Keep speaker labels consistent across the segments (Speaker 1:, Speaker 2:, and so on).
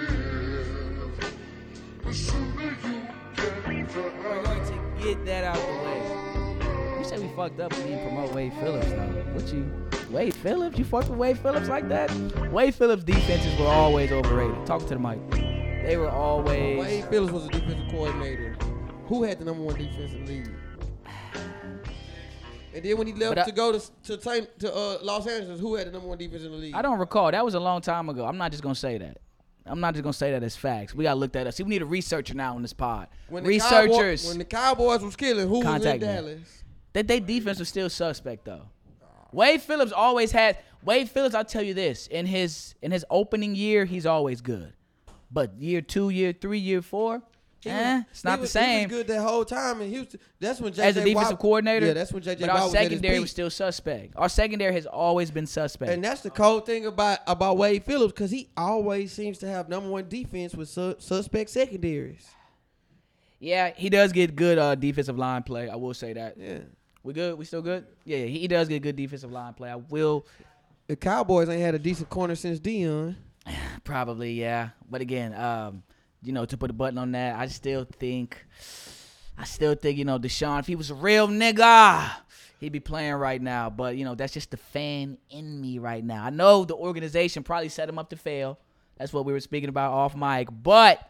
Speaker 1: give. The sooner you get
Speaker 2: We're
Speaker 1: to
Speaker 2: going to get that out the way. You say we fucked up and didn't promote Wade Phillips though. What you? Wade Phillips? You fucked with Wade Phillips like that? Wade Phillips defenses were always overrated. Talk to the mic. They were always.
Speaker 3: Wade Phillips was a defensive coordinator. Who had the number one defensive lead? And then when he left
Speaker 2: But I-
Speaker 3: to go to to, Tam- to uh, Los Angeles, who had the number one defense in the league?
Speaker 2: I don't recall. That was a long time ago. I'm not just gonna say that. I'm not just gonna say that as facts. We gotta look that up. See, we need a researcher now on this pod.
Speaker 3: When the Cowboy-
Speaker 2: Researchers.
Speaker 3: when the Cowboys was killing, who
Speaker 2: Contact me.
Speaker 3: was in Dallas?
Speaker 2: that they defense was still suspect though. Wade Phillips always had Wade Phillips. I'll tell you this: in his in his opening year, he's always good, but year two, year three, year four,
Speaker 3: He
Speaker 2: eh,
Speaker 3: was-
Speaker 2: it's not
Speaker 3: he
Speaker 2: the
Speaker 3: was- He
Speaker 2: same.
Speaker 3: was good that whole time in Houston. That's when JJ
Speaker 2: As a defensive
Speaker 3: Watt-
Speaker 2: coordinator,
Speaker 3: Yeah, that's when JJ
Speaker 2: But
Speaker 3: Watt
Speaker 2: our
Speaker 3: was at his
Speaker 2: secondary
Speaker 3: peak.
Speaker 2: was still suspect. Our secondary has always been suspect.
Speaker 3: And that's the cold thing about about Wade Phillips because he always seems to have number one defense with su- suspect secondaries.
Speaker 2: yeah, he does get good uh, defensive line play. I will say that.
Speaker 3: Yeah,
Speaker 2: We good? We still good? Yeah, yeah, he does get good defensive line play. I will
Speaker 3: the Cowboys ain't had a decent corner since Dion.
Speaker 2: probably, yeah. But again, um, you know, to put a button on that, I still think I still think, you know, Deshaun, if he was a real nigga, he'd be playing right now. But, you know, that's just the fan in me right now. I know the organization probably set him up to fail. That's what we were speaking about off mic. But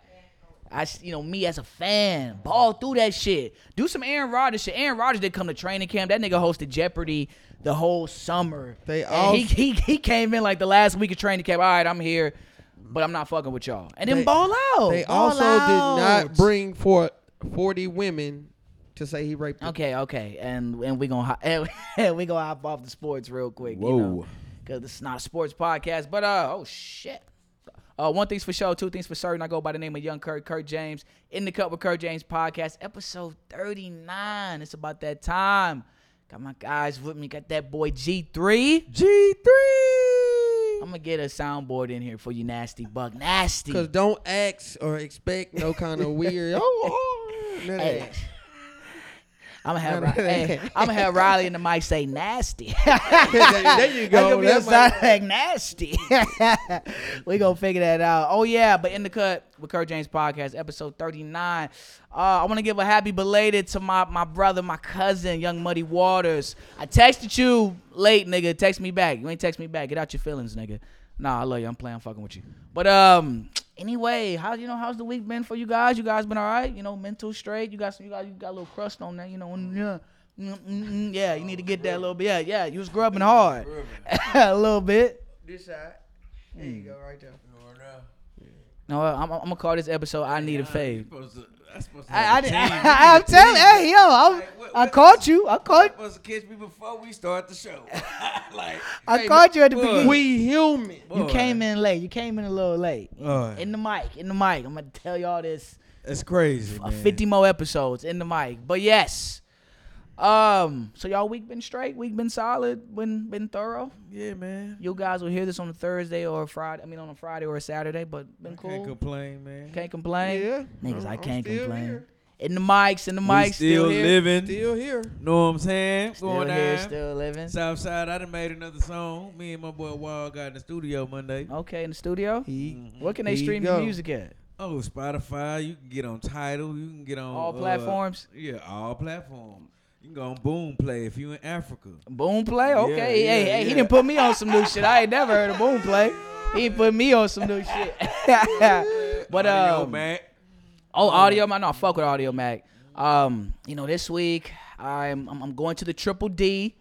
Speaker 2: I, s- you know, me as a fan, ball through that shit. Do some Aaron Rodgers shit. Aaron Rodgers did come to training camp. That nigga hosted Jeopardy the whole summer.
Speaker 3: They
Speaker 2: And
Speaker 3: all-
Speaker 2: he, he he came in like the last week of training camp. All right, I'm here, but I'm not fucking with y'all. And then
Speaker 3: They-
Speaker 2: ball out.
Speaker 3: They
Speaker 2: Oh, Ball
Speaker 3: also did
Speaker 2: out.
Speaker 3: not bring for forty women to say he raped. them.
Speaker 2: Okay, okay, and and we gonna hop- and, we gonna hop off the sports real quick. Whoa, because this is not a sports podcast. But uh, oh shit. Uh, one thing's for sure, two things for certain. I go by the name of Young Kurt, Kurt James, in the cup with Kurt James podcast, episode thirty nine. It's about that time. Got my guys with me. Got that boy G three.
Speaker 3: G three.
Speaker 2: I'm gonna get a soundboard in here for you, nasty buck, nasty.
Speaker 3: Cause don't ask or expect no kind of weird. Oh, oh, none of
Speaker 2: Hey.
Speaker 3: that.
Speaker 2: I'm gonna have
Speaker 3: No, no,
Speaker 2: Ri- hey,
Speaker 3: no.
Speaker 2: I'm gonna have Riley in the mic say nasty.
Speaker 3: there
Speaker 2: That's gonna
Speaker 3: you go.
Speaker 2: be
Speaker 3: That
Speaker 2: a
Speaker 3: might-
Speaker 2: sound like nasty. we gonna figure that out. Oh yeah, but in the cut with Kurt James podcast episode thirty nine. Uh, I want to give a happy belated to my my brother, my cousin, Young Muddy Waters. I texted you late, nigga. Text me back. You ain't text me back. Get out your feelings, nigga. Nah, I love you. I'm playing. I'm fucking with you. But um, anyway, how you know how's the week been for you guys? You guys been all right? You know, mental straight. You got some. You got you got a little crust on there. You know, mm, yeah. Mm, mm, mm, yeah, you need to get that a little bit. Yeah, yeah, you was grubbing hard, a little bit.
Speaker 3: This side. There you go, right there.
Speaker 2: No, I'm, I'm gonna call this episode "I Need a Fade."
Speaker 4: Supposed to, I'm supposed to
Speaker 2: I, I,
Speaker 4: have a
Speaker 2: did-
Speaker 4: team.
Speaker 2: I, am telling, hey yo, I'm,
Speaker 4: Like, what-
Speaker 2: I
Speaker 4: what-
Speaker 2: caught you, I caught,
Speaker 4: supposed to catch me before we start the show. like
Speaker 2: I
Speaker 3: Hey,
Speaker 2: caught you at the
Speaker 4: look,
Speaker 2: beginning.
Speaker 3: We human.
Speaker 2: you
Speaker 4: boy,
Speaker 2: came in late. You came in a little late.
Speaker 4: Boy.
Speaker 2: In the mic, in the mic. I'm gonna tell y'all this.
Speaker 4: It's crazy,
Speaker 2: uh,
Speaker 4: man.
Speaker 2: 50 more episodes in the mic. But yes, um, so y'all week been straight, week been solid, been been thorough.
Speaker 4: Yeah, man.
Speaker 2: You guys will hear this on a Thursday or a Friday. I mean, on a Friday or a Saturday, but been cool.
Speaker 4: Can't complain, man.
Speaker 2: Can't complain.
Speaker 3: Yeah,
Speaker 2: Niggas,
Speaker 3: I'm-
Speaker 2: I
Speaker 3: I'm
Speaker 2: can't
Speaker 3: still
Speaker 2: complain.
Speaker 3: here.
Speaker 2: In the mics, in the mics,
Speaker 4: we still,
Speaker 2: here.
Speaker 4: living.
Speaker 3: Still here.
Speaker 4: know what I'm saying?
Speaker 2: Still
Speaker 4: Going
Speaker 2: here,
Speaker 4: down.
Speaker 2: still living.
Speaker 4: Southside, I done made another song. Me and my boy Wild got in the studio Monday.
Speaker 2: Okay, in the studio.
Speaker 4: Mm.
Speaker 2: Where can they
Speaker 3: Here you
Speaker 2: stream your
Speaker 3: go.
Speaker 2: music at?
Speaker 4: Oh, Spotify. You can get on Title. You can get on
Speaker 2: All
Speaker 4: uh,
Speaker 2: platforms?
Speaker 4: Yeah, all platforms. You can go on Boom Play if you in Africa.
Speaker 2: Boom play. Okay,
Speaker 4: yeah,
Speaker 2: hey, hey, he
Speaker 4: yeah.
Speaker 2: didn't put me on some new shit. I ain't never heard of boom play. He didn't put me on some new shit. but
Speaker 4: Audio
Speaker 2: um,
Speaker 4: Mac.
Speaker 2: oh, audio man, no, fuck with audio Mac. Um, you know, this week I'm I'm, I'm going to the Triple D,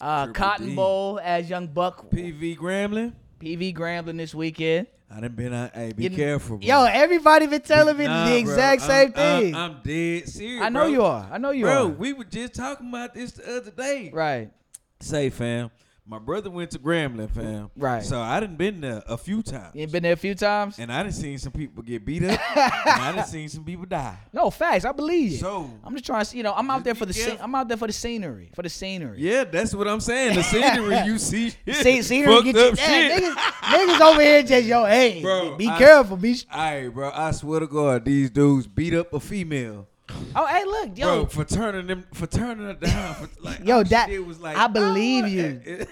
Speaker 2: uh,
Speaker 4: Triple
Speaker 2: Cotton
Speaker 4: D.
Speaker 2: Bowl as Young Buck
Speaker 4: PV Grambling.
Speaker 2: PV Grambling this weekend.
Speaker 4: I done been on. Hey, be
Speaker 2: You-
Speaker 4: careful. Bro.
Speaker 2: Yo, everybody been telling me
Speaker 4: Nah,
Speaker 2: the
Speaker 4: bro,
Speaker 2: exact
Speaker 4: I'm-
Speaker 2: same
Speaker 4: I'm-
Speaker 2: thing. i
Speaker 4: I'm, dead serious.
Speaker 2: know
Speaker 4: bro.
Speaker 2: you are. I know you
Speaker 4: bro,
Speaker 2: are.
Speaker 4: we were just talking about this the other day.
Speaker 2: right.
Speaker 4: Say, fam, my brother went to Grambling, fam.
Speaker 2: Right.
Speaker 4: So I done been there a few times.
Speaker 2: You ain't been there a few times.
Speaker 4: And I done seen some people get beat up. and I done seen some people die.
Speaker 2: No facts, I believe you.
Speaker 4: So-
Speaker 2: I'm just trying to, see- you know, I'm out
Speaker 4: Just
Speaker 2: there
Speaker 4: be
Speaker 2: for the, scene
Speaker 4: careful.
Speaker 2: I'm out there for the scenery, for the scenery.
Speaker 4: Yeah, that's what I'm saying. The scenery you see,
Speaker 2: See, scenery
Speaker 4: fucked
Speaker 2: get
Speaker 4: up
Speaker 2: you. Yeah,
Speaker 4: shit.
Speaker 2: niggas, niggas over here just yo, hey,
Speaker 4: Bro,
Speaker 2: be
Speaker 4: I-
Speaker 2: careful, be. sh-
Speaker 4: All right, bro. I swear to God, these dudes beat up a female,
Speaker 2: Oh, hey, look, yo,
Speaker 4: bro, for turning them, for turning her down. For, like,
Speaker 2: Yo,
Speaker 4: all she
Speaker 2: that-
Speaker 4: did was like, "Ah."
Speaker 2: I believe you.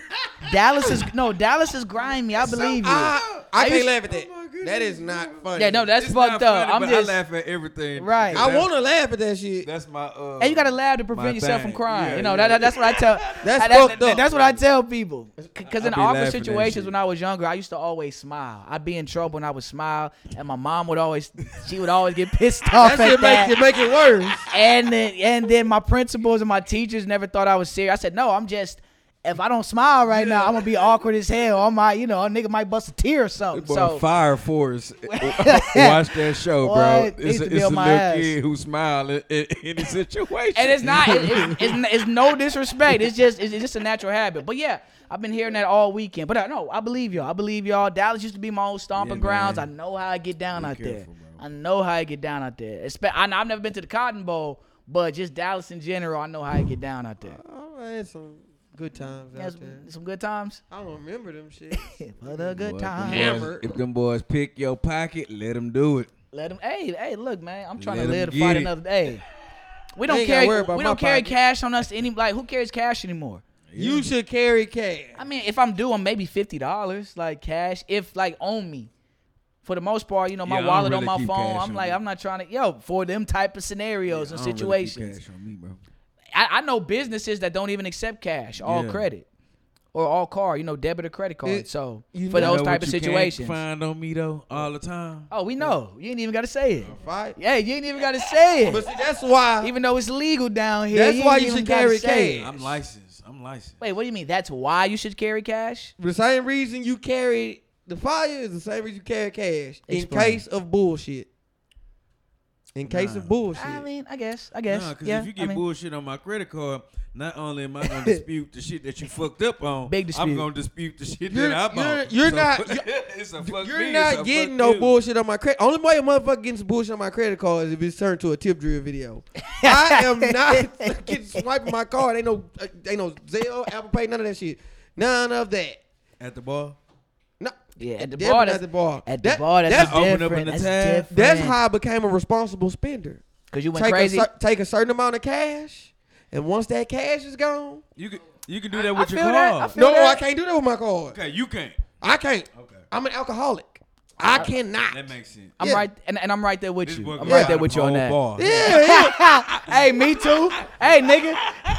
Speaker 2: Dallas is no, Dallas is grimy. I believe you.
Speaker 3: I, I
Speaker 2: used- Oh
Speaker 3: can't laugh at that.
Speaker 4: my
Speaker 3: That is not funny.
Speaker 2: Yeah, no, that's
Speaker 4: It's not
Speaker 2: fucked up.
Speaker 4: funny,
Speaker 2: I'm
Speaker 4: but
Speaker 2: just
Speaker 4: I laugh at everything.
Speaker 2: Right.
Speaker 4: That's-
Speaker 3: I want to laugh at that shit.
Speaker 4: That's my. Uh,
Speaker 2: And you gotta laugh to prevent
Speaker 4: My
Speaker 2: yourself from
Speaker 4: thing.
Speaker 2: crying.
Speaker 4: Yeah,
Speaker 2: you know that,
Speaker 4: yeah.
Speaker 2: that- that's what I tell. that- that-
Speaker 3: fucked up.
Speaker 2: That's what I tell people. Because
Speaker 4: I
Speaker 2: in awkward
Speaker 4: be laughing at
Speaker 2: situations
Speaker 4: shit.
Speaker 2: when I was younger, I used to always smile. I'd be in trouble and I would smile, and my mom would always, she would always get pissed off
Speaker 3: That shit
Speaker 2: at
Speaker 3: make
Speaker 2: that.
Speaker 3: it make it worse.
Speaker 2: And then, and then my principals and my teachers never thought I was serious. I said, no, I'm just. If I don't smile right now, I'm gonna be awkward as hell. I might, you know, a nigga might bust a tear or something.
Speaker 4: Boy,
Speaker 2: So
Speaker 4: Fire Force. Watch that show, bro.
Speaker 2: What? Used
Speaker 4: It's,
Speaker 2: to
Speaker 4: a-
Speaker 2: be
Speaker 4: it's a
Speaker 2: on
Speaker 4: little
Speaker 2: my ass.
Speaker 4: kid who smile in, in any situation.
Speaker 2: And it's not. It, it's, it's, it's no disrespect. It's just. It's, it's just a natural habit. But yeah, I've been hearing that all weekend. But I no, I believe y'all. I believe y'all. Dallas used to be my old stomping
Speaker 4: Yeah,
Speaker 2: grounds. I
Speaker 4: man.
Speaker 2: know how I get down
Speaker 4: Be
Speaker 2: out there.
Speaker 4: careful, bro.
Speaker 2: I know how I get down out there. Espe- I, I've never been to the Cotton Bowl, but just Dallas in general, I know how I get down out
Speaker 4: Uh,
Speaker 2: there.
Speaker 3: Oh, I had some good times
Speaker 2: Yeah,
Speaker 3: out
Speaker 2: some,
Speaker 3: there.
Speaker 2: some good times.
Speaker 3: I don't remember them shit.
Speaker 2: But a good
Speaker 4: Boy, if them
Speaker 2: time.
Speaker 4: boys-
Speaker 3: Hammered.
Speaker 4: If them boys pick your pocket, let them do it.
Speaker 2: Let him. Hey, hey, look, man. I'm trying to
Speaker 4: Let 'em
Speaker 2: live to
Speaker 4: get
Speaker 2: fight
Speaker 4: it.
Speaker 2: another day. We don't
Speaker 3: ain't gotta
Speaker 2: carry.
Speaker 3: worry about
Speaker 2: We
Speaker 3: my
Speaker 2: don't carry
Speaker 3: pocket.
Speaker 2: cash on us any. Like, who carries cash anymore?
Speaker 3: You should carry cash.
Speaker 2: I mean, if I'm due, I'm maybe fifty dollars, like cash, if like on me. For the most part, you know, my
Speaker 4: Yeah, I don't
Speaker 2: wallet on
Speaker 4: really
Speaker 2: my
Speaker 4: keep
Speaker 2: phone.
Speaker 4: cash
Speaker 2: I'm
Speaker 4: on
Speaker 2: like,
Speaker 4: me.
Speaker 2: I'm not trying to yo for them type of scenarios
Speaker 4: I
Speaker 2: and
Speaker 4: don't really keep
Speaker 2: situations.
Speaker 4: cash on me, bro.
Speaker 2: I, I know businesses that don't even accept cash, all
Speaker 4: Yeah.
Speaker 2: credit, or all card, you know, debit or credit card.
Speaker 3: It-
Speaker 2: so
Speaker 3: you
Speaker 2: for
Speaker 3: know
Speaker 2: those
Speaker 4: what
Speaker 2: type of
Speaker 4: you can't
Speaker 2: situations,
Speaker 4: Find on me though all the time.
Speaker 2: oh, we know. You ain't even got to say it.
Speaker 3: Fight.
Speaker 2: Yeah, you ain't even got to say
Speaker 3: But
Speaker 2: it.
Speaker 3: see, that's why.
Speaker 2: Uh, Even though it's legal down here,
Speaker 3: That's
Speaker 2: you
Speaker 3: why
Speaker 2: ain't
Speaker 3: you
Speaker 2: even
Speaker 3: should
Speaker 2: gotta
Speaker 3: carry
Speaker 2: say it.
Speaker 3: cash.
Speaker 4: I'm licensed. I'm licensed.
Speaker 2: Wait, what do you mean? That's why you should carry cash?
Speaker 3: The same reason you carry the fire is the same reason you carry cash in
Speaker 2: Explain.
Speaker 3: case of bullshit. In case of
Speaker 4: Nah.
Speaker 3: bullshit.
Speaker 2: I mean, I guess, I guess.
Speaker 4: Nah, because
Speaker 2: yeah,
Speaker 4: if you
Speaker 2: I
Speaker 4: get
Speaker 2: mean,
Speaker 4: bullshit on my credit card, not only am I gonna dispute the shit that you fucked up on,
Speaker 2: Big dispute.
Speaker 4: I'm gonna dispute the shit
Speaker 3: You're-
Speaker 4: that I bought.
Speaker 3: you're- you're not-
Speaker 4: it's a fuck
Speaker 3: You're
Speaker 4: me, it's a
Speaker 3: not
Speaker 4: fuck
Speaker 3: getting no
Speaker 4: you.
Speaker 3: bullshit on my credit. Only way a motherfucker getting some bullshit on my credit card is if it's turned to a tip drill video. I am not fucking swiping my card. Ain't no, uh, ain't no Zelle, Apple Pay, none of that shit. None of that.
Speaker 4: at the bar.
Speaker 3: No.
Speaker 2: Yeah, at the
Speaker 3: Definitely
Speaker 2: bar,
Speaker 3: not
Speaker 2: that's-
Speaker 3: the bar.
Speaker 2: At the
Speaker 3: That-
Speaker 2: bar, that's,
Speaker 3: that's-
Speaker 4: open up in
Speaker 2: different.
Speaker 4: the
Speaker 2: that's
Speaker 4: tab.
Speaker 2: different.
Speaker 3: That's how I became a responsible spender.
Speaker 2: Cause you went
Speaker 3: Take a,
Speaker 2: crazy.
Speaker 3: cer- take a certain amount of cash, and once that cash is gone,
Speaker 4: You can you can do that
Speaker 2: I
Speaker 4: with your
Speaker 2: feel
Speaker 4: card.
Speaker 2: that, I feel-
Speaker 3: no,
Speaker 2: that?
Speaker 3: I can't do that with my card.
Speaker 4: okay, you can't.
Speaker 3: I can't.
Speaker 4: Okay.
Speaker 3: I'm an alcoholic. I cannot.
Speaker 4: That makes sense.
Speaker 2: I'm
Speaker 3: Yeah.
Speaker 2: right, and, and I'm right there with
Speaker 4: This
Speaker 2: you.
Speaker 4: boy
Speaker 2: I'm
Speaker 4: can
Speaker 2: right
Speaker 4: buy
Speaker 2: there
Speaker 4: the
Speaker 2: with you on
Speaker 4: whole
Speaker 2: that.
Speaker 4: bar.
Speaker 3: yeah, yeah.
Speaker 2: hey, me too. Hey, nigga,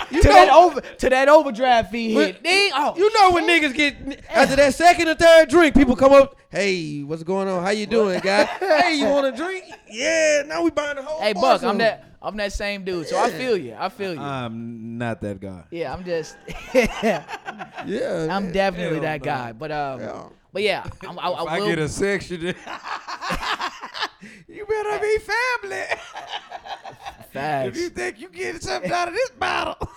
Speaker 3: You
Speaker 2: to that
Speaker 3: know-
Speaker 2: over to that overdrive fee hit.
Speaker 3: But-
Speaker 2: Ding, oh,
Speaker 3: You know when niggas get after that second or third drink, people come up. Hey, what's going on? How you doing, guy? hey, you want a drink? Yeah. Now we buying the whole.
Speaker 2: hey,
Speaker 3: bar Uh-uh.
Speaker 2: Buck, I'm
Speaker 3: some.
Speaker 2: that I'm that same dude. So I feel you. I feel you.
Speaker 4: I'm not that guy.
Speaker 2: yeah, I'm just.
Speaker 3: Yeah.
Speaker 2: I'm definitely
Speaker 4: hell
Speaker 2: that
Speaker 4: no.
Speaker 2: guy. But um,
Speaker 3: Yeah.
Speaker 2: but yeah, I'm, I, I
Speaker 4: If I
Speaker 2: will.
Speaker 4: get a section, you better be family. if
Speaker 2: facts.
Speaker 4: you think you getting something out of this bottle,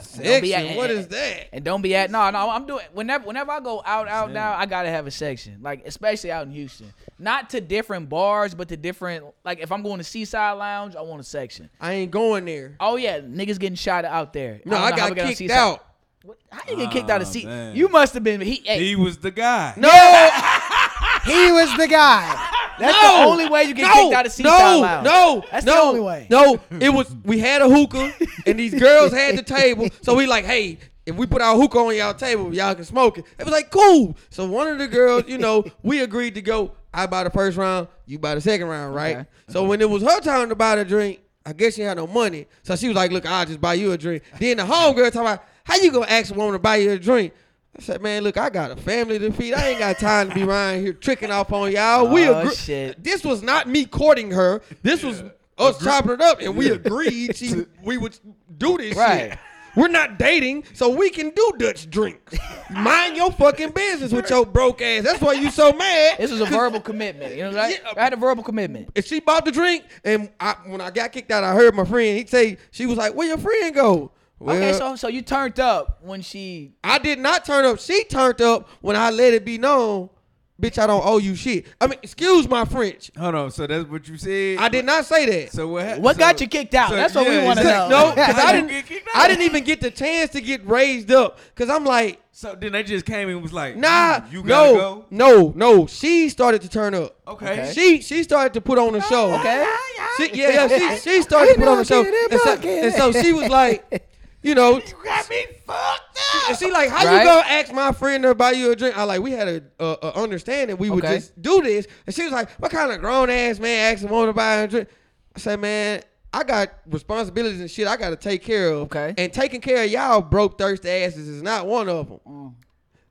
Speaker 3: Section,
Speaker 2: be at-
Speaker 3: what is that?
Speaker 2: And don't be at no no. I'm doing whenever whenever I go out out now, I gotta have a section like especially out in Houston. Not to different bars, but to different like if I'm going to Seaside Lounge, I want a section.
Speaker 3: I ain't going there.
Speaker 2: Oh yeah, niggas getting shot out there.
Speaker 3: No,
Speaker 2: don't know how
Speaker 3: I,
Speaker 2: we
Speaker 3: got
Speaker 2: got on
Speaker 3: kicked
Speaker 2: Seaside-
Speaker 3: out.
Speaker 2: What? How you get kicked out of
Speaker 4: Ah,
Speaker 2: seat?
Speaker 4: man.
Speaker 2: You must have been he. Hey,
Speaker 4: he was the guy.
Speaker 3: No,
Speaker 2: he was the guy. That's the only way you get
Speaker 3: no,
Speaker 2: kicked out of Seaside
Speaker 3: no,
Speaker 2: Lounge.
Speaker 3: No,
Speaker 2: that's
Speaker 3: no,
Speaker 2: the only way.
Speaker 3: No, it was we had a hookah and these girls had the table, so we like, hey, if we put our hookah on y'all table, y'all can smoke it. It was like cool. So one of the girls, you know, we agreed to go. I buy the first round, you buy the second round, right?
Speaker 2: Okay.
Speaker 3: So when it was her time to buy the drink, I guess she had no money, so she was like, look, I'll just buy you a drink. Then the homegirl talking about how you gonna ask a woman to buy you a drink. I said, man, look, I got a family to feed. I ain't got time to be around here tricking off on y'all. we
Speaker 2: Oh,
Speaker 3: agree.
Speaker 2: shit.
Speaker 3: This was not me courting her. This was us chopping it up, and we agreed she, we would do this
Speaker 2: Right.
Speaker 3: shit. We're not dating, so we can do Dutch drinks. Mind your fucking business with your broke ass. That's why you so mad.
Speaker 2: This was a verbal commitment. You know, right?
Speaker 3: Yeah.
Speaker 2: I had a verbal commitment.
Speaker 3: If she bought the drink, and I, when I got kicked out, I heard my friend. He say she was like, "Where your friend go?" Well,
Speaker 2: okay, so so you turned up when she
Speaker 3: I did not turn up. She turned up when I let it be known, bitch. I don't owe you shit. I mean, excuse my French.
Speaker 4: Hold on. So that's what you said.
Speaker 3: I did not say that.
Speaker 4: So what? hap-
Speaker 2: What
Speaker 4: so-
Speaker 2: got you kicked out? That's what we wanna
Speaker 4: exactly.
Speaker 2: know.
Speaker 3: No, because I
Speaker 4: How you
Speaker 3: didn't.
Speaker 4: get kicked
Speaker 3: I
Speaker 4: out?
Speaker 3: didn't even get the chance to get raised up. Cause I'm like,
Speaker 4: So then they just came and was like,
Speaker 3: nah,
Speaker 4: you, you gotta
Speaker 3: no,
Speaker 4: go.
Speaker 3: no, no. She started to turn up.
Speaker 4: Okay.
Speaker 2: Okay.
Speaker 3: She she started to put on a show.
Speaker 2: okay.
Speaker 3: She, yeah, yeah. She, she started to put on a show, and so, and so she was like, you know,
Speaker 4: got me fucked
Speaker 3: and she like, how
Speaker 2: Right.
Speaker 3: you gonna ask my friend to buy you a drink? I like, we had a, a, a understanding we would
Speaker 2: Okay.
Speaker 3: just do this, and she was like, what kind of grown ass man asking woman to buy a drink? I said, man, I got responsibilities and shit I got to take care of.
Speaker 2: Okay.
Speaker 3: and taking care of y'all broke thirsty asses is not one of them.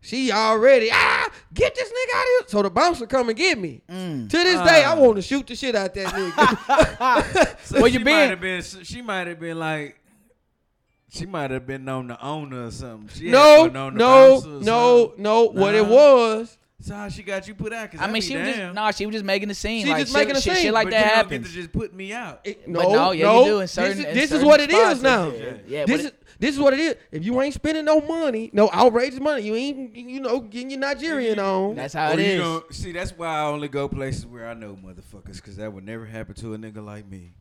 Speaker 3: She already ah get this nigga out of here. So the bouncer come and get me.
Speaker 2: Mm.
Speaker 3: To this day, I
Speaker 4: Uh.
Speaker 3: want to shoot the shit out that nigga.
Speaker 2: Where you
Speaker 4: she
Speaker 2: been?
Speaker 4: Might have been she might have been like. She might have been on the owner or something. She had
Speaker 3: no,
Speaker 4: been on the
Speaker 3: no,
Speaker 4: bouncer or
Speaker 3: no,
Speaker 4: something.
Speaker 3: no. What it
Speaker 4: Nah.
Speaker 3: was,
Speaker 4: So how she got you put out? 'Cause
Speaker 2: I
Speaker 4: I'd
Speaker 2: mean,
Speaker 4: be
Speaker 2: she was just
Speaker 4: damn.
Speaker 2: no, she was just making a scene.
Speaker 3: She
Speaker 2: like,
Speaker 3: just making
Speaker 2: shit,
Speaker 3: a
Speaker 2: shit-
Speaker 3: scene,
Speaker 2: Shit like
Speaker 4: But
Speaker 2: that
Speaker 4: you don't get
Speaker 2: happens.
Speaker 4: to just put me out.
Speaker 3: It-
Speaker 2: But
Speaker 3: no,
Speaker 2: no, yeah, you
Speaker 3: no.
Speaker 2: do in certain-
Speaker 3: this
Speaker 2: in
Speaker 3: is, this is
Speaker 2: certain
Speaker 3: what it
Speaker 2: spots,
Speaker 3: is now.
Speaker 2: yeah. Yeah, but
Speaker 3: this
Speaker 2: it-
Speaker 3: is this is what it is. If you ain't spending no money, no outrageous money, you ain't you know getting your Nigerian on.
Speaker 2: That's how it
Speaker 4: Or you
Speaker 2: is.
Speaker 4: gonna- see, that's why I only go places where I know motherfuckers, because that would never happen to a nigga like me.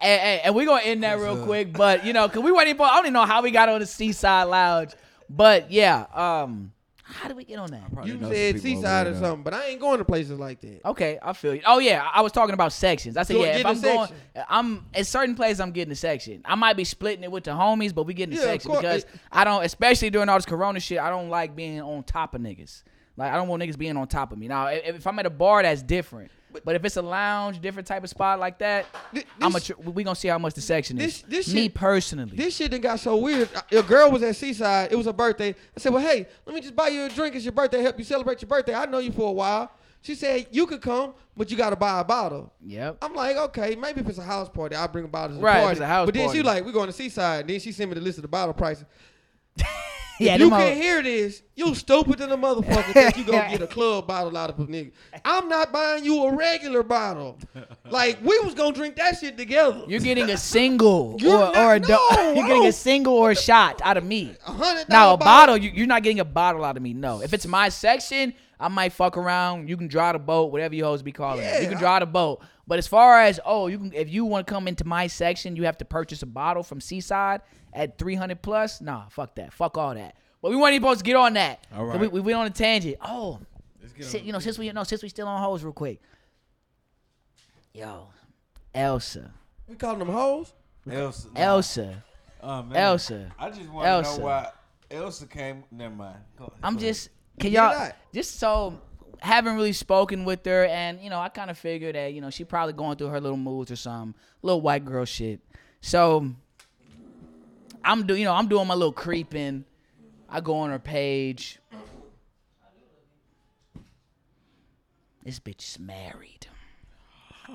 Speaker 2: And, and, and we're gonna end that real quick, but you know, cause we weren't even. I don't even know how we got on the Seaside Lounge, but yeah. Um, how did we get on that?
Speaker 4: Probably
Speaker 3: you
Speaker 4: know some
Speaker 3: said
Speaker 4: people over
Speaker 3: seaside
Speaker 4: there,
Speaker 3: or
Speaker 4: though.
Speaker 3: something, but I ain't going to places like that.
Speaker 2: Okay, I feel you. Oh yeah, I- I was talking about sections. I said
Speaker 3: Go-
Speaker 2: yeah,
Speaker 3: get
Speaker 2: if
Speaker 3: a
Speaker 2: I'm going,
Speaker 3: section.
Speaker 2: I'm at certain places I'm getting a section. I might be splitting it with the homies, but we getting a
Speaker 3: Yeah, of
Speaker 2: section
Speaker 3: course.
Speaker 2: because I don't, especially during all this Corona shit, I don't like being on top of niggas. Like I don't want niggas being on top of me. Now i- if, I'm at a bar, that's different. But, if it's a lounge, different type of spot like that,
Speaker 3: Th-
Speaker 2: I'm a
Speaker 3: this-
Speaker 2: tr- we gonna see how much the section is.
Speaker 3: this- this
Speaker 2: Me
Speaker 3: shit-
Speaker 2: personally,
Speaker 3: This shit done got so weird. A girl was at Seaside. It was her birthday. I said, "Well, hey, let me just buy you a drink. It's your birthday. Help you celebrate your birthday. I know you for a while." She said, "You could come, but you got to buy a bottle."
Speaker 2: yep.
Speaker 3: I'm like, "Okay, maybe if it's a house party, I'll bring a bottle to the
Speaker 2: Right, if
Speaker 3: party."
Speaker 2: it's a house
Speaker 3: but then
Speaker 2: party.
Speaker 3: she like, "We going to Seaside." Then she sent me the list of the bottle prices.
Speaker 2: yeah,
Speaker 3: if you
Speaker 2: them
Speaker 3: can
Speaker 2: hoes-
Speaker 3: hear this, you stupid than a motherfucker think you gonna get a club bottle out of a nigga. I'm not buying you a regular bottle. Like we was gonna drink that shit together.
Speaker 2: You're getting a single
Speaker 3: You're
Speaker 2: or,
Speaker 3: not-
Speaker 2: or a do-
Speaker 3: no,
Speaker 2: you're getting
Speaker 3: no. Uh-huh.
Speaker 2: a single or a shot out of me.
Speaker 3: A hundred
Speaker 2: Now
Speaker 3: dollar
Speaker 2: a bottle, you, you're not getting a bottle out of me. No, if it's my section, I might fuck around. You can draw the boat, whatever you hoes be calling it. You
Speaker 3: Yeah,
Speaker 2: can
Speaker 3: I-
Speaker 2: draw the boat. But as far as oh, you can if you want to come into my section, you have to purchase a bottle from Seaside at 300 plus. Nah, fuck that. Fuck all that. But we weren't even supposed to get on that.
Speaker 4: All
Speaker 2: 'Cause We,
Speaker 4: right.
Speaker 2: we went on a tangent. Oh,
Speaker 4: Let's get
Speaker 2: si-
Speaker 4: on-
Speaker 2: you know since we no since we still on hoes real quick. Yo, Elsa,
Speaker 3: We calling them hoes.
Speaker 4: Elsa. nah.
Speaker 2: Elsa.
Speaker 4: Oh, man.
Speaker 2: Elsa.
Speaker 4: I just want to
Speaker 2: Elsa.
Speaker 4: know why Elsa came. Never mind. Go-
Speaker 2: I'm
Speaker 4: go ahead.
Speaker 2: just can
Speaker 3: Get it
Speaker 2: y'all
Speaker 3: out.
Speaker 2: just so haven't really spoken with her, and you know I kind of figured that you know she probably going through her little moods or some little white girl shit. So I'm do you know I'm doing my little creeping. I go on her page. This bitch is married.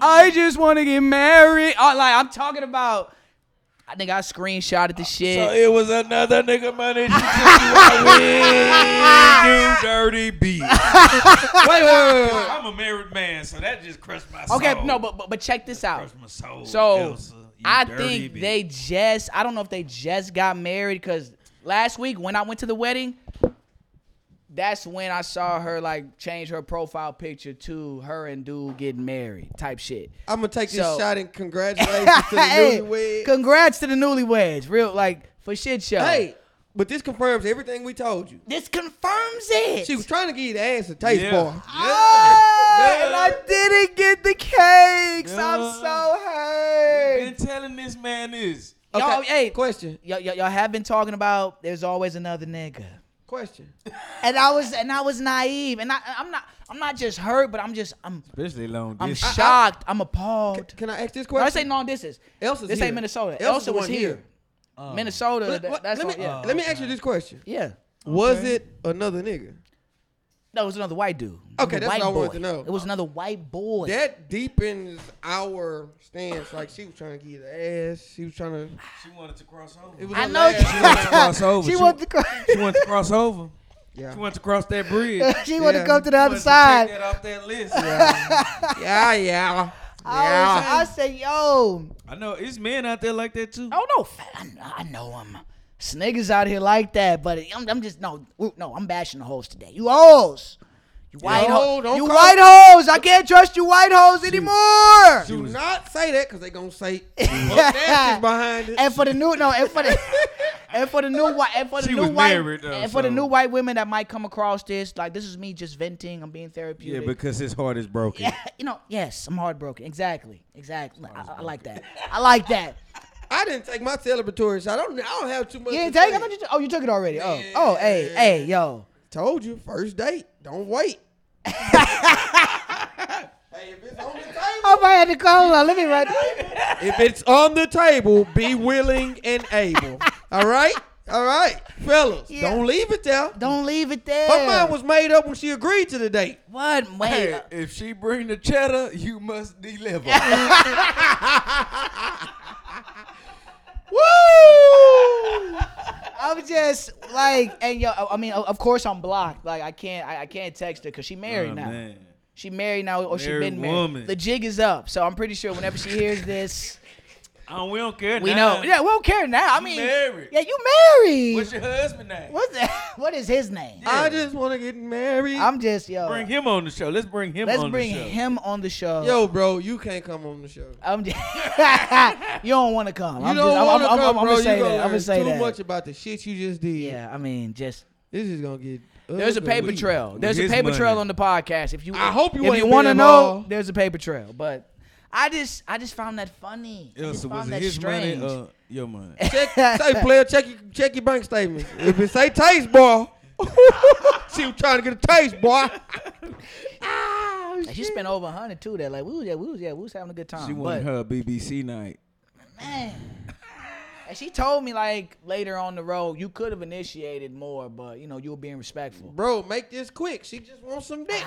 Speaker 2: I just want to get married. Oh, like I'm talking about. I think I screenshotted the shit.
Speaker 4: Uh, So it was another nigga money. She took you out with, you dirty bitch.
Speaker 3: wait, wait, wait, wait, wait.
Speaker 4: I'm a married man, so that just crushed my soul.
Speaker 2: Okay, no, but, but but check this out.
Speaker 4: crushed my soul.
Speaker 2: So
Speaker 4: Elsa, you
Speaker 2: I
Speaker 4: dirty
Speaker 2: think
Speaker 4: bitch.
Speaker 2: they just I don't know if they just got married because last week when I went to the wedding, that's when I saw her like change her profile picture to her and dude getting married type shit.
Speaker 3: I'm gonna take this
Speaker 2: So-
Speaker 3: shot and congratulations to the
Speaker 2: Hey,
Speaker 3: newlywed.
Speaker 2: congrats to the newlyweds. Real like for shit show.
Speaker 3: Hey, but this confirms everything we told you.
Speaker 2: This confirms it.
Speaker 3: She was trying to give you the answer, taste
Speaker 4: Yeah.
Speaker 3: boy.
Speaker 2: Ah,
Speaker 4: Yeah.
Speaker 2: and I didn't get the cakes. I'm
Speaker 4: Yeah.
Speaker 2: so hurt.
Speaker 4: been telling this man this.
Speaker 3: Okay,
Speaker 2: Y'all, hey,
Speaker 3: question,
Speaker 2: y'all, y'all, y'all have been talking about there's always another nigga.
Speaker 3: question.
Speaker 2: And I was and I was naive. And I I'm not I'm not just hurt, but I'm just I'm
Speaker 4: Especially long
Speaker 2: I'm
Speaker 4: distance.
Speaker 2: shocked. I, am appalled.
Speaker 3: Can I ask this
Speaker 2: Oh, No,
Speaker 3: question?
Speaker 2: this ain't long distance.
Speaker 3: Elsa's
Speaker 2: this
Speaker 3: here.
Speaker 2: ain't Minnesota.
Speaker 3: Elsa's
Speaker 2: Elsa
Speaker 3: the
Speaker 2: was
Speaker 3: one
Speaker 2: here.
Speaker 3: here.
Speaker 2: Minnesota.
Speaker 3: Uh, Let,
Speaker 2: that-
Speaker 3: let-
Speaker 2: that's
Speaker 3: let
Speaker 2: all- Oh,
Speaker 3: me,
Speaker 2: yeah.
Speaker 3: let me ask you this question.
Speaker 2: yeah.
Speaker 3: Was
Speaker 4: Okay.
Speaker 3: it another nigga?
Speaker 2: No, it was another white dude. It was
Speaker 3: Okay,
Speaker 2: a
Speaker 3: that's
Speaker 2: white
Speaker 3: what I
Speaker 2: boy.
Speaker 3: wanted to know.
Speaker 2: It was another white boy.
Speaker 3: That deepens our stance. Like she was trying to get the ass. She was trying to.
Speaker 4: She wanted to cross over.
Speaker 3: It was
Speaker 2: I
Speaker 3: her
Speaker 2: know
Speaker 3: last-
Speaker 2: you-
Speaker 4: she wanted to cross over.
Speaker 2: she wanted to cross.
Speaker 4: She wanted to cross over.
Speaker 3: Yeah.
Speaker 4: She wanted to cross that bridge.
Speaker 2: she wanted to
Speaker 3: Yeah.
Speaker 2: come to the other
Speaker 4: Wanted to
Speaker 2: side.
Speaker 4: Take that off that list.
Speaker 3: yeah, yeah, yeah.
Speaker 2: I, was, I said, yo,
Speaker 4: I know it's men out there like that too.
Speaker 2: Oh no, fa- I, kn- I know him. Sniggas out here like that, but I'm, I'm just no, ooh, no. I'm bashing the hoes today. You hoes, you white
Speaker 3: No,
Speaker 2: hoes,
Speaker 3: don't
Speaker 2: you
Speaker 3: call-
Speaker 2: white hoes. I can't trust you white hoes anymore.
Speaker 3: Do not say that because they gonna say fuck that is behind it.
Speaker 2: and for the new no, and for the and for the new white and for the
Speaker 4: She
Speaker 2: new
Speaker 4: was
Speaker 2: white
Speaker 4: married, though,
Speaker 2: and for the
Speaker 4: so-
Speaker 2: new white women that might come across this, like this is me just venting. I'm being
Speaker 4: Yeah,
Speaker 2: therapeutic.
Speaker 4: because his heart is broken.
Speaker 2: Yeah, you know, yes, I'm heartbroken. Exactly, exactly. I, I like that. I like that.
Speaker 3: I didn't take my celebratory shot. I don't. I don't have too much.
Speaker 5: You
Speaker 3: to
Speaker 5: didn't take it?
Speaker 3: say.
Speaker 5: I thought you took- Oh, you took it already. Oh, oh, hey, hey, yo.
Speaker 3: Told you, first date. Don't wait. hey, if it's on the table,
Speaker 5: Oh, I had to call. Let me write.
Speaker 3: if it's on the table, be willing and able. All right, all right, fellas. Don't leave it there.
Speaker 5: Don't leave it there.
Speaker 3: My mind was made up when she agreed to the date.
Speaker 2: What? Wait.
Speaker 4: Hey, if she bring the cheddar, you must deliver.
Speaker 3: Woo!
Speaker 5: I'm
Speaker 2: just like and yo i mean of course i'm blocked like i can't i, I can't text her because she married
Speaker 4: Oh,
Speaker 2: now
Speaker 4: man.
Speaker 2: she married now or she
Speaker 4: Married
Speaker 2: been married
Speaker 4: woman.
Speaker 2: the jig is up so i'm pretty sure whenever she hears this
Speaker 4: Oh, we don't care.
Speaker 2: we
Speaker 4: now.
Speaker 2: know yeah we don't care now i mean
Speaker 4: married.
Speaker 2: yeah you married
Speaker 4: What's your husband name?
Speaker 2: what's that
Speaker 5: What is his name?
Speaker 3: I just want to get married.
Speaker 5: I'm just yo.
Speaker 4: Bring him on the show. Let's bring him
Speaker 2: let's
Speaker 4: on
Speaker 2: bring
Speaker 4: the show.
Speaker 2: him on the show
Speaker 3: Yo, bro, you can't come on the show.
Speaker 2: i'm just you don't want to come
Speaker 3: You
Speaker 2: i'm
Speaker 3: don't
Speaker 2: just
Speaker 3: want
Speaker 2: i'm,
Speaker 3: to
Speaker 2: I'm,
Speaker 3: come,
Speaker 2: I'm, I'm,
Speaker 3: bro.
Speaker 2: I'm gonna
Speaker 3: you
Speaker 2: say
Speaker 3: gonna
Speaker 2: that i'm
Speaker 3: learn
Speaker 2: gonna say
Speaker 3: too
Speaker 2: that
Speaker 3: much about the shit you just did.
Speaker 2: yeah i mean just
Speaker 3: This is gonna get.
Speaker 2: there's a
Speaker 3: ugly.
Speaker 2: paper trail. There's a
Speaker 4: his
Speaker 2: paper trail
Speaker 4: money.
Speaker 2: on the podcast. If you,
Speaker 3: I hope you
Speaker 2: if
Speaker 3: ain't
Speaker 2: you want to
Speaker 3: been
Speaker 2: know,
Speaker 3: involved.
Speaker 2: there's a paper trail. But I just, I just found that funny. I
Speaker 4: Yeah,
Speaker 2: just
Speaker 4: so was
Speaker 2: found
Speaker 4: it
Speaker 2: that
Speaker 4: his
Speaker 2: strange.
Speaker 4: money Uh, or your money?
Speaker 3: Check, say, player, check your, check your bank statement. If it say taste, boy, she was trying to get a taste, boy.
Speaker 2: Like, she spent over a hundred too. That like we was, yeah, we was, yeah, we was having a good time.
Speaker 4: She
Speaker 2: but
Speaker 4: wanted her BBC night.
Speaker 2: man, and she told me like later on the road, you could have initiated more, but you know you were being respectful.
Speaker 3: Bro, make this quick. She just wants some dick.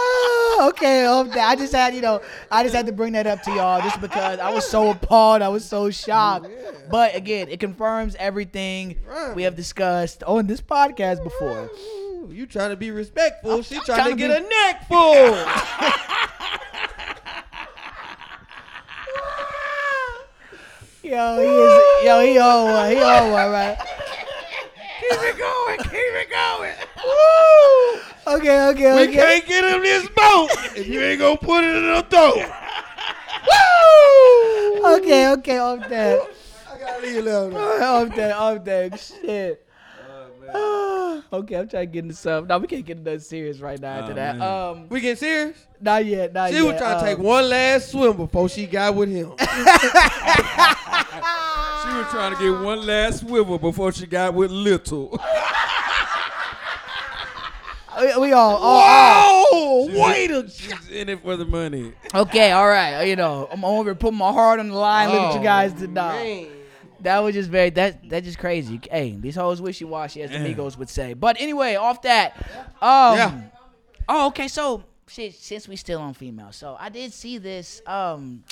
Speaker 5: Oh, okay. Oh, I just had you know, I just had to bring that up to y'all just because I was so appalled. I was so shocked.
Speaker 2: But again, it confirms everything
Speaker 3: Right.
Speaker 2: we have discussed on this podcast before.
Speaker 3: Ooh, You trying to be respectful. she
Speaker 2: trying
Speaker 3: trying, to,
Speaker 2: to
Speaker 3: get a neck full.
Speaker 5: Yo, he is. Yo, he on one. He on one, right? Keep it going. Keep it going. Okay. Okay.
Speaker 3: we
Speaker 5: okay.
Speaker 3: can't get him this boat Oh, if you ain't gonna put it in her throat.
Speaker 5: Okay. Okay. Off that.
Speaker 3: I gotta leave love.
Speaker 5: Off that. Off that. Shit. okay, I'm trying to get into some. No, we can't get into nothing serious right now after
Speaker 4: Oh,
Speaker 5: that.
Speaker 4: man.
Speaker 5: Um,
Speaker 3: We getting serious?
Speaker 5: not yet, not
Speaker 3: She
Speaker 5: yet.
Speaker 3: was trying to
Speaker 5: um,
Speaker 3: take
Speaker 2: uh,
Speaker 3: one last swim before she got with him.
Speaker 4: She was trying to get one last swivel before she got with little.
Speaker 5: We, we all, all,
Speaker 3: oh, wait a
Speaker 4: She's in it for the money.
Speaker 2: Okay, all right, you know I'm over here putting my heart on the line. Look at you
Speaker 3: Oh,
Speaker 2: guys tonight.
Speaker 3: man.
Speaker 2: That was just very that that just crazy. Hey, these hoes wishy washy, as the
Speaker 4: Yeah.
Speaker 2: Migos would say. But anyway, off that. Um,
Speaker 3: Yeah.
Speaker 2: Oh, okay. So shit, since we still on female, so I did see this. Um,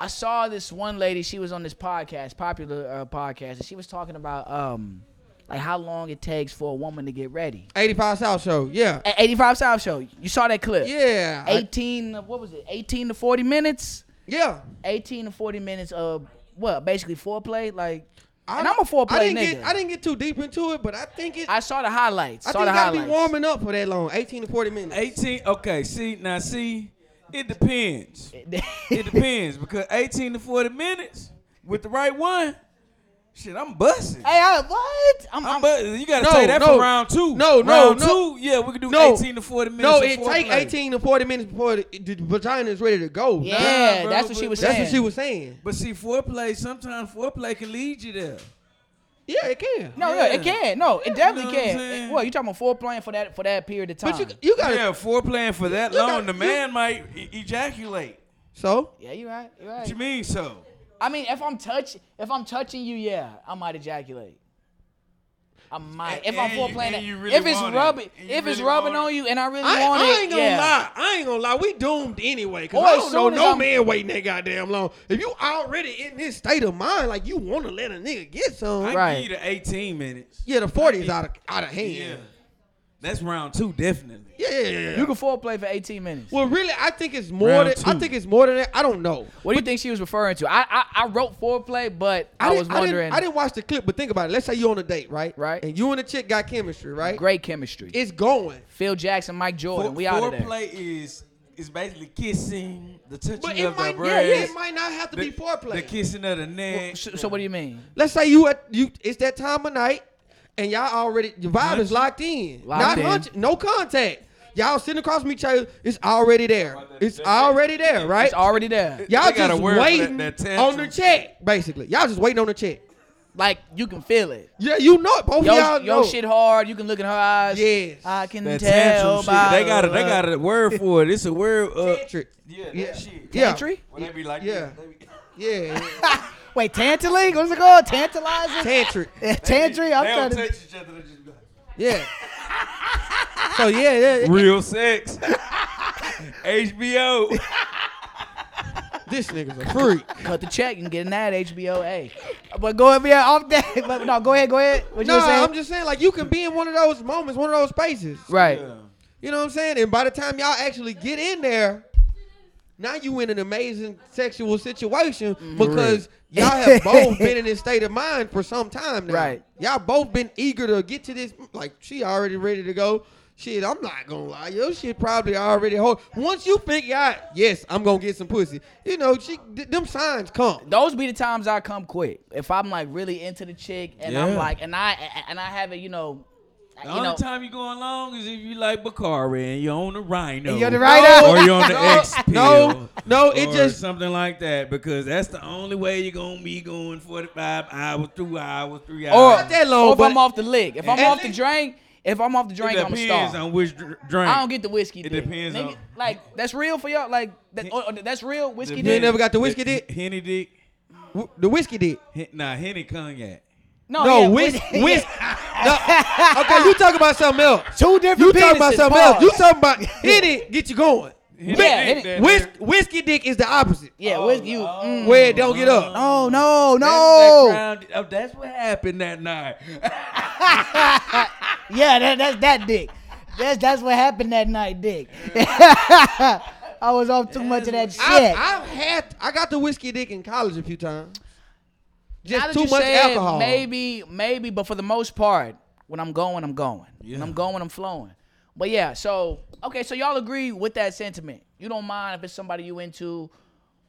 Speaker 2: I saw this one lady. She was on this podcast, popular uh, podcast, and she was talking about um, like how long it takes for a woman to get ready.
Speaker 3: 85 South Show, yeah.
Speaker 2: A- 85 South Show. You saw that clip?
Speaker 3: Yeah. I-
Speaker 2: 18. What was it? 18 to 40 minutes.
Speaker 3: yeah.
Speaker 2: 18 to 40 minutes of what basically foreplay like
Speaker 3: I,
Speaker 2: and i'm a foreplay
Speaker 3: I didn't
Speaker 2: nigga
Speaker 3: Get, I didn't get too deep into it, but I think it. I,
Speaker 2: I saw the highlights saw
Speaker 3: think
Speaker 2: the
Speaker 3: you gotta be
Speaker 2: highlights
Speaker 3: warming up for that long, 18 to 40 minutes.
Speaker 4: 18. Okay, see, now see, it depends. It depends because 18 to 40 minutes with the right one, shit, I'm busting.
Speaker 2: hey I, what i'm,
Speaker 4: I'm
Speaker 2: I'm,
Speaker 4: busting. You gotta
Speaker 3: No,
Speaker 4: say that
Speaker 3: no.
Speaker 4: for round two.
Speaker 3: No, no,
Speaker 4: round
Speaker 3: no.
Speaker 4: two. Yeah, we could do
Speaker 3: No.
Speaker 4: 18 to 40 minutes.
Speaker 3: No,
Speaker 4: of
Speaker 3: it take
Speaker 4: foreplay.
Speaker 3: 18 to 40 minutes before the, the vagina is ready to go.
Speaker 2: yeah
Speaker 3: Nah,
Speaker 4: bro,
Speaker 2: that's what she was
Speaker 4: but-
Speaker 3: That's
Speaker 2: saying
Speaker 3: what she was saying.
Speaker 4: But see, foreplay sometimes foreplay can lead you there.
Speaker 3: Yeah, it can.
Speaker 2: no yeah. it
Speaker 4: Yeah.
Speaker 2: can no it
Speaker 4: know
Speaker 2: definitely
Speaker 4: what I'm
Speaker 2: can
Speaker 4: saying?
Speaker 2: It- well you talking about foreplaying for that for that period of time
Speaker 3: But you, you gotta.
Speaker 4: Yeah, foreplaying for that
Speaker 3: You got-
Speaker 4: long, the
Speaker 3: you-
Speaker 4: man might e- ejaculate.
Speaker 3: So?
Speaker 2: yeah you right you
Speaker 4: What
Speaker 2: right
Speaker 4: you mean so?
Speaker 2: i mean if i'm touch if i'm touching you yeah i might ejaculate I might
Speaker 4: And-
Speaker 2: if I'm
Speaker 4: and you-
Speaker 2: foreplaying
Speaker 4: and
Speaker 2: it.
Speaker 4: you really
Speaker 2: if it's
Speaker 4: want it.
Speaker 2: rubbing,
Speaker 4: And you
Speaker 2: if it's
Speaker 4: really
Speaker 2: rubbing
Speaker 4: want
Speaker 2: on you, and I really
Speaker 3: I,
Speaker 2: want
Speaker 3: I
Speaker 2: it,
Speaker 3: ain't gonna
Speaker 2: yeah.
Speaker 3: lie. I ain't gonna lie. We doomed anyway. Cause
Speaker 2: Or
Speaker 3: I
Speaker 2: as
Speaker 3: don't know
Speaker 2: soon as
Speaker 3: no
Speaker 2: I'm-
Speaker 3: man waiting that goddamn long. If you already in this state of mind, like you want to let a nigga get some.
Speaker 4: I
Speaker 2: Right.
Speaker 4: give you the 18 minutes.
Speaker 3: Yeah, the 40s out of out of hand.
Speaker 4: Yeah. That's round two, definitely.
Speaker 3: Yeah, yeah, yeah. yeah.
Speaker 2: You can foreplay for 18 minutes.
Speaker 3: well, really, I think it's more
Speaker 4: Round
Speaker 3: than I
Speaker 4: two.
Speaker 3: think it's more than that. I don't know.
Speaker 2: What do you think she was referring to? I I, I wrote foreplay, but I,
Speaker 3: I,
Speaker 2: was
Speaker 3: didn't, I,
Speaker 2: wondering.
Speaker 3: didn't, I didn't watch the clip, but think about it. Let's say you on a date, right?
Speaker 2: Right.
Speaker 3: And you and the chick got chemistry, right?
Speaker 2: Great chemistry.
Speaker 3: It's going.
Speaker 2: Phil Jackson, Mike Jordan, we out of there.
Speaker 4: foreplay is is basically kissing, the touching
Speaker 3: But
Speaker 4: of
Speaker 3: it might,
Speaker 4: the
Speaker 3: yeah,
Speaker 4: breast,
Speaker 3: yeah, it might not have to be
Speaker 4: the,
Speaker 3: foreplay.
Speaker 4: the kissing of the neck.
Speaker 2: So, so what do you mean?
Speaker 3: Let's say you at you it's that time of night and y'all already your vibe is locked in.
Speaker 2: Locked
Speaker 3: Not
Speaker 2: in.
Speaker 3: hunch- no contact. Y'all sitting across from each other. It's already there. It's already there, right?
Speaker 2: It's already there.
Speaker 3: Y'all
Speaker 4: They got a
Speaker 3: just
Speaker 4: word for that-
Speaker 3: waiting
Speaker 4: that
Speaker 3: on the
Speaker 4: tantrum.
Speaker 3: check, basically. Y'all just waiting on the check.
Speaker 2: Like you can feel it.
Speaker 3: Yeah, you know it. Both
Speaker 2: Yo,
Speaker 3: of y'all
Speaker 2: yo
Speaker 3: know. it.
Speaker 2: shit hard. You can look in her eyes.
Speaker 3: Yes.
Speaker 2: I can
Speaker 4: That
Speaker 2: tell
Speaker 4: tantrum
Speaker 2: by
Speaker 4: shit. They got a, they
Speaker 2: the-
Speaker 4: got a word for it. It's a word. Uh,
Speaker 3: Tantric.
Speaker 4: yeah, that
Speaker 3: Yeah.
Speaker 4: shit.
Speaker 3: Yeah.
Speaker 2: Tantry?
Speaker 4: When they be like,
Speaker 3: Yeah.
Speaker 4: this, they be-
Speaker 3: Yeah.
Speaker 5: Wait, tantling? What's it called? Tantalizing?
Speaker 3: Tantric.
Speaker 5: Tantry? I'm
Speaker 4: they
Speaker 5: trying
Speaker 4: don't
Speaker 5: to.
Speaker 4: touch each other. They just be like,
Speaker 3: Yeah. So yeah, yeah.
Speaker 4: real sex. HBO.
Speaker 3: This nigga's a freak.
Speaker 2: cut the check and get an ad HBO. Hey,
Speaker 5: But go ahead, yeah, off that. But no, go ahead, go ahead. What you
Speaker 3: No,
Speaker 5: were saying?
Speaker 3: I'm just saying, like you can be in one of those moments, one of those spaces.
Speaker 2: right.
Speaker 3: You know what I'm saying? And by the time y'all actually get in there, now you in an amazing sexual situation because y'all have both been in this state of mind for some time now.
Speaker 2: Right.
Speaker 3: Y'all both been eager to get to this. Like she already ready to go. Shit, I'm not gonna lie. Your shit probably already hold. Once you figure out, yes, I'm gonna get some pussy. You know, she th- them signs come.
Speaker 2: Those be the times I come quick. If I'm like really into the chick and I'm
Speaker 4: Yeah.
Speaker 2: like, and I and I have it, you know,
Speaker 4: The
Speaker 2: you
Speaker 4: only
Speaker 2: know,
Speaker 4: time you going long is if you like Bakari and you own the Rhino.
Speaker 5: You're the right
Speaker 4: Or you on the
Speaker 3: No,
Speaker 4: X pill.
Speaker 3: no, no, it
Speaker 4: or
Speaker 3: just-
Speaker 4: something like that because that's the only way you're gonna be going 45 hours, two hours, three
Speaker 2: or,
Speaker 4: hours.
Speaker 3: Not that long,
Speaker 2: or if
Speaker 3: but-
Speaker 2: I'm off the lick. If I'm
Speaker 4: At
Speaker 2: off the
Speaker 4: least-
Speaker 2: drink, if I'm off the drink,
Speaker 4: it
Speaker 2: I'm a
Speaker 4: depends
Speaker 2: star.
Speaker 4: on which dr- drink.
Speaker 2: I don't get the whiskey.
Speaker 4: It
Speaker 2: dick.
Speaker 4: depends
Speaker 2: Nigga,
Speaker 4: on-
Speaker 2: Like that's real for y'all. Like that, or- or that's real whiskey.
Speaker 3: You ain't
Speaker 2: dick?
Speaker 3: never got the whiskey dick?
Speaker 4: Henny dick.
Speaker 3: W- The whiskey did.
Speaker 4: Hen- Nah, Henny cognac.
Speaker 2: No,
Speaker 3: no,
Speaker 2: Oh, yeah,
Speaker 3: whis-
Speaker 2: yeah.
Speaker 3: whis- no. Okay, you talking about something else.
Speaker 5: Two different
Speaker 3: You talking about
Speaker 5: penises,
Speaker 3: something
Speaker 5: pause.
Speaker 3: else. You talking about Henny get you going.
Speaker 4: Henny
Speaker 2: Yeah,
Speaker 4: dick
Speaker 2: Henny-
Speaker 4: down
Speaker 3: Whis-
Speaker 4: there.
Speaker 3: whiskey dick is the opposite.
Speaker 2: Yeah,
Speaker 4: Oh,
Speaker 2: whiskey. You,
Speaker 4: oh.
Speaker 2: mm.
Speaker 3: Where it don't get up.
Speaker 5: Oh, no,
Speaker 4: That's
Speaker 5: no.
Speaker 4: that crown- oh, that's what happened that night.
Speaker 5: Yeah, that, that's that dick. That's that's what happened that night, dick. I was off too much of that shit.
Speaker 3: I've, I've had I got the whiskey dick in college a few times.
Speaker 2: Now
Speaker 3: Just
Speaker 2: that
Speaker 3: too
Speaker 2: you
Speaker 3: much
Speaker 2: said
Speaker 3: alcohol.
Speaker 2: Maybe, maybe, but for the most part, when I'm going, I'm going. When I'm going, I'm flowing. But yeah, so okay, so y'all agree with that sentiment. You don't mind if it's somebody you into,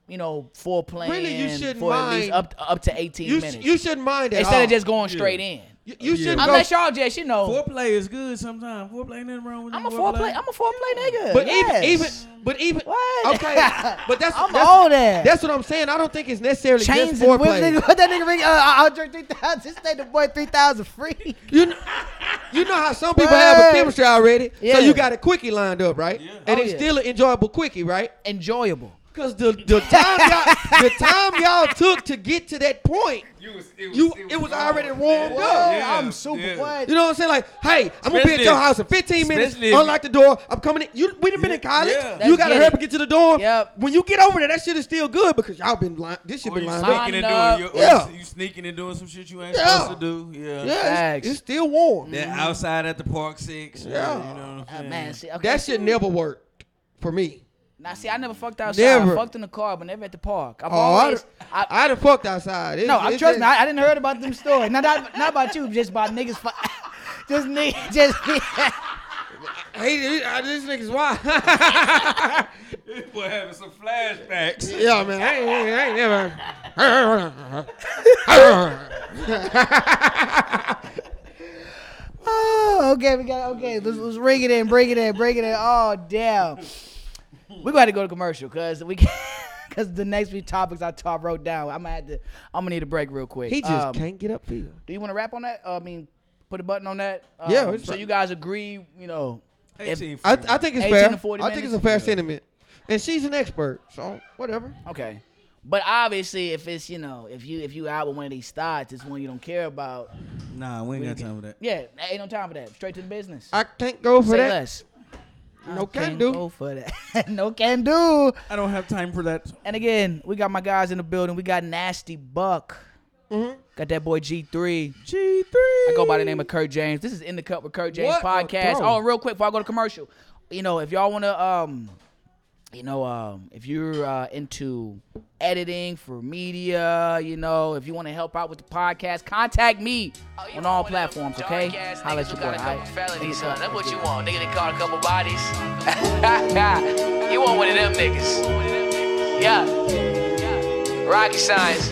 Speaker 2: you know, foreplay
Speaker 3: Really, you shouldn't
Speaker 2: for at least
Speaker 3: mind.
Speaker 2: up up to 18
Speaker 3: you sh-
Speaker 2: minutes
Speaker 3: you shouldn't mind that.
Speaker 2: instead
Speaker 3: all.
Speaker 2: of just going straight in.
Speaker 3: you, you
Speaker 4: Yeah.
Speaker 3: shouldn't go.
Speaker 2: Unless y'all just, you know,
Speaker 4: Foreplay is good sometimes. Foreplay, ain't nothing wrong with
Speaker 2: I'm a
Speaker 4: some
Speaker 2: foreplay. I'm a foreplay nigga.
Speaker 3: but
Speaker 2: yes.
Speaker 3: even even but even
Speaker 5: What?
Speaker 3: okay. But that's
Speaker 5: I'm
Speaker 3: that's,
Speaker 5: all that.
Speaker 3: that's what I'm saying. I don't think it's necessarily
Speaker 5: Chains
Speaker 3: just
Speaker 5: and whips,
Speaker 3: foreplay.
Speaker 5: nigga. What that nigga ring? Uh, I'll drink 3,000. Just take the boy 3,000 free.
Speaker 3: You know, you know how some people have
Speaker 5: Word.
Speaker 3: a chemistry already,
Speaker 5: Yeah.
Speaker 3: so you got a quickie lined up, right? And
Speaker 2: Oh,
Speaker 3: it's
Speaker 2: yeah.
Speaker 3: still an enjoyable quickie, right?
Speaker 2: enjoyable.
Speaker 3: Because the, the time y'all the time y'all took to get to that point,
Speaker 4: You was, it
Speaker 3: you it was already warmed
Speaker 5: Whoa,
Speaker 3: up.
Speaker 5: I'm super. What?
Speaker 3: You know what I'm saying? Like, hey, I'm gonna be at
Speaker 4: Especially-
Speaker 3: your house in 15 minutes.
Speaker 4: especially if-
Speaker 3: Unlock the door. I'm coming in. You we done been in
Speaker 4: Yeah,
Speaker 3: college.
Speaker 4: yeah.
Speaker 3: You
Speaker 2: Let's
Speaker 3: gotta
Speaker 2: get
Speaker 3: hurry up
Speaker 2: it.
Speaker 3: and get to the dorm.
Speaker 2: Yep.
Speaker 3: When you get over there, that shit is still good because y'all been lined. This shit
Speaker 4: Or
Speaker 3: been
Speaker 4: Oh, you
Speaker 3: lined
Speaker 4: sneaking
Speaker 2: up.
Speaker 3: up.
Speaker 4: and doing, oh,
Speaker 2: Lined
Speaker 4: you,
Speaker 2: up.
Speaker 4: or
Speaker 3: Yeah.
Speaker 4: you sneaking and doing some shit you ain't
Speaker 3: Yeah.
Speaker 4: supposed to do.
Speaker 3: Yeah,
Speaker 4: Yeah.
Speaker 3: it's,
Speaker 2: Facts.
Speaker 3: it's still warm.
Speaker 4: That outside at the park six. Yeah.
Speaker 3: Yeah.
Speaker 4: you know what I'm
Speaker 5: Ah,
Speaker 2: Uh,
Speaker 4: saying?
Speaker 2: man, see, okay.
Speaker 3: That shit never worked for me.
Speaker 2: Now, see, I never fucked outside. I
Speaker 3: Never.
Speaker 2: fucked in the car, but never at the park. I've
Speaker 3: Oh,
Speaker 2: always.
Speaker 3: I,
Speaker 2: I,
Speaker 3: done- I done fucked outside. It's-
Speaker 5: No, I'm
Speaker 3: it's
Speaker 5: trust me.
Speaker 3: just-
Speaker 5: I, I didn't heard about them stories. Not, not not about you, just about niggas. Fu- just niggas. Just
Speaker 3: Hey, this- I- this nigga's wild.
Speaker 4: This boy having some flashbacks.
Speaker 3: yeah, man. I ain't, I ain't never.
Speaker 5: oh, okay, we got okay. Let's let's ring it in, bring it in, bring it in. Oh damn,
Speaker 2: we gonna have to go to commercial because we. Can,
Speaker 5: because the next few topics I top wrote down, I'm gonna have to.
Speaker 2: I'm gonna need a break real quick.
Speaker 3: he just
Speaker 2: Um,
Speaker 3: can't get up here.
Speaker 2: Do you want to rap on that? Uh, I mean, put a button on that. Um,
Speaker 3: Yeah, it's
Speaker 2: So
Speaker 3: fine.
Speaker 2: you guys agree? You know, if-
Speaker 4: 18
Speaker 3: I, I think it's
Speaker 2: 18
Speaker 3: fair.
Speaker 2: to 40
Speaker 3: I think it's
Speaker 2: minutes.
Speaker 3: a fair sentiment. And she's an expert, so whatever.
Speaker 2: okay. But obviously, if it's you know, if you if you out with one of these thoughts, it's one you don't care about.
Speaker 4: Nah, we ain't got time for that.
Speaker 2: Yeah, ain't no time for that. Straight to the business.
Speaker 3: I can't go for
Speaker 2: Say
Speaker 3: that.
Speaker 2: less.
Speaker 3: No can
Speaker 5: Can't
Speaker 3: do.
Speaker 5: go for that. no can do.
Speaker 4: I don't have time for that.
Speaker 2: And again, we got my guys in the building. We got Nasty Buck.
Speaker 3: Mm-hmm.
Speaker 2: Got that boy G3.
Speaker 4: G3.
Speaker 2: I go by the name of Kurt James. This is In the Cup with Kurt James
Speaker 3: What a
Speaker 2: podcast.
Speaker 3: throw.
Speaker 2: Oh, and real quick before I go to commercial, you know, if y'all want to, um, you know, um, if you're uh, into editing for media, you know, if you want to help out with the podcast, contact me
Speaker 6: Oh,
Speaker 2: on all platforms, okay? Holla at your boy. all right?
Speaker 6: felonies, huh? That's what you want. Nigga, they caught a couple bodies. you want one of them niggas. Yeah. Rocky signs.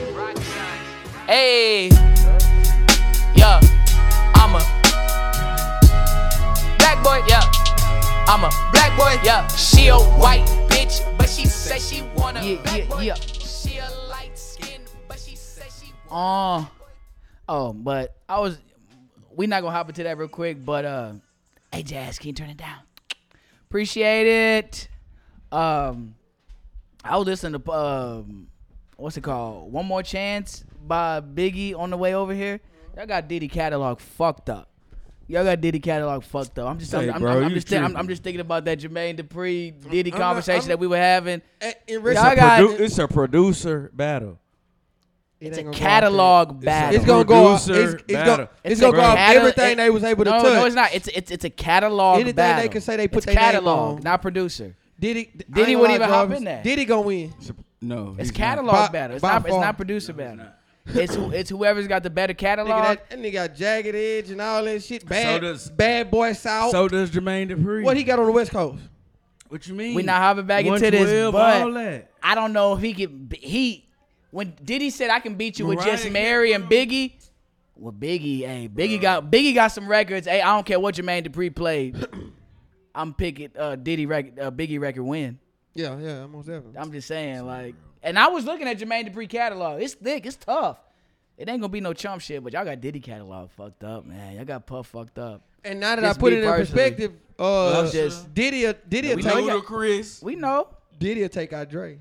Speaker 6: Hey. Yeah. I'm a black boy. Yeah. I'm a black boy. Yeah, she a white bitch, but she says she wanna.
Speaker 2: Yeah,
Speaker 6: black
Speaker 2: yeah,
Speaker 6: boy.
Speaker 2: yeah.
Speaker 6: She a light skin, but she says she want.
Speaker 2: Uh, oh, but I was. we not gonna hop into that real quick, but uh, hey Jazz, can you turn it down? Appreciate it. Um, I was listening to um, what's it called? One More Chance by Biggie on the way over here. Y'all got Diddy catalog fucked up. Y'all got Diddy catalog fucked up. I'm just,
Speaker 4: Hey,
Speaker 2: I'm,
Speaker 4: bro,
Speaker 2: I'm, I'm
Speaker 4: you
Speaker 2: just, thi- I'm,
Speaker 4: tripping.
Speaker 2: I'm just thinking about that Jermaine Dupri Diddy
Speaker 3: I'm not-
Speaker 2: conversation
Speaker 3: I'm-
Speaker 2: that we were having.
Speaker 3: And, and
Speaker 2: Y'all
Speaker 3: Richard,
Speaker 2: got-
Speaker 4: Produ- it's a producer battle.
Speaker 2: It's a
Speaker 3: ain't gonna go off
Speaker 2: catalog battle.
Speaker 3: it's gonna go. Off,
Speaker 4: Producer
Speaker 3: it's it's gonna,
Speaker 4: battle.
Speaker 3: it's
Speaker 2: It's
Speaker 3: gonna
Speaker 2: a
Speaker 3: go off
Speaker 2: catalog-
Speaker 3: everything
Speaker 2: it-
Speaker 3: they was able to
Speaker 2: no,
Speaker 3: touch.
Speaker 2: no, it's not. It's it's it's a catalog
Speaker 3: Anything they
Speaker 2: battle.
Speaker 3: can say they put
Speaker 2: it's
Speaker 3: their name
Speaker 2: catalog,
Speaker 3: on.
Speaker 2: not producer.
Speaker 3: Diddy, I ain't
Speaker 2: Diddy
Speaker 3: gonna
Speaker 2: wouldn't
Speaker 3: lie,
Speaker 2: even hop
Speaker 3: Jarvis.
Speaker 2: in there.
Speaker 3: Diddy gonna win.
Speaker 4: It's a- no,
Speaker 2: It's
Speaker 4: he's not.
Speaker 2: catalog
Speaker 3: Mm-hmm. By-
Speaker 2: battle. It's
Speaker 3: by
Speaker 2: not. It's
Speaker 3: far.
Speaker 2: not producer battle. It's who, it's whoever's got the better
Speaker 3: Nigga,
Speaker 2: catalog.
Speaker 3: that, that nigga got jagged edge and all that shit. Bad,
Speaker 4: does-
Speaker 3: bad boy South.
Speaker 4: So does Jermaine Dupri.
Speaker 3: what he got on the West Coast?
Speaker 4: What you mean?
Speaker 2: We not hopping back into this,
Speaker 4: 112,
Speaker 2: but
Speaker 4: all that.
Speaker 2: I don't know if he could. be- He when Diddy said I can beat you with
Speaker 4: Mariah
Speaker 2: just
Speaker 4: can't
Speaker 2: Mary and
Speaker 4: prove-
Speaker 2: Biggie. Well, Biggie, hey, Biggie got Biggie got some records. Hey, I don't care what Jermaine Dupri played. I'm picking uh, Diddy record, uh, Biggie record win.
Speaker 3: Yeah, yeah, almost definitely.
Speaker 2: I'm just saying, like, and I was looking at Jermaine Dupri catalog. It's thick. It's tough. It ain't gonna be no chump shit, but y'all got Diddy catalog fucked up, man. Y'all got Puff fucked up.
Speaker 3: And now that I
Speaker 2: Just
Speaker 3: put
Speaker 2: me
Speaker 3: it in
Speaker 2: personally.
Speaker 3: perspective, uh,
Speaker 2: I'm just-
Speaker 3: Diddy, Diddy,
Speaker 4: We
Speaker 3: take,
Speaker 4: know Chris.
Speaker 2: We know.
Speaker 3: Diddy take out Dre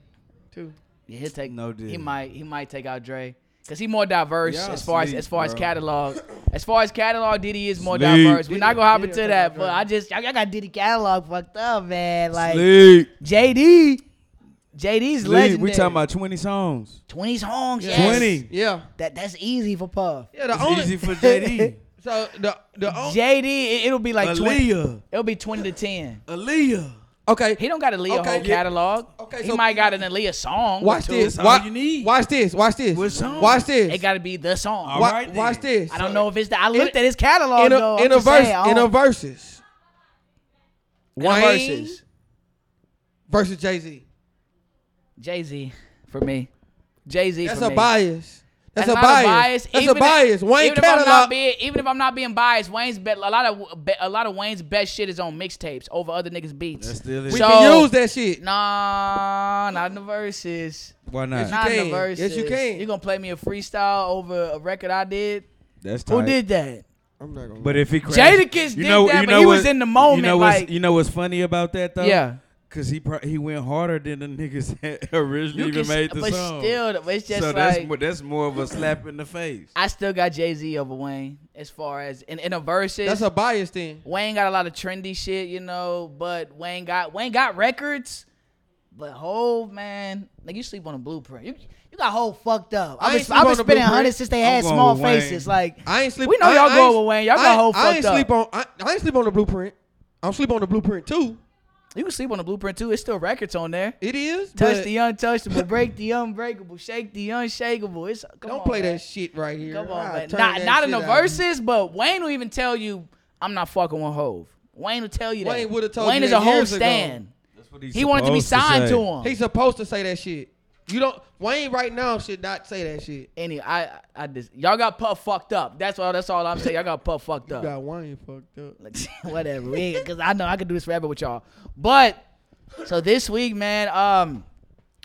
Speaker 3: too.
Speaker 2: Yeah, he'll take
Speaker 4: No
Speaker 2: He
Speaker 4: Diddy.
Speaker 2: might. He might take out Dre because he more diverse
Speaker 4: Y'all
Speaker 2: as far as
Speaker 4: sleep,
Speaker 2: as far as
Speaker 4: bro.
Speaker 2: catalog. As far as catalog, Diddy is more
Speaker 4: Sleep.
Speaker 2: diverse. We're not gonna hop
Speaker 3: Diddy
Speaker 2: into
Speaker 3: take out
Speaker 2: that,
Speaker 3: Dre.
Speaker 2: but I just y'all y'all got Diddy catalog fucked up, man. Like
Speaker 4: Sleep.
Speaker 2: JD, JD's
Speaker 4: Sleep. We
Speaker 2: legendary.
Speaker 4: talking about 20 songs.
Speaker 2: twenty songs. Yes.
Speaker 4: 20.
Speaker 3: Yeah,
Speaker 2: That that's easy for Puff.
Speaker 3: yeah. The
Speaker 4: It's
Speaker 3: only
Speaker 4: easy for JD.
Speaker 3: so the the only
Speaker 2: JD, it, it'll be like twenty.
Speaker 4: Aaliyah.
Speaker 2: It'll be twenty to ten.
Speaker 4: Aaliyah.
Speaker 3: okay.
Speaker 2: He don't got a Leah
Speaker 3: Okay,
Speaker 2: whole
Speaker 3: yeah.
Speaker 2: catalog.
Speaker 3: Okay,
Speaker 2: he
Speaker 3: so-
Speaker 2: might got an Aaliyah song.
Speaker 3: Watch
Speaker 2: or two.
Speaker 3: this.
Speaker 4: all
Speaker 3: Watch,
Speaker 4: you need.
Speaker 3: watch this. Watch this.
Speaker 4: What song?
Speaker 3: Watch this.
Speaker 2: It got to be the song.
Speaker 4: All
Speaker 3: Wa-
Speaker 4: right then.
Speaker 3: watch this.
Speaker 2: I don't know if it's the. I looked at his catalog
Speaker 3: in a,
Speaker 2: though.
Speaker 3: in
Speaker 2: I'm
Speaker 3: a
Speaker 2: just
Speaker 3: verse.
Speaker 2: saying, I
Speaker 3: in a
Speaker 2: don't-
Speaker 3: verses.
Speaker 2: in a
Speaker 3: Wayne
Speaker 2: verses.
Speaker 3: versus Jay Z.
Speaker 2: Jay Z for me. Jay Z.
Speaker 3: That's
Speaker 2: for
Speaker 3: a
Speaker 2: me.
Speaker 3: bias. That's, a
Speaker 2: not
Speaker 3: bias. That's
Speaker 2: Even
Speaker 3: a bias.
Speaker 2: If,
Speaker 3: Wayne
Speaker 2: even If I'm not
Speaker 3: catalog.
Speaker 2: being, even if I'm not being biased, Wayne's bet a lot of a lot of Wayne's best shit is on mixtapes over other niggas beats.
Speaker 4: That's still it.
Speaker 3: we
Speaker 2: So-
Speaker 3: can use that shit.
Speaker 2: Nah, not in the verses.
Speaker 4: Why
Speaker 3: It's
Speaker 4: not?
Speaker 3: not-
Speaker 2: Not in the
Speaker 3: can. Yes, you
Speaker 2: verses.
Speaker 3: can.
Speaker 2: You gonna play me a freestyle over a record I did?
Speaker 4: That's
Speaker 2: Who
Speaker 4: tight.
Speaker 2: did that?
Speaker 3: I'm not gonna.
Speaker 4: But if he
Speaker 2: Jadakiss did that, but he was in the moment,
Speaker 4: You know what's-
Speaker 2: like-
Speaker 4: you know what's funny about that though?
Speaker 2: Yeah.
Speaker 4: Cause he pro- he went harder than the niggas that originally
Speaker 2: You
Speaker 4: even
Speaker 2: can-
Speaker 4: made the
Speaker 2: but
Speaker 4: song.
Speaker 2: still, but it's just
Speaker 4: so
Speaker 2: like-
Speaker 4: that's more, that's more of a slap in the face.
Speaker 2: I still got Jay Z over Wayne as far as in, in a versus.
Speaker 3: that's a bias thing.
Speaker 2: Wayne got a lot of trendy shit, you know, but Wayne got Wayne got records. But whole man, like you sleep on a blueprint. You you got whole fucked up.
Speaker 3: I
Speaker 2: I've
Speaker 3: ain't
Speaker 2: been
Speaker 3: sleep
Speaker 2: I've
Speaker 3: on
Speaker 2: been
Speaker 3: the
Speaker 2: spending
Speaker 3: Blueprint.
Speaker 2: hundreds since they
Speaker 4: I'm
Speaker 2: had
Speaker 4: going
Speaker 2: small
Speaker 4: with Wayne.
Speaker 2: faces. Like
Speaker 3: I ain't sleep.
Speaker 2: We know
Speaker 3: I-
Speaker 2: y'all
Speaker 3: I
Speaker 2: go
Speaker 3: ain't-
Speaker 2: with Wayne. Y'all
Speaker 3: I
Speaker 2: got
Speaker 3: ain't-
Speaker 2: whole
Speaker 3: I ain't
Speaker 2: fucked up.
Speaker 3: sleep on. I, I ain't sleep on the blueprint. I'm sleep on the blueprint too.
Speaker 2: you can sleep on the blueprint too. It's still records on there.
Speaker 3: It is.
Speaker 2: Touch
Speaker 3: but
Speaker 2: the untouchable, break the unbreakable, shake the unshakable. It's come
Speaker 3: Don't
Speaker 2: on,
Speaker 3: play
Speaker 2: man.
Speaker 3: that shit right here.
Speaker 2: Come on,
Speaker 3: I'll
Speaker 2: man.
Speaker 3: turn
Speaker 2: Not
Speaker 3: that
Speaker 2: not in the
Speaker 3: shit out.
Speaker 2: verses, but Wayne will even tell you, I'm not fucking with Hove. Wayne will tell you that.
Speaker 3: Wayne would've told
Speaker 2: Wayne
Speaker 3: you
Speaker 2: is
Speaker 3: that
Speaker 2: a Hove
Speaker 3: years ago.
Speaker 2: stand.
Speaker 4: That's what he's
Speaker 2: He wanted to be
Speaker 4: supposed
Speaker 2: signed
Speaker 4: say.
Speaker 2: to him.
Speaker 3: He's supposed to say that shit. You don't. Wayne right now should not say that shit.
Speaker 2: Any, I, I just y'all got puff fucked up. That's all. That's all I'm saying. Y'all got puff fucked
Speaker 3: You
Speaker 2: up.
Speaker 3: got Wayne fucked up.
Speaker 2: Whatever, because I know I could do this forever with y'all. But so this week, man, um,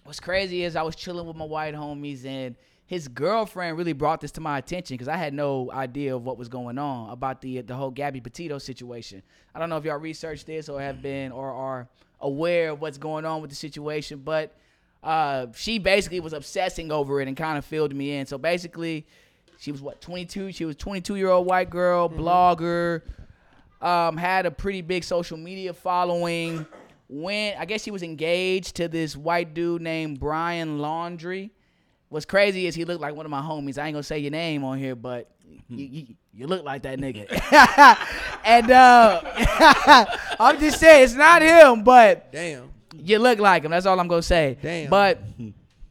Speaker 2: what's crazy is I was chilling with my white homies and his girlfriend really brought this to my attention because I had no idea of what was going on about the the whole Gabby Petito situation. I don't know if y'all researched this or have been or are aware of what's going on with the situation, but uh, she basically was obsessing over it and kind of filled me in. So basically, she was what 22. She was 22 year old white girl blogger um, had a pretty big social media following. When I guess she was engaged to this white dude named Brian Laundry. What's crazy is he looked like one of my homies. I ain't gonna say your name on here, but you, you, you look like that nigga. and uh, I'm just saying, it's not him, but
Speaker 3: Damn.
Speaker 2: you look like him. That's all I'm gonna say.
Speaker 3: Damn.
Speaker 2: But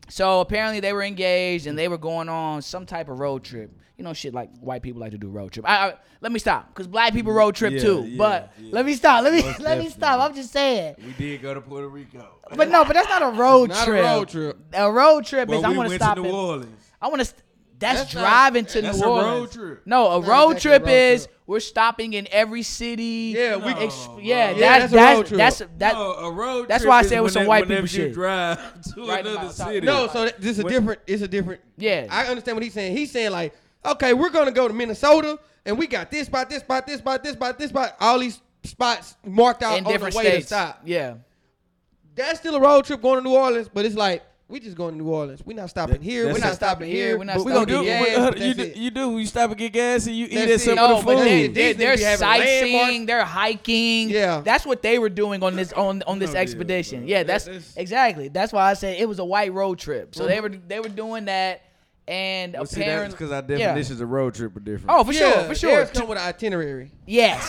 Speaker 2: so apparently they were engaged and they were going on some type of road trip. You know, shit like white people like to do road trip. I, I let me stop because black people road trip
Speaker 4: Yeah,
Speaker 2: too.
Speaker 4: yeah,
Speaker 2: but
Speaker 4: yeah.
Speaker 2: let me stop. Let me
Speaker 4: Most
Speaker 2: let me stop.
Speaker 4: definitely.
Speaker 2: I'm just saying.
Speaker 4: We did go to Puerto Rico.
Speaker 2: But no, but that's not a road
Speaker 3: Not
Speaker 2: trip.
Speaker 3: a road trip.
Speaker 2: A road trip
Speaker 4: Well,
Speaker 2: is
Speaker 4: we
Speaker 2: I want
Speaker 4: went
Speaker 2: stop.
Speaker 4: to
Speaker 2: and-
Speaker 4: New Orleans.
Speaker 2: I want to. St- That's,
Speaker 3: That's not-
Speaker 2: driving to
Speaker 4: That's
Speaker 2: New
Speaker 4: a
Speaker 2: Orleans.
Speaker 4: road trip.
Speaker 2: No, a
Speaker 3: Not
Speaker 2: road
Speaker 3: exactly a
Speaker 2: trip
Speaker 3: road
Speaker 2: is
Speaker 3: trip.
Speaker 2: we're stopping in every city.
Speaker 3: Yeah, we. Oh,
Speaker 2: Ex- yeah,
Speaker 3: Yeah,
Speaker 2: that's
Speaker 3: that's a
Speaker 2: that's
Speaker 3: road trip.
Speaker 2: that's, that.
Speaker 4: no, a road
Speaker 2: that's
Speaker 4: trip
Speaker 2: why I
Speaker 4: is
Speaker 2: said it was some
Speaker 4: whenever-
Speaker 2: white people
Speaker 4: whenever you
Speaker 2: shit.
Speaker 4: drive to
Speaker 2: Right
Speaker 4: another
Speaker 2: about- sorry.
Speaker 4: city.
Speaker 3: No, so that, this is a
Speaker 4: What-
Speaker 3: different. It's a different.
Speaker 2: Yeah.
Speaker 3: I understand what he's saying. He's saying like, okay, we're gonna go to Minnesota, and we got this spot, this spot, this spot, this spot, this spot, all these spots marked out
Speaker 2: in
Speaker 3: on the way
Speaker 2: different
Speaker 3: to
Speaker 2: states.
Speaker 3: stop.
Speaker 2: Yeah,
Speaker 3: That's still a road trip going to New Orleans, but it's like we just going to New Orleans. We're not stopping here.
Speaker 4: that's
Speaker 3: We're
Speaker 4: it.
Speaker 3: not stopping here. We're not
Speaker 4: we
Speaker 3: stopping
Speaker 2: stopping
Speaker 4: gonna
Speaker 3: here.
Speaker 4: do,
Speaker 2: here.
Speaker 3: We're
Speaker 4: but,
Speaker 3: gonna
Speaker 4: uh, you, do, you do. You stop and get gas, and you eat at
Speaker 3: That's it.
Speaker 4: some
Speaker 2: no,
Speaker 4: of the
Speaker 2: but
Speaker 4: food.
Speaker 2: they,
Speaker 3: they-
Speaker 2: they,
Speaker 3: Disney
Speaker 2: they're
Speaker 3: be having
Speaker 2: sightseeing,
Speaker 3: landmarks.
Speaker 2: they're hiking.
Speaker 3: Yeah.
Speaker 2: that's what they were doing on this on on
Speaker 3: Oh,
Speaker 2: this
Speaker 4: No deal,
Speaker 2: expedition.
Speaker 4: bro.
Speaker 2: yeah,
Speaker 4: That-
Speaker 2: that's,
Speaker 4: that's-
Speaker 2: exactly. That's why I said it was a white road trip. So they were they were doing that, and
Speaker 4: Well, see, that's
Speaker 2: apparently,
Speaker 4: because our
Speaker 2: yeah.
Speaker 4: definitions of road trip are different.
Speaker 2: oh for sure,
Speaker 3: Yeah,
Speaker 2: for sure,
Speaker 3: theirs Come with an itinerary.
Speaker 2: Yes.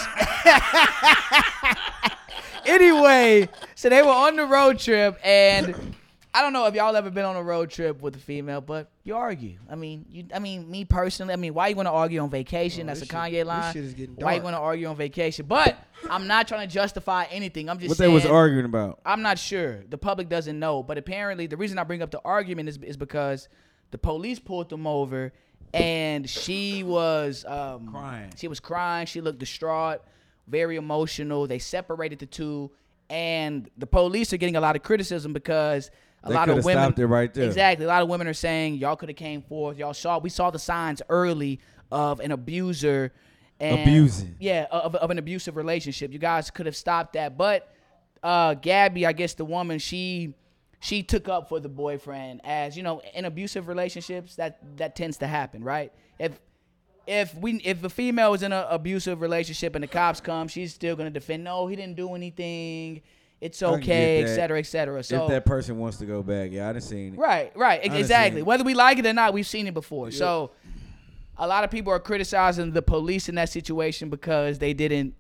Speaker 2: anyway, so they were on the road trip, and I don't know if y'all ever been on a road trip with a female, but you argue. I mean, you. I mean, me personally. I mean, why you want to argue on vacation? That's a
Speaker 3: Oh, this
Speaker 2: Kanye
Speaker 3: shit- this
Speaker 2: line.
Speaker 3: shit is getting
Speaker 2: Why you
Speaker 3: dark.
Speaker 2: want to argue on vacation? But I'm not trying to justify anything. I'm just
Speaker 4: what they
Speaker 2: saying.
Speaker 4: was arguing about?
Speaker 2: I'm not sure. The public doesn't know, but apparently the reason I bring up the argument is is because the police pulled them over, and she was um,
Speaker 4: Crying.
Speaker 2: She was crying. She looked distraught, very emotional. They separated the two, and the police are getting a lot of criticism because a
Speaker 4: They
Speaker 2: lot of
Speaker 4: coulda
Speaker 2: women
Speaker 4: stopped it right there.
Speaker 2: Exactly, a lot of women are saying y'all could have came forth. Y'all saw we saw the signs early of an abuser. And,
Speaker 4: Abusing.
Speaker 2: yeah, of, of an abusive relationship. You guys could have stopped that, but uh, Gabby, I guess the woman, she she took up for the boyfriend as you know, in abusive relationships that that tends to happen, right? If if we if a female is in an abusive relationship and the cops come, she's still gonna defend. No, he didn't do anything. It's
Speaker 4: can get
Speaker 2: okay, et
Speaker 4: that.
Speaker 2: cetera, et cetera. So
Speaker 4: if that person wants to go back, yeah, I done seen it.
Speaker 2: Right, right, ex-
Speaker 4: Honestly.
Speaker 2: exactly. Whether we like it or not, we've seen it before. So, a lot of people are criticizing the police in that situation because they didn't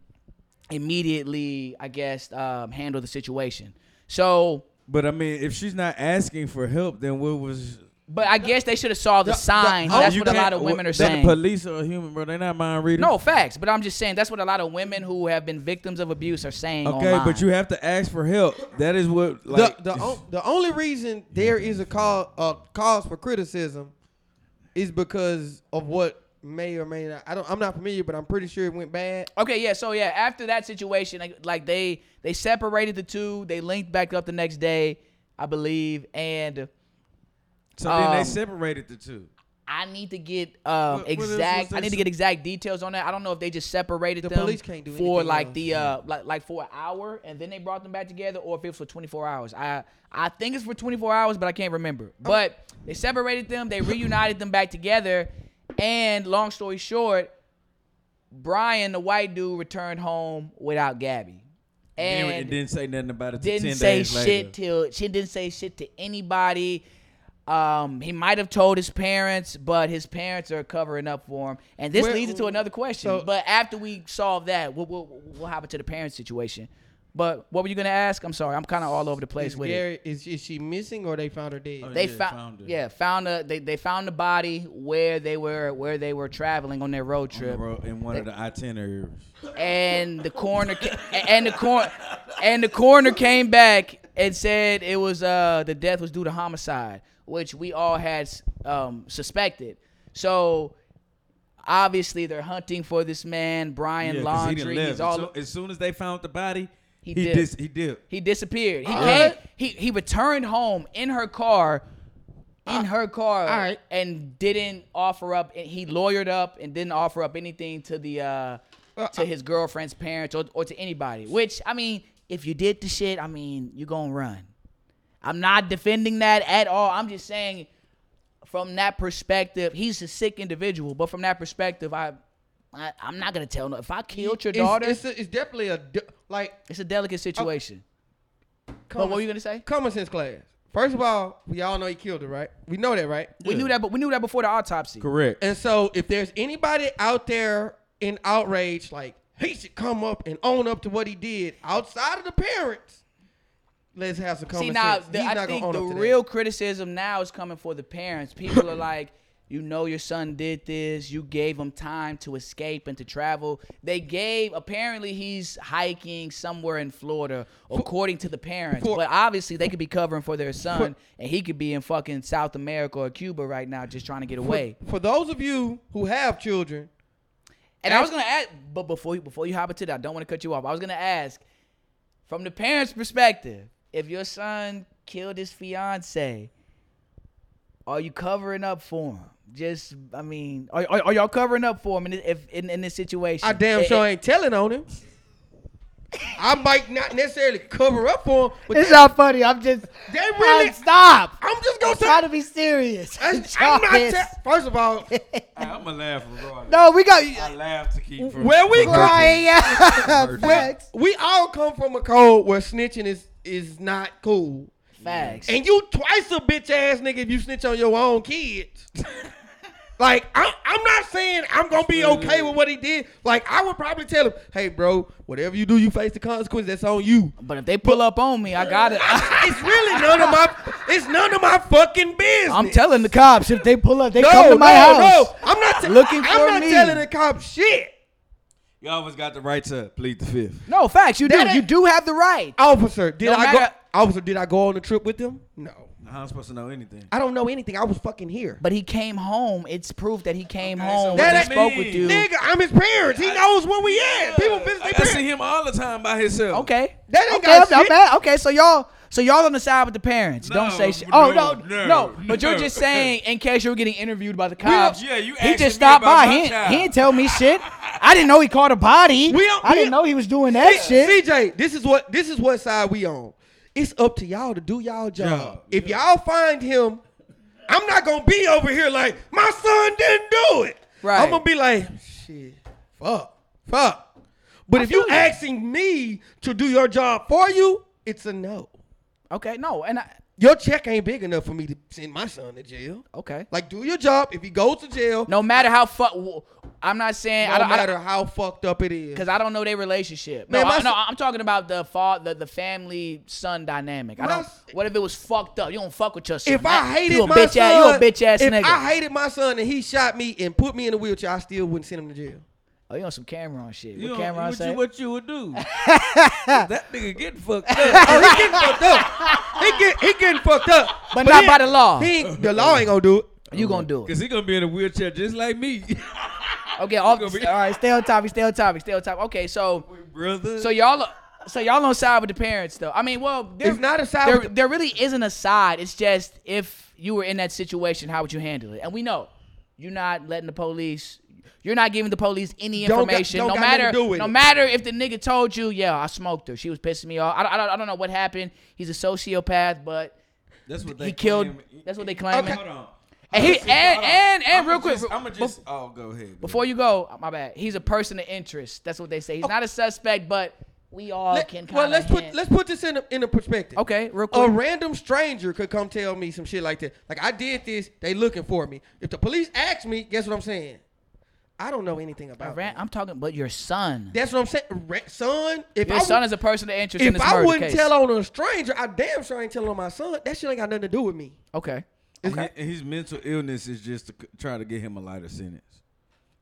Speaker 2: immediately, I guess, um, handle the situation. So,
Speaker 4: But I mean, if she's not asking for help, then what was?
Speaker 2: but I guess they should have saw the,
Speaker 3: The- the-
Speaker 2: signs.
Speaker 3: oh,
Speaker 2: that's
Speaker 4: You
Speaker 2: what a lot
Speaker 4: can't-
Speaker 2: of women
Speaker 4: the
Speaker 2: are saying.
Speaker 4: police are human, bro. They're not mind readers.
Speaker 2: no facts, but I'm just saying that's what a lot of women who have been victims of abuse are saying.
Speaker 4: Okay, but you have to ask for help. That is what like
Speaker 3: the the, on, the only reason there is a call a cause for criticism is because of what may or may not. I don't. I'm not familiar, but I'm pretty sure it went bad.
Speaker 2: Okay, yeah. So yeah, after that situation, like, like they they separated the two. They linked back up the next day, I believe, and.
Speaker 4: so then
Speaker 2: um,
Speaker 4: they separated the two.
Speaker 2: I need to get um,
Speaker 4: What- what else was
Speaker 2: exact.
Speaker 4: there
Speaker 2: I need to
Speaker 4: some-
Speaker 2: get exact details on that. I don't know if they just separated
Speaker 3: The
Speaker 2: them
Speaker 3: police can't do
Speaker 2: for
Speaker 3: anything
Speaker 2: like
Speaker 3: else.
Speaker 2: the uh like, like for an hour and then they brought them back together, or if it was for 24 hours. I I think it's for 24 hours, but I can't
Speaker 3: Oh.
Speaker 2: remember. But they separated them. They reunited them back together, and long story short, Brian, the white dude, returned home without Gabby,
Speaker 4: And,
Speaker 2: and
Speaker 4: it didn't say nothing about it. till
Speaker 2: didn't
Speaker 4: 10
Speaker 2: say
Speaker 4: days
Speaker 2: shit
Speaker 4: later.
Speaker 2: till she didn't say shit to anybody. Um, he might have told his parents, but his parents are covering up for him. And this
Speaker 3: Where-
Speaker 2: leads into another question.
Speaker 3: so-
Speaker 2: but after we solve that, we'll, we'll we'll happen to the parents situation. But what were you gonna ask? I'm sorry, I'm kind of all over the place
Speaker 3: Is
Speaker 2: with it.
Speaker 3: Gary, is, is she missing or they found her dead?
Speaker 4: Oh,
Speaker 2: They
Speaker 4: Yeah,
Speaker 2: found,
Speaker 4: found her.
Speaker 2: yeah, found a they, they found the body where they were where they were traveling on their road
Speaker 4: On the
Speaker 2: trip,
Speaker 4: road in one of the itineraries.
Speaker 2: and the coroner ca- and the cor- and the coroner came back and said it was uh the death was due to homicide, which we all had um suspected. So obviously they're hunting for this man, Brian
Speaker 4: Yeah, 'cause he didn't
Speaker 2: Laundry.
Speaker 4: live.
Speaker 2: he's
Speaker 4: As
Speaker 2: all
Speaker 4: soo- as soon as they found the body,
Speaker 2: He
Speaker 4: he,
Speaker 2: dipped.
Speaker 4: dis- he dipped.
Speaker 2: he disappeared. He came, he he returned home in her car in her car
Speaker 3: alright.
Speaker 2: and didn't offer up and he lawyered up and didn't offer up anything to the uh
Speaker 3: Well,
Speaker 2: to his girlfriend's parents or, or to anybody. Which I mean, if you did the shit, I mean, you going to run. I'm not defending that at all. I'm just saying from that perspective, he's a sick individual, but from that perspective, I, I I'm not going to tell no. If I killed your
Speaker 3: It's-
Speaker 2: daughter,
Speaker 3: It's,
Speaker 2: it's,
Speaker 3: it's definitely a de- like
Speaker 2: a delicate situation. But what were you gonna say?
Speaker 3: Common sense class. First of all, we all know he killed her, right? We know that, right?
Speaker 2: We knew that, but we knew that before the autopsy.
Speaker 4: Correct.
Speaker 3: And so, if there's anybody out there in outrage, like he should come up and own up to what he did outside of the parents, let's have some common
Speaker 2: See now,
Speaker 3: sense.
Speaker 2: the,
Speaker 3: He's
Speaker 2: I
Speaker 3: not gonna
Speaker 2: think
Speaker 3: own
Speaker 2: the
Speaker 3: up to that.
Speaker 2: real criticism now is coming for the parents. People are like, You know your son did this. You gave him time to escape and to travel. They gave apparently he's hiking somewhere in Florida, according to the parents.
Speaker 3: For-
Speaker 2: but obviously they could be covering for their son, and he could be in fucking South America or Cuba right now, just trying to get away.
Speaker 3: For those of you who have children,
Speaker 2: And I was gonna ask, but before you, before you hop into that, I don't want to cut you off. I was gonna ask, from the parents' perspective, if your son killed his fiance, are you covering up for him? Just, I mean, are, are, are y'all covering up for him in, thi- if, in, in this situation?
Speaker 3: I damn
Speaker 2: It-
Speaker 3: sure
Speaker 2: it-
Speaker 3: ain't telling on him. I might not necessarily cover up for him, but
Speaker 5: It's not funny. I'm just.
Speaker 3: They really-
Speaker 5: Man, stop.
Speaker 3: I'm just gonna
Speaker 5: try
Speaker 3: tell.
Speaker 5: to be serious.
Speaker 3: I'm I'm not.
Speaker 5: Jarvis.
Speaker 3: Te- First of all,
Speaker 4: I'm gonna laugh regardless.
Speaker 5: no, we got
Speaker 4: I laugh to keep from
Speaker 3: Where we
Speaker 4: from
Speaker 3: go-
Speaker 5: crying out.
Speaker 4: Mercy.
Speaker 5: Facts.
Speaker 3: we all come from a code where snitching is is not cool.
Speaker 2: Facts.
Speaker 3: And you twice a bitch ass nigga if you snitch on your own kids. like I'm, I'm not saying I'm gonna be okay with what he did. Like I would probably tell him, hey bro, whatever you do, you face the consequences. That's on you.
Speaker 2: but if they pull up on me, I got it.
Speaker 3: it's really none of my. It's none of my fucking business.
Speaker 2: I'm telling the cops if they pull up, they
Speaker 3: No,
Speaker 2: come to my
Speaker 3: no,
Speaker 2: house.
Speaker 3: no. I'm not te-
Speaker 2: Looking
Speaker 3: I'm
Speaker 2: for
Speaker 3: not
Speaker 2: me.
Speaker 3: telling the cop shit.
Speaker 4: You always got the right to plead the fifth.
Speaker 2: No. facts. You do.
Speaker 3: That ain't-
Speaker 2: You do have the right.
Speaker 3: Officer, did
Speaker 2: No
Speaker 3: I go?
Speaker 2: matter-
Speaker 3: Officer, did I go on the trip with them? No.
Speaker 4: How am supposed to know anything?
Speaker 3: I don't know anything. I was fucking here.
Speaker 2: But he came home. It's proof that he came
Speaker 4: Okay, so
Speaker 2: home.
Speaker 4: what
Speaker 2: when
Speaker 3: that
Speaker 2: he spoke
Speaker 4: mean?
Speaker 2: with you.
Speaker 3: Nigga, I'm his parents. He knows where we at. People visit
Speaker 4: I,
Speaker 3: their
Speaker 4: I see
Speaker 3: parents.
Speaker 4: him all the time by himself.
Speaker 2: Okay.
Speaker 3: That ain't
Speaker 2: okay,
Speaker 3: got
Speaker 2: I'm- I'm
Speaker 3: shit.
Speaker 2: mad. Okay, so y'all, so y'all on the side with the parents. Don't
Speaker 4: No,
Speaker 2: say shit. oh
Speaker 4: no,
Speaker 2: no,
Speaker 4: no,
Speaker 2: no, But you're
Speaker 4: no.
Speaker 2: just saying in case you were getting interviewed by the cops.
Speaker 4: yeah, you
Speaker 2: He
Speaker 4: asking me
Speaker 2: just stopped
Speaker 4: about
Speaker 2: by.
Speaker 4: my
Speaker 2: He ain't,
Speaker 4: child.
Speaker 2: he ain't tell me shit. I didn't know he caught a body.
Speaker 3: We don't-
Speaker 2: I
Speaker 3: we
Speaker 2: didn't
Speaker 3: don't-
Speaker 2: know he was doing that shit.
Speaker 3: CJ, this is what this is what side we on. It's up to y'all to do y'all job.
Speaker 4: Yeah,
Speaker 3: If y'all find him, I'm not gonna be over here like my son didn't do it.
Speaker 2: Right.
Speaker 3: I'm gonna be like, shit, fuck, fuck. But if you
Speaker 2: feel you.
Speaker 3: asking me to do your job for you, it's a no.
Speaker 2: Okay, no, and I,
Speaker 3: Your check ain't big enough for me to send my son to jail.
Speaker 2: okay,
Speaker 3: Like, do your job. If he goes to jail,
Speaker 2: no matter how fuck, I'm not saying
Speaker 3: no
Speaker 2: I don't, I don't-
Speaker 3: matter how fucked up it is.
Speaker 2: Cause I don't know their relationship.
Speaker 3: Man,
Speaker 2: no,
Speaker 3: my
Speaker 2: I, no,
Speaker 3: s-
Speaker 2: I'm talking about the fa- the, the family son dynamic. I
Speaker 3: My
Speaker 2: don't.
Speaker 3: s-
Speaker 2: What if it was fucked up? You don't fuck with your son.
Speaker 3: If
Speaker 2: That-
Speaker 3: I hated
Speaker 2: you a
Speaker 3: my
Speaker 2: bitch
Speaker 3: son,
Speaker 2: ass, you a bitch ass
Speaker 3: if
Speaker 2: nigga.
Speaker 3: I hated my son and he shot me and put me in a wheelchair, I still wouldn't send him to jail.
Speaker 2: oh, you on some Cameron shit?
Speaker 4: You
Speaker 2: what
Speaker 4: know,
Speaker 2: Cameron
Speaker 4: what,
Speaker 2: say?
Speaker 4: you, what you would do? that nigga getting fucked up.
Speaker 3: Oh, he getting fucked up. He get he getting fucked up.
Speaker 2: But not
Speaker 3: he-
Speaker 2: by the law.
Speaker 3: He ain't, the law ain't gonna do it.
Speaker 2: you gonna do it?
Speaker 4: Cause he gonna be in a wheelchair just like me,
Speaker 2: Okay, all,
Speaker 4: gonna be-
Speaker 2: all right. Stay on topic. Stay on topic. Stay on topic. Okay, so
Speaker 4: brother.
Speaker 2: so y'all so y'all on side with the parents though. I mean, well, there,
Speaker 3: It's not a side
Speaker 2: There,
Speaker 3: with the-
Speaker 2: there really isn't a side. It's just if you were in that situation, how would you handle it? And we know you're not letting the police. You're not giving the police any
Speaker 3: Don't got-
Speaker 2: information.
Speaker 3: don't
Speaker 2: no
Speaker 3: got nothing to
Speaker 2: matter
Speaker 3: do with
Speaker 2: no
Speaker 3: it.
Speaker 2: matter if the nigga told you, yeah, I smoked her. She was pissing me off. I, don't- I, don't- I don't know what happened. He's a sociopath, but
Speaker 4: that's what
Speaker 2: he killed. That's what they claim.
Speaker 3: Okay.
Speaker 4: Hold on.
Speaker 2: And he- and- and- and real quick,
Speaker 4: I'm gonna
Speaker 2: bef-
Speaker 4: just. Oh, go ahead.
Speaker 2: Before you go, oh, my bad. He's a person of interest. That's what they say. He's not a suspect, but we all
Speaker 3: Let-
Speaker 2: can.
Speaker 3: well,
Speaker 2: kinda
Speaker 3: let's put
Speaker 2: hint.
Speaker 3: let's put this in a, in a perspective.
Speaker 2: Okay, real
Speaker 3: A
Speaker 2: quick.
Speaker 3: random stranger could come tell me some shit like that. Like I did this, they looking for me. If the police ask me, guess what I'm saying? I don't know anything
Speaker 2: I
Speaker 3: about.
Speaker 2: ran-
Speaker 3: that.
Speaker 2: I'm talking, but your son.
Speaker 3: That's what I'm saying, Ra- son. If
Speaker 2: Your
Speaker 3: I
Speaker 2: son
Speaker 3: would-
Speaker 2: is a person of interest in
Speaker 3: if
Speaker 2: this
Speaker 3: I
Speaker 2: murder
Speaker 3: wouldn't
Speaker 2: case.
Speaker 3: tell on a stranger, I damn sure ain't telling on my son. That shit ain't got nothing to do with me.
Speaker 2: okay.
Speaker 4: And hi- and his mental illness is just to c- try to get him a lighter sentence.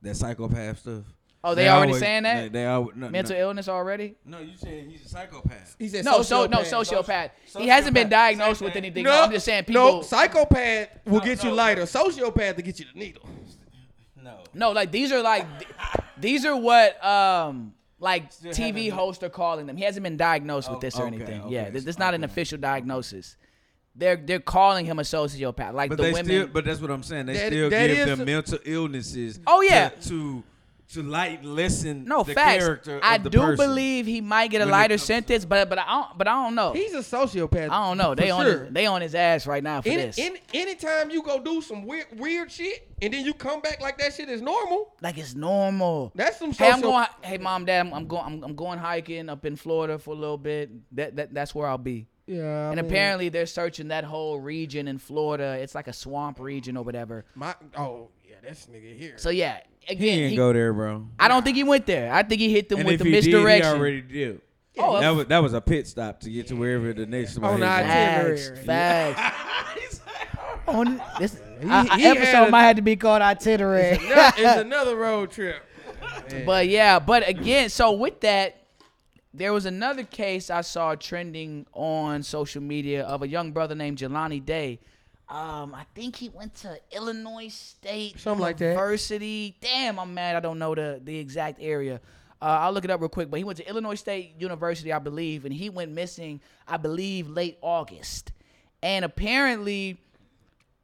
Speaker 4: That psychopath stuff.
Speaker 2: Oh, they already saying that?
Speaker 4: They, they always, no,
Speaker 2: Mental
Speaker 4: no.
Speaker 2: illness already?
Speaker 4: No, you saying he's a psychopath.
Speaker 3: He said,
Speaker 2: No, so no
Speaker 3: sociopath.
Speaker 2: sociopath.
Speaker 4: Soci-
Speaker 2: He hasn't been
Speaker 4: sociopath.
Speaker 2: diagnosed
Speaker 4: Same
Speaker 2: with
Speaker 4: thing.
Speaker 2: anything.
Speaker 3: No,
Speaker 2: I'm just saying people.
Speaker 3: No, psychopath will
Speaker 4: No,
Speaker 3: get you
Speaker 4: no.
Speaker 3: lighter. Sociopath to get you the needle.
Speaker 4: No.
Speaker 2: No, like these are like th- these are what um like
Speaker 4: Still haven't
Speaker 2: TV
Speaker 4: been-
Speaker 2: hosts are calling them. He hasn't been diagnosed with
Speaker 4: Oh,
Speaker 2: this or
Speaker 4: okay,
Speaker 2: anything.
Speaker 4: okay,
Speaker 2: yeah,
Speaker 4: it's-
Speaker 2: this is not an
Speaker 4: okay.
Speaker 2: official diagnosis. They're they're calling him a sociopath. Like
Speaker 4: But
Speaker 2: the
Speaker 4: they
Speaker 2: women.
Speaker 4: still. But that's what I'm saying. They
Speaker 3: That-
Speaker 4: still
Speaker 3: that
Speaker 4: give
Speaker 3: is
Speaker 4: them
Speaker 3: a-
Speaker 4: mental illnesses.
Speaker 2: Oh, yeah.
Speaker 4: To. to to light lessen
Speaker 2: no
Speaker 4: the
Speaker 2: facts.
Speaker 4: character of
Speaker 2: I
Speaker 4: the
Speaker 2: do
Speaker 4: person.
Speaker 2: believe he might get a
Speaker 4: When it
Speaker 2: lighter
Speaker 4: comes to-
Speaker 2: sentence, but but I don't but I don't know.
Speaker 3: He's a sociopath.
Speaker 2: I don't know. They
Speaker 3: for
Speaker 2: on
Speaker 3: sure.
Speaker 2: his, they on his ass right now for
Speaker 3: Any,
Speaker 2: this.
Speaker 3: any, anytime you go do some weird weird shit and then you come back like that shit is normal,
Speaker 2: like it's normal.
Speaker 3: that's some social.
Speaker 2: Hey, I'm going. Hey, mom, dad, I'm, I'm going. I'm, I'm going hiking up in Florida for a little bit. That, that that's where I'll be.
Speaker 3: yeah, I
Speaker 2: and
Speaker 3: mean,
Speaker 2: apparently they're searching that whole region in Florida. It's like a swamp region or whatever.
Speaker 3: my oh yeah, this nigga here.
Speaker 2: So yeah, again,
Speaker 4: He didn't
Speaker 2: he-
Speaker 4: go there, bro.
Speaker 2: I don't think he went there. I think he hit them
Speaker 4: And
Speaker 2: with
Speaker 4: if
Speaker 2: the
Speaker 4: he did, he
Speaker 2: misdirection.
Speaker 4: already did.
Speaker 2: Oh,
Speaker 4: that was that was a pit stop to get to wherever the next one.
Speaker 3: On
Speaker 4: is.
Speaker 3: I-
Speaker 2: facts,
Speaker 3: itinerary.
Speaker 2: facts. On this, I,
Speaker 3: he had
Speaker 2: episode
Speaker 3: a-
Speaker 2: might have to be called itinerary.
Speaker 3: That is another road trip.
Speaker 2: But yeah, but again, so with that, there was another case I saw trending on social media of a young brother named Jelani Day. Um, I think he went to Illinois State
Speaker 3: Something like that.
Speaker 2: University. Damn, I'm mad. I don't know the the exact area. Uh, I'll look it up real quick. But he went to Illinois State University, I believe, and he went missing, I believe, late August. And apparently,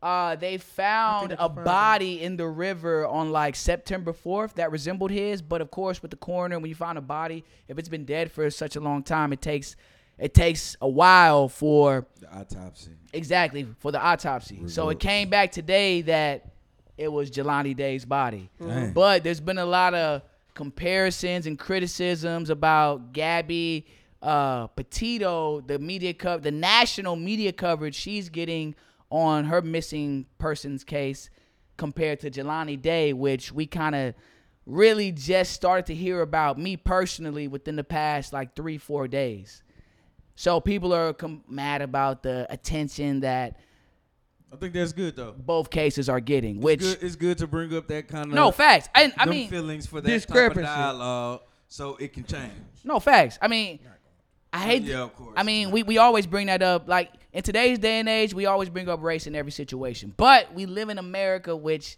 Speaker 2: uh, they found a body in the river on like September 4th that resembled his, but of course, with the coroner, when you find a body, if it's been dead for such a long time, it takes it takes a while for
Speaker 4: The autopsy.
Speaker 2: exactly for the autopsy. So it came back today that it was Jelani Day's body,
Speaker 4: Dang.
Speaker 2: but there's been a lot of comparisons and criticisms about Gabby uh, Petito, the media cover, the national media coverage she's getting on her missing persons case compared to Jelani Day, which we kind of really just started to hear about me personally within the past like three four days. So people are com- mad about the attention that
Speaker 4: I think that's good though.
Speaker 2: both cases are getting, which
Speaker 4: Good, it's good to bring up that kind of
Speaker 2: no facts. And I
Speaker 4: them
Speaker 2: mean,
Speaker 4: feelings for that type of
Speaker 3: Discrepancy.
Speaker 4: dialogue, so it can change.
Speaker 2: no facts. I mean, I hate.
Speaker 4: Yeah, of course.
Speaker 2: I mean, we, we always bring that up. Like in today's day and age, we always bring up race in every situation. But we live in America, which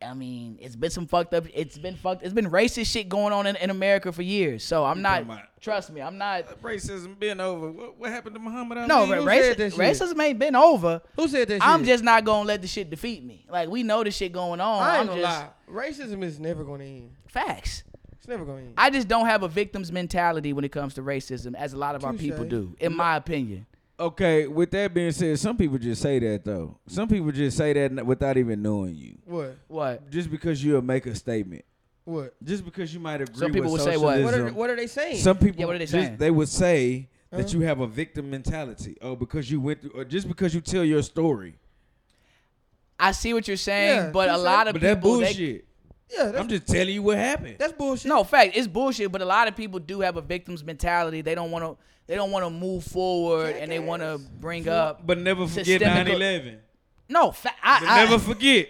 Speaker 2: I mean, it's been some fucked up. It's been fucked. It's been racist shit going on in, in America for years. So I'm
Speaker 4: talking
Speaker 2: not.
Speaker 4: about-
Speaker 2: Trust me, I'm not.
Speaker 4: Racism been over. What, what happened to Muhammad Ali?
Speaker 2: No,
Speaker 3: who
Speaker 2: raci-
Speaker 3: said that shit?
Speaker 2: racism ain't been over.
Speaker 3: Who said that?
Speaker 2: I'm
Speaker 3: shit?
Speaker 2: just not gonna let the shit defeat me. Like we know the shit going on.
Speaker 3: I
Speaker 2: am
Speaker 3: ain't gonna
Speaker 2: just
Speaker 3: lie. Racism is never gonna end.
Speaker 2: facts.
Speaker 3: It's never gonna end.
Speaker 2: I just don't have a victim's mentality when it comes to racism, as a lot of our people
Speaker 3: Touche.
Speaker 2: do, in my opinion.
Speaker 4: Okay, with that being said, some people just say that though. Some people just say that n- without even knowing you.
Speaker 3: what?
Speaker 2: What?
Speaker 4: Just because you'll make a statement.
Speaker 3: What?
Speaker 4: Just because you might agree
Speaker 2: Some people
Speaker 4: with
Speaker 2: will say what?
Speaker 3: What are,
Speaker 4: socialism.
Speaker 3: what are they saying?
Speaker 4: Some people,
Speaker 2: Yeah, what are they
Speaker 4: just-
Speaker 2: saying?
Speaker 4: they would say that you have a victim mentality. Oh, because you went through, or just because you tell your story.
Speaker 2: I see what you're saying,
Speaker 3: Yeah,
Speaker 2: but a
Speaker 3: touche.
Speaker 2: lot of
Speaker 4: But
Speaker 2: people
Speaker 4: that
Speaker 2: they-
Speaker 4: bullshit.
Speaker 3: yeah, that's,
Speaker 4: I'm just telling you what happened.
Speaker 3: that's bullshit.
Speaker 2: no fact, it's bullshit. But a lot of people do have a victim's mentality. They don't want to. They don't want to move forward, and they want to bring up.
Speaker 4: But never forget
Speaker 2: Systemic-
Speaker 4: 9/11.
Speaker 2: No, fa- I,
Speaker 4: But
Speaker 2: I
Speaker 4: never forget.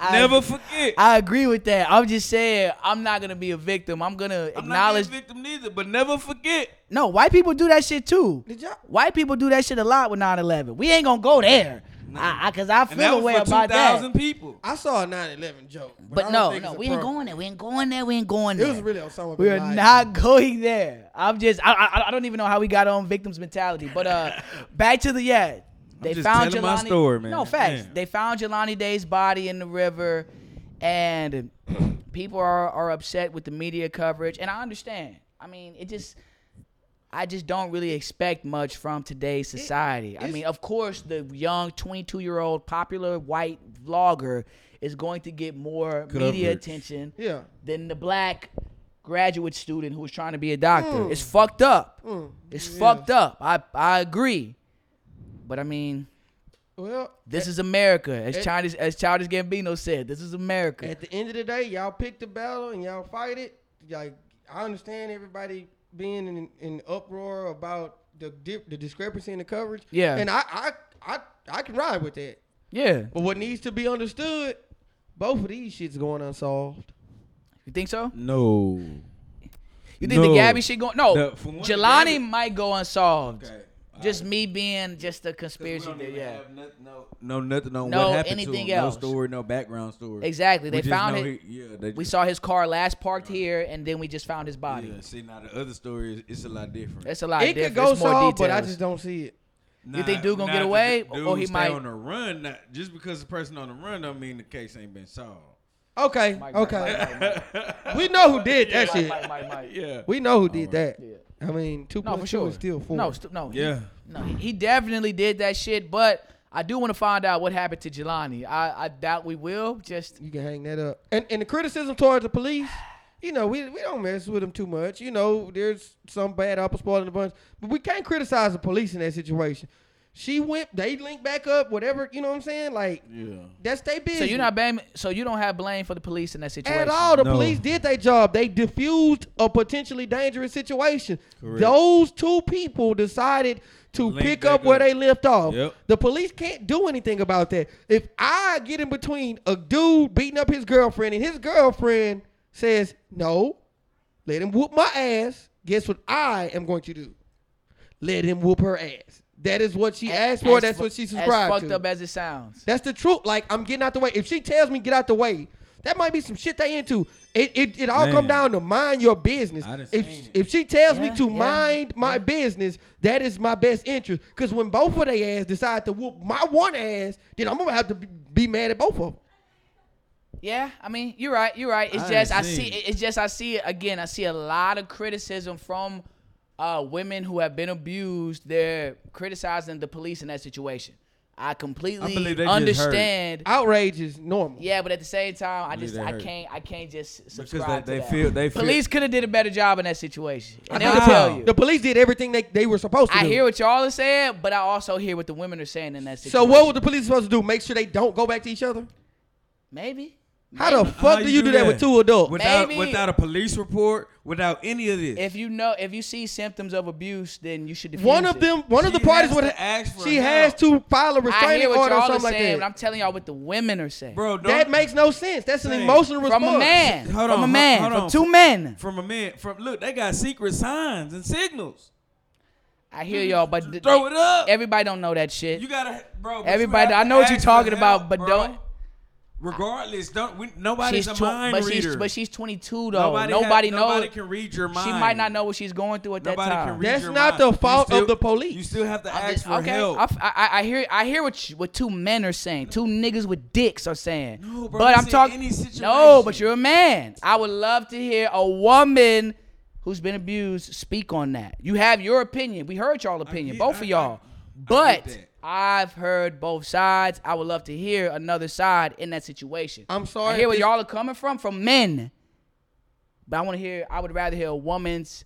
Speaker 2: I-
Speaker 4: never forget.
Speaker 2: I agree with that. I'm just saying I'm not gonna be a victim. I'm gonna
Speaker 4: I'm not being
Speaker 2: acknowledge.
Speaker 4: a victim neither, but never forget.
Speaker 2: no, white people do that shit too.
Speaker 3: Did y'all?
Speaker 2: White people do that shit a lot with 9/11. We ain't gonna go there. I, I, cause I
Speaker 4: And that
Speaker 2: feel a
Speaker 4: was
Speaker 2: way
Speaker 4: for
Speaker 2: about that.
Speaker 4: 2,000 people.
Speaker 3: I saw a 9/11 joke, I
Speaker 2: But
Speaker 3: don't
Speaker 2: no,
Speaker 3: think
Speaker 2: no,
Speaker 3: it's
Speaker 2: we ain't
Speaker 3: appropriate.
Speaker 2: going there. We ain't going there. We ain't going there.
Speaker 3: It was really Osama.
Speaker 2: we are
Speaker 3: bin Laden.
Speaker 2: not going there. I'm just, I, I, I don't even know how we got on victims mentality. But uh, back to the yeah, they
Speaker 4: just
Speaker 2: found
Speaker 4: telling my
Speaker 2: Jelani.
Speaker 4: story, man.
Speaker 2: No facts.
Speaker 4: Yeah.
Speaker 2: They found Jelani Day's body in the river, and people are are upset with the media coverage, and I understand. I mean, it just. I just don't really expect much from today's society. I mean, of course, the young 22 year old popular white vlogger is going to get more media
Speaker 4: Coverage.
Speaker 2: attention
Speaker 3: Yeah.
Speaker 2: than the black graduate student who was trying to be a doctor. It's
Speaker 3: Mm.
Speaker 2: fucked up. It's fucked up. I, I agree. But I mean,
Speaker 3: Well,
Speaker 2: this is America. As
Speaker 3: it-
Speaker 2: Childish, as Childish Gambino said, this is America.
Speaker 3: at the end of the day, y'all pick the battle and y'all fight it. Like I understand everybody being in, in uproar about the dip, the discrepancy in the coverage.
Speaker 2: Yeah.
Speaker 3: and I I I, I can ride with that.
Speaker 2: yeah.
Speaker 3: But what needs to be understood, both of these shits going unsolved.
Speaker 2: You think so?
Speaker 4: No.
Speaker 2: You think the
Speaker 4: No.
Speaker 2: Gabby shit going? No.
Speaker 4: The- for one, the
Speaker 2: Jelani
Speaker 4: Gabby-
Speaker 2: might go unsolved.
Speaker 4: Okay.
Speaker 2: Just me being just a conspiracy
Speaker 4: don't
Speaker 2: theory.
Speaker 4: even
Speaker 2: Yeah.
Speaker 4: have noth- no, no, nothing on
Speaker 2: No,
Speaker 4: what happened
Speaker 2: anything
Speaker 4: to him.
Speaker 2: else.
Speaker 4: No story, no background story.
Speaker 2: Exactly. They
Speaker 4: We just
Speaker 2: found
Speaker 4: know
Speaker 2: it.
Speaker 4: He, yeah, they
Speaker 2: We
Speaker 4: just-
Speaker 2: saw his car last parked here, and then we just found his body.
Speaker 4: Yeah, see, now the other story is it's a lot different.
Speaker 2: It's a lot
Speaker 3: it
Speaker 2: different.
Speaker 3: could go
Speaker 2: it's more
Speaker 3: solved, but I
Speaker 2: details.
Speaker 3: just don't see it.
Speaker 4: Nah,
Speaker 2: You think dude gonna
Speaker 4: nah,
Speaker 2: get
Speaker 4: if
Speaker 2: away,
Speaker 4: the dude
Speaker 2: or he
Speaker 4: stay
Speaker 2: might-
Speaker 4: on the run? Not, just because the person on the run don't mean the case ain't been solved.
Speaker 3: Okay,
Speaker 2: Mike,
Speaker 3: okay.
Speaker 2: Mike, Mike, Mike.
Speaker 3: we know who did that
Speaker 2: Mike,
Speaker 3: shit.
Speaker 2: Mike, Mike, Mike.
Speaker 4: Yeah.
Speaker 3: We know who did
Speaker 4: Alright.
Speaker 3: that. I mean, two
Speaker 2: No, for
Speaker 3: plus two
Speaker 2: sure.
Speaker 3: is still four.
Speaker 2: No, st- no. he-
Speaker 4: Yeah.
Speaker 2: no, he definitely did that shit. But I do want to find out what happened to Jelani. I, I doubt we will. Just
Speaker 3: You can hang that up. And and the criticism towards the police, you know, we we don't mess with them too much. You know, there's some bad apples spoiling the bunch, but we can't criticize the police in that situation. She went. They linked back up. Whatever. You know what I'm saying? Like
Speaker 4: Yeah.
Speaker 3: that's they business.
Speaker 2: So you're not blaming. So you don't have blame for the police in that situation.
Speaker 3: At all, the
Speaker 4: No.
Speaker 3: police did their job. They diffused a potentially dangerous situation.
Speaker 4: Correct.
Speaker 3: Those two people decided to
Speaker 4: Link
Speaker 3: pick
Speaker 4: back
Speaker 3: up where
Speaker 4: up.
Speaker 3: they left off.
Speaker 4: Yep.
Speaker 3: The police can't do anything about that. If I get in between a dude beating up his girlfriend and his girlfriend says, no, let him whoop my ass, guess what I am going to do? Let him whoop her ass. That is what she asked for.
Speaker 2: As
Speaker 3: That's
Speaker 2: fu-
Speaker 3: what she
Speaker 2: as
Speaker 3: subscribed
Speaker 2: fucked
Speaker 3: to.
Speaker 2: up as it sounds.
Speaker 3: That's the truth. Like I'm getting out the way. If she tells me get out the way, that might be some shit they into. It it, it all come
Speaker 4: Man.
Speaker 3: down to mind your business.
Speaker 4: I done
Speaker 3: If
Speaker 4: seen it.
Speaker 3: if she tells
Speaker 2: Yeah,
Speaker 3: me to
Speaker 2: yeah,
Speaker 3: mind my business, that is my best interest. Cause when both of they ass decide to whoop my one ass, then I'm gonna have to be- be mad at both of them.
Speaker 2: Yeah, I mean, you're right. You're right. It's
Speaker 4: I
Speaker 2: just I
Speaker 4: ain't
Speaker 2: see.
Speaker 4: seen it.
Speaker 2: It's just I see it again. I see a lot of criticism from uh, women who have been abused. They're criticizing the police in that situation. I completely
Speaker 4: believe they just
Speaker 2: understand.
Speaker 3: Outrage is normal.
Speaker 2: Yeah, but at the same time, I
Speaker 4: believe
Speaker 2: just
Speaker 4: they
Speaker 2: I
Speaker 4: hurt.
Speaker 2: can't I can't just
Speaker 4: Because
Speaker 2: subscribe to
Speaker 4: they, they
Speaker 2: that.
Speaker 4: feel they feel
Speaker 2: Police could have did a better job in that situation.
Speaker 3: I
Speaker 2: And they'll
Speaker 3: think the-
Speaker 2: tell you.
Speaker 3: The police did everything they, they were supposed to
Speaker 2: I
Speaker 3: do.
Speaker 2: hear what y'all are saying, but I also hear what the women are saying in that
Speaker 3: so
Speaker 2: situation.
Speaker 3: what were the police supposed to do? Make sure they don't go back to each other?
Speaker 2: Maybe.
Speaker 3: How the fuck
Speaker 4: How
Speaker 3: do you do that? with two adults?
Speaker 4: Without
Speaker 2: Maybe.
Speaker 4: without a police report, without any of this.
Speaker 2: If you know, if you see symptoms of abuse, then you should. defuse
Speaker 3: one of
Speaker 2: it.
Speaker 3: them, one of
Speaker 4: She
Speaker 3: the parties
Speaker 4: has
Speaker 3: would
Speaker 4: to ask for
Speaker 3: she
Speaker 4: help.
Speaker 3: has to file a
Speaker 2: I
Speaker 3: restraining
Speaker 2: hear what
Speaker 3: order
Speaker 2: y'all
Speaker 3: or
Speaker 2: are
Speaker 3: something like
Speaker 2: saying,
Speaker 3: that.
Speaker 2: but I'm telling y'all what the women are saying.
Speaker 4: Bro, don't,
Speaker 3: that makes no sense. That's an
Speaker 4: Hey.
Speaker 3: emotional response
Speaker 2: from a man,
Speaker 4: Hold
Speaker 2: from
Speaker 4: on,
Speaker 2: a
Speaker 4: hold-
Speaker 2: man,
Speaker 4: hold
Speaker 2: from
Speaker 4: on.
Speaker 2: two men.
Speaker 4: from a man from look, they got secret signs and signals.
Speaker 2: I hear y'all, but th-
Speaker 4: Throw it up.
Speaker 2: Everybody don't know that shit.
Speaker 4: You gotta, bro. but you
Speaker 2: Everybody,
Speaker 4: have
Speaker 2: I
Speaker 4: to
Speaker 2: know what you're
Speaker 4: ask
Speaker 2: talking
Speaker 4: for
Speaker 2: about,
Speaker 4: help,
Speaker 2: but
Speaker 4: bro.
Speaker 2: don't.
Speaker 4: Regardless, don't. We, nobody's
Speaker 2: She's
Speaker 4: a
Speaker 2: tw-
Speaker 4: mind
Speaker 2: but
Speaker 4: reader.
Speaker 2: she's but she's 22 though.
Speaker 4: nobody,
Speaker 2: Nobody,
Speaker 4: has-
Speaker 2: knows.
Speaker 4: Nobody can read your mind.
Speaker 2: she might not know what she's going through at
Speaker 4: Nobody
Speaker 2: that time.
Speaker 4: can read
Speaker 3: That's
Speaker 4: your
Speaker 3: not
Speaker 4: mind.
Speaker 3: the fault
Speaker 4: You still-
Speaker 3: of the police.
Speaker 4: You still have to
Speaker 2: I'm
Speaker 4: ask
Speaker 2: just-
Speaker 4: for help.
Speaker 2: I, f- I- I hear I hear what you, what two men are saying. Two niggas with dicks are saying.
Speaker 4: No, bro,
Speaker 2: but
Speaker 4: this
Speaker 2: I'm
Speaker 4: in
Speaker 2: talking.
Speaker 4: any
Speaker 2: No, but
Speaker 4: situation.
Speaker 2: you're a man. I would love to hear a woman who's been abused speak on that. You have your opinion. We heard y'all opinion,
Speaker 4: get-
Speaker 2: both
Speaker 4: I-
Speaker 2: of y'all.
Speaker 4: I- I get
Speaker 2: but
Speaker 4: that.
Speaker 2: I've heard both sides. I would love to hear another side in that situation.
Speaker 3: I'm sorry
Speaker 2: I hear
Speaker 3: if
Speaker 2: where
Speaker 3: this-
Speaker 2: y'all are coming from, from men. But I want to hear. I would rather hear a woman's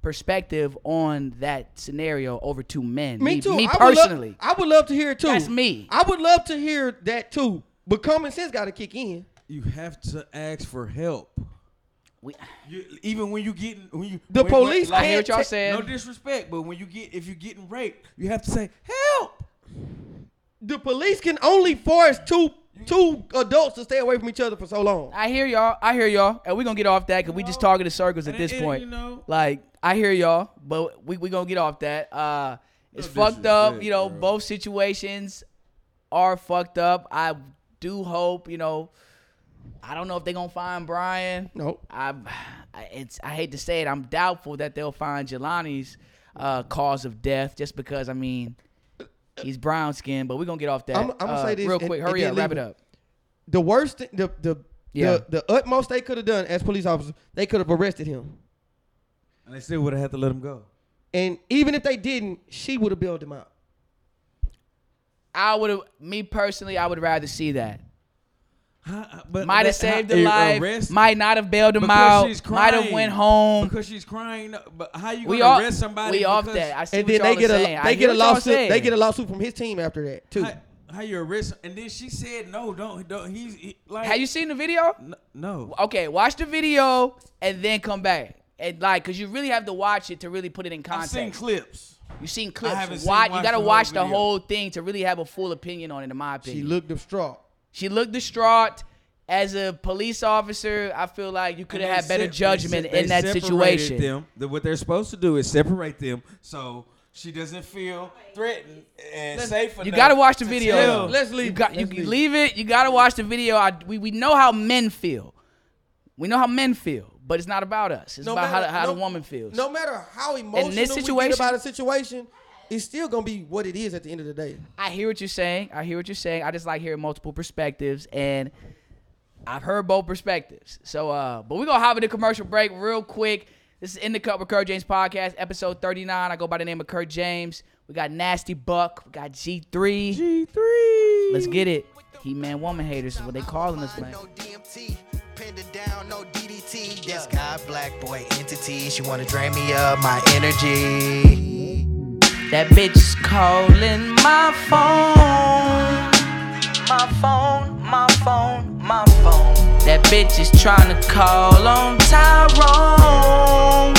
Speaker 2: perspective on that scenario over two men.
Speaker 3: me too.
Speaker 2: Me
Speaker 3: I would lo-
Speaker 2: personally.
Speaker 3: I would love to hear it too.
Speaker 2: That's me.
Speaker 3: I would love to hear that too. But common sense got to kick in.
Speaker 4: you have to ask for help.
Speaker 2: We-
Speaker 4: You, even when you getting when you
Speaker 3: The
Speaker 4: when-
Speaker 3: police
Speaker 4: when,
Speaker 2: I hear what y'all
Speaker 3: Can't ta-
Speaker 2: saying.
Speaker 4: No disrespect, but when you get if you're getting raped, you have to say help.
Speaker 3: The police can only force two two adults to stay away from each other for so long.
Speaker 2: I hear y'all. I hear y'all. And we're going to get off that because we just talking in circles at
Speaker 4: And-
Speaker 2: this
Speaker 4: and,
Speaker 2: point.
Speaker 4: you know-
Speaker 2: like, I hear y'all, but we we going to get off that. Uh, It's
Speaker 4: No
Speaker 2: fucked up.
Speaker 4: disrespect,
Speaker 2: You know,
Speaker 4: bro.
Speaker 2: both situations are fucked up. I do hope, you know, I don't know if they're going to find Brian.
Speaker 3: No.
Speaker 2: I, I- it's I hate to say it. I'm doubtful that they'll find Jelani's uh, cause of death, just because I mean he's brown skinned but we're gonna get off that.
Speaker 3: I'm- I'm gonna
Speaker 2: uh,
Speaker 3: say this
Speaker 2: real
Speaker 3: and-
Speaker 2: quick.
Speaker 3: and
Speaker 2: Hurry
Speaker 3: then
Speaker 2: up, wrap
Speaker 3: leave
Speaker 2: it
Speaker 3: it.
Speaker 2: up.
Speaker 3: The worst, thing, the the,
Speaker 2: Yeah.
Speaker 3: the the utmost they could have done as police officers, they could have arrested him.
Speaker 4: And they still would have had to let him go.
Speaker 3: And even if they didn't, she would have bailed him out.
Speaker 2: I would have, me personally, I would rather see that.
Speaker 4: Huh? Uh, But
Speaker 2: Might have
Speaker 4: that-
Speaker 2: saved
Speaker 4: how-
Speaker 2: the
Speaker 4: a-
Speaker 2: life.
Speaker 4: arrest-
Speaker 2: Might not have bailed him
Speaker 4: because
Speaker 2: out.
Speaker 4: she's
Speaker 2: Might have
Speaker 4: crying.
Speaker 2: went home.
Speaker 4: because she's crying. But how you
Speaker 2: we
Speaker 4: gonna
Speaker 2: all,
Speaker 4: arrest somebody?
Speaker 2: we off
Speaker 4: because-
Speaker 2: that. I see
Speaker 3: And
Speaker 2: what
Speaker 3: then they
Speaker 2: y'all
Speaker 3: get
Speaker 2: are
Speaker 3: a
Speaker 2: saying. I
Speaker 3: they
Speaker 2: hear
Speaker 3: get a
Speaker 2: what y'all
Speaker 3: lawsuit. They
Speaker 2: saying.
Speaker 3: get a lawsuit from his team after that too.
Speaker 4: How, how you arrest? And then she said no, don't, don't. He's he, like.
Speaker 2: Have you seen the video?
Speaker 4: N- no.
Speaker 2: Okay, watch the video and then come back. And like, cause you really have to watch it to really put it in
Speaker 4: I've
Speaker 2: context.
Speaker 4: seen clips.
Speaker 2: You seen clips.
Speaker 4: haven't seen-
Speaker 2: Watch- you
Speaker 4: watched
Speaker 2: gotta
Speaker 4: the whole
Speaker 2: watch the
Speaker 4: video.
Speaker 2: whole thing to really have a full opinion on it, in my opinion.
Speaker 3: She looked distraught.
Speaker 2: She looked distraught. As a police officer, I feel like you could have had
Speaker 4: They
Speaker 2: better
Speaker 4: sep- they
Speaker 2: judgment
Speaker 4: se- they
Speaker 2: in that
Speaker 4: separated
Speaker 2: situation.
Speaker 4: Them. The- what they're supposed to do is separate them so she doesn't feel threatened and safe
Speaker 2: You
Speaker 4: enough
Speaker 2: gotta watch the
Speaker 4: to
Speaker 2: video.
Speaker 4: tell-
Speaker 3: Let's leave
Speaker 2: You
Speaker 3: it.
Speaker 2: got you
Speaker 3: Let's
Speaker 2: leave, it. You gotta watch the video. I, we we know how men feel. We know how men feel, but it's not about us. It's about how, the- how the woman feels.
Speaker 3: No matter how emotional we
Speaker 2: situation-
Speaker 3: get about a situation, it's still gonna be what it is at the end of the day.
Speaker 2: I hear what you're saying. I hear what you're saying. I just like hearing multiple perspectives, and I've heard both perspectives. So, uh, but we're gonna hop into commercial break real quick. This is in the cup with Kurt James podcast, episode 39. I go by the name of Kurt James. We got Nasty Buck. We got G3. G3. Let's get it. He man, woman haters is what they calling us, man.
Speaker 7: No DMT, pinned it down, no DDT. This guy, black boy entity, she wanna drain me of my energy.
Speaker 8: That bitch is calling my phone. My phone, my phone, my phone. That bitch is trying to call on Tyrone.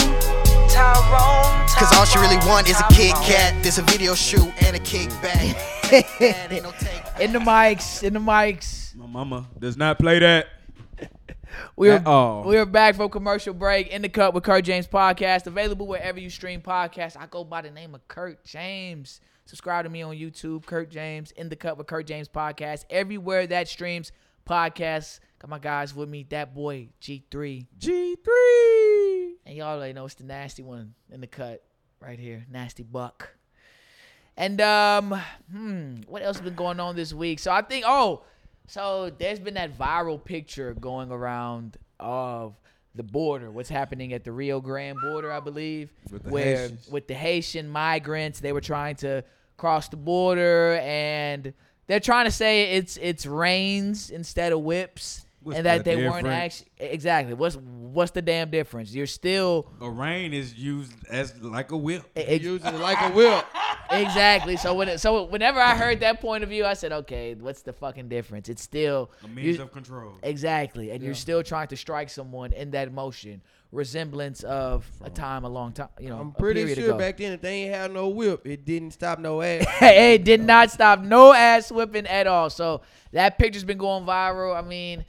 Speaker 8: Tyrone,
Speaker 7: Cause all she really
Speaker 8: Tyrone,
Speaker 7: want is a Kit
Speaker 8: Tyrone.
Speaker 7: Kat. There's a video shoot and a kickback. That ain't no take.
Speaker 2: In the mics, in the mics.
Speaker 4: My mama does not play that.
Speaker 2: We
Speaker 4: At all.
Speaker 2: are we are back from commercial break. In the cup with Kurt James podcast, available wherever you stream podcasts. I go by the name of Kurt James. Subscribe to me on YouTube, Kurt James. In the cup with Kurt James podcast. Everywhere that streams podcasts. Got my guys with me. That boy G three.
Speaker 4: G three.
Speaker 2: And y'all already know it's the nasty one in the cut right here. Nasty buck. And um, hmm, what else been going on this week? So I think oh, so there's been that viral picture going around of the border, what's happening at the Rio Grande border, I believe,
Speaker 4: With the
Speaker 2: where
Speaker 4: Haitians.
Speaker 2: with the Haitian migrants, they were trying to cross the border and they're trying to say it's it's reins instead of whips.
Speaker 4: What's
Speaker 2: and that
Speaker 4: the
Speaker 2: they weren't
Speaker 4: difference?
Speaker 2: actually e-, exactly what's what's the damn difference? You're still
Speaker 4: A rein is used as like a whip.
Speaker 2: ex-
Speaker 3: Using it like a whip.
Speaker 2: exactly. So when it, so whenever I heard that point of view, I said, okay, what's the fucking difference? It's still
Speaker 4: A means
Speaker 2: you-
Speaker 4: of control.
Speaker 2: exactly, and you're still trying to strike someone in that motion, resemblance of a time a long time, you know,
Speaker 3: I'm
Speaker 2: a
Speaker 3: pretty
Speaker 2: period
Speaker 3: sure
Speaker 2: ago.
Speaker 3: back then if they ain't had no whip, it didn't stop no ass.
Speaker 2: hey, it did not stop no ass whipping at all. So that picture's been going viral. I mean,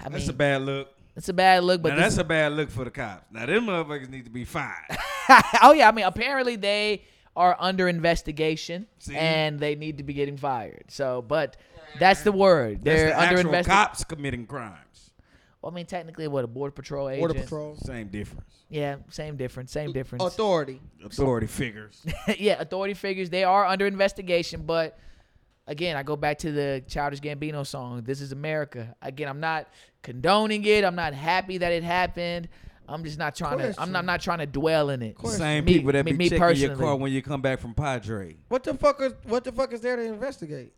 Speaker 2: I mean,
Speaker 4: That's a bad look.
Speaker 2: it's a bad look, but
Speaker 4: Now
Speaker 2: this-
Speaker 4: that's a bad look for the cops. Now them motherfuckers need to be fired.
Speaker 2: oh yeah, I mean, apparently they are under investigation
Speaker 4: See?
Speaker 2: and they need to be getting fired. So, but that's the word.
Speaker 4: That's
Speaker 2: They're
Speaker 4: the
Speaker 2: under
Speaker 4: actual
Speaker 2: investigation.
Speaker 4: cops committing crimes.
Speaker 2: Well, I mean, technically, what a border patrol agent.
Speaker 3: Border Oh, patrol.
Speaker 4: Same difference.
Speaker 2: Yeah, same difference. Same difference.
Speaker 3: Authority.
Speaker 4: Authority figures.
Speaker 2: yeah, authority figures. They are under investigation, but again, I go back to the Childish Gambino song. This is America. Again, I'm not condoning it. I'm not happy that it happened. I'm just not trying to. I'm
Speaker 3: Question.
Speaker 2: not, I'm not trying to dwell in it.
Speaker 4: Same
Speaker 2: Me-
Speaker 4: people that
Speaker 2: me-
Speaker 4: be
Speaker 2: me
Speaker 4: checking your
Speaker 2: personally.
Speaker 4: car when you come back from Padre.
Speaker 3: What the fuck is what the fuck is there to investigate?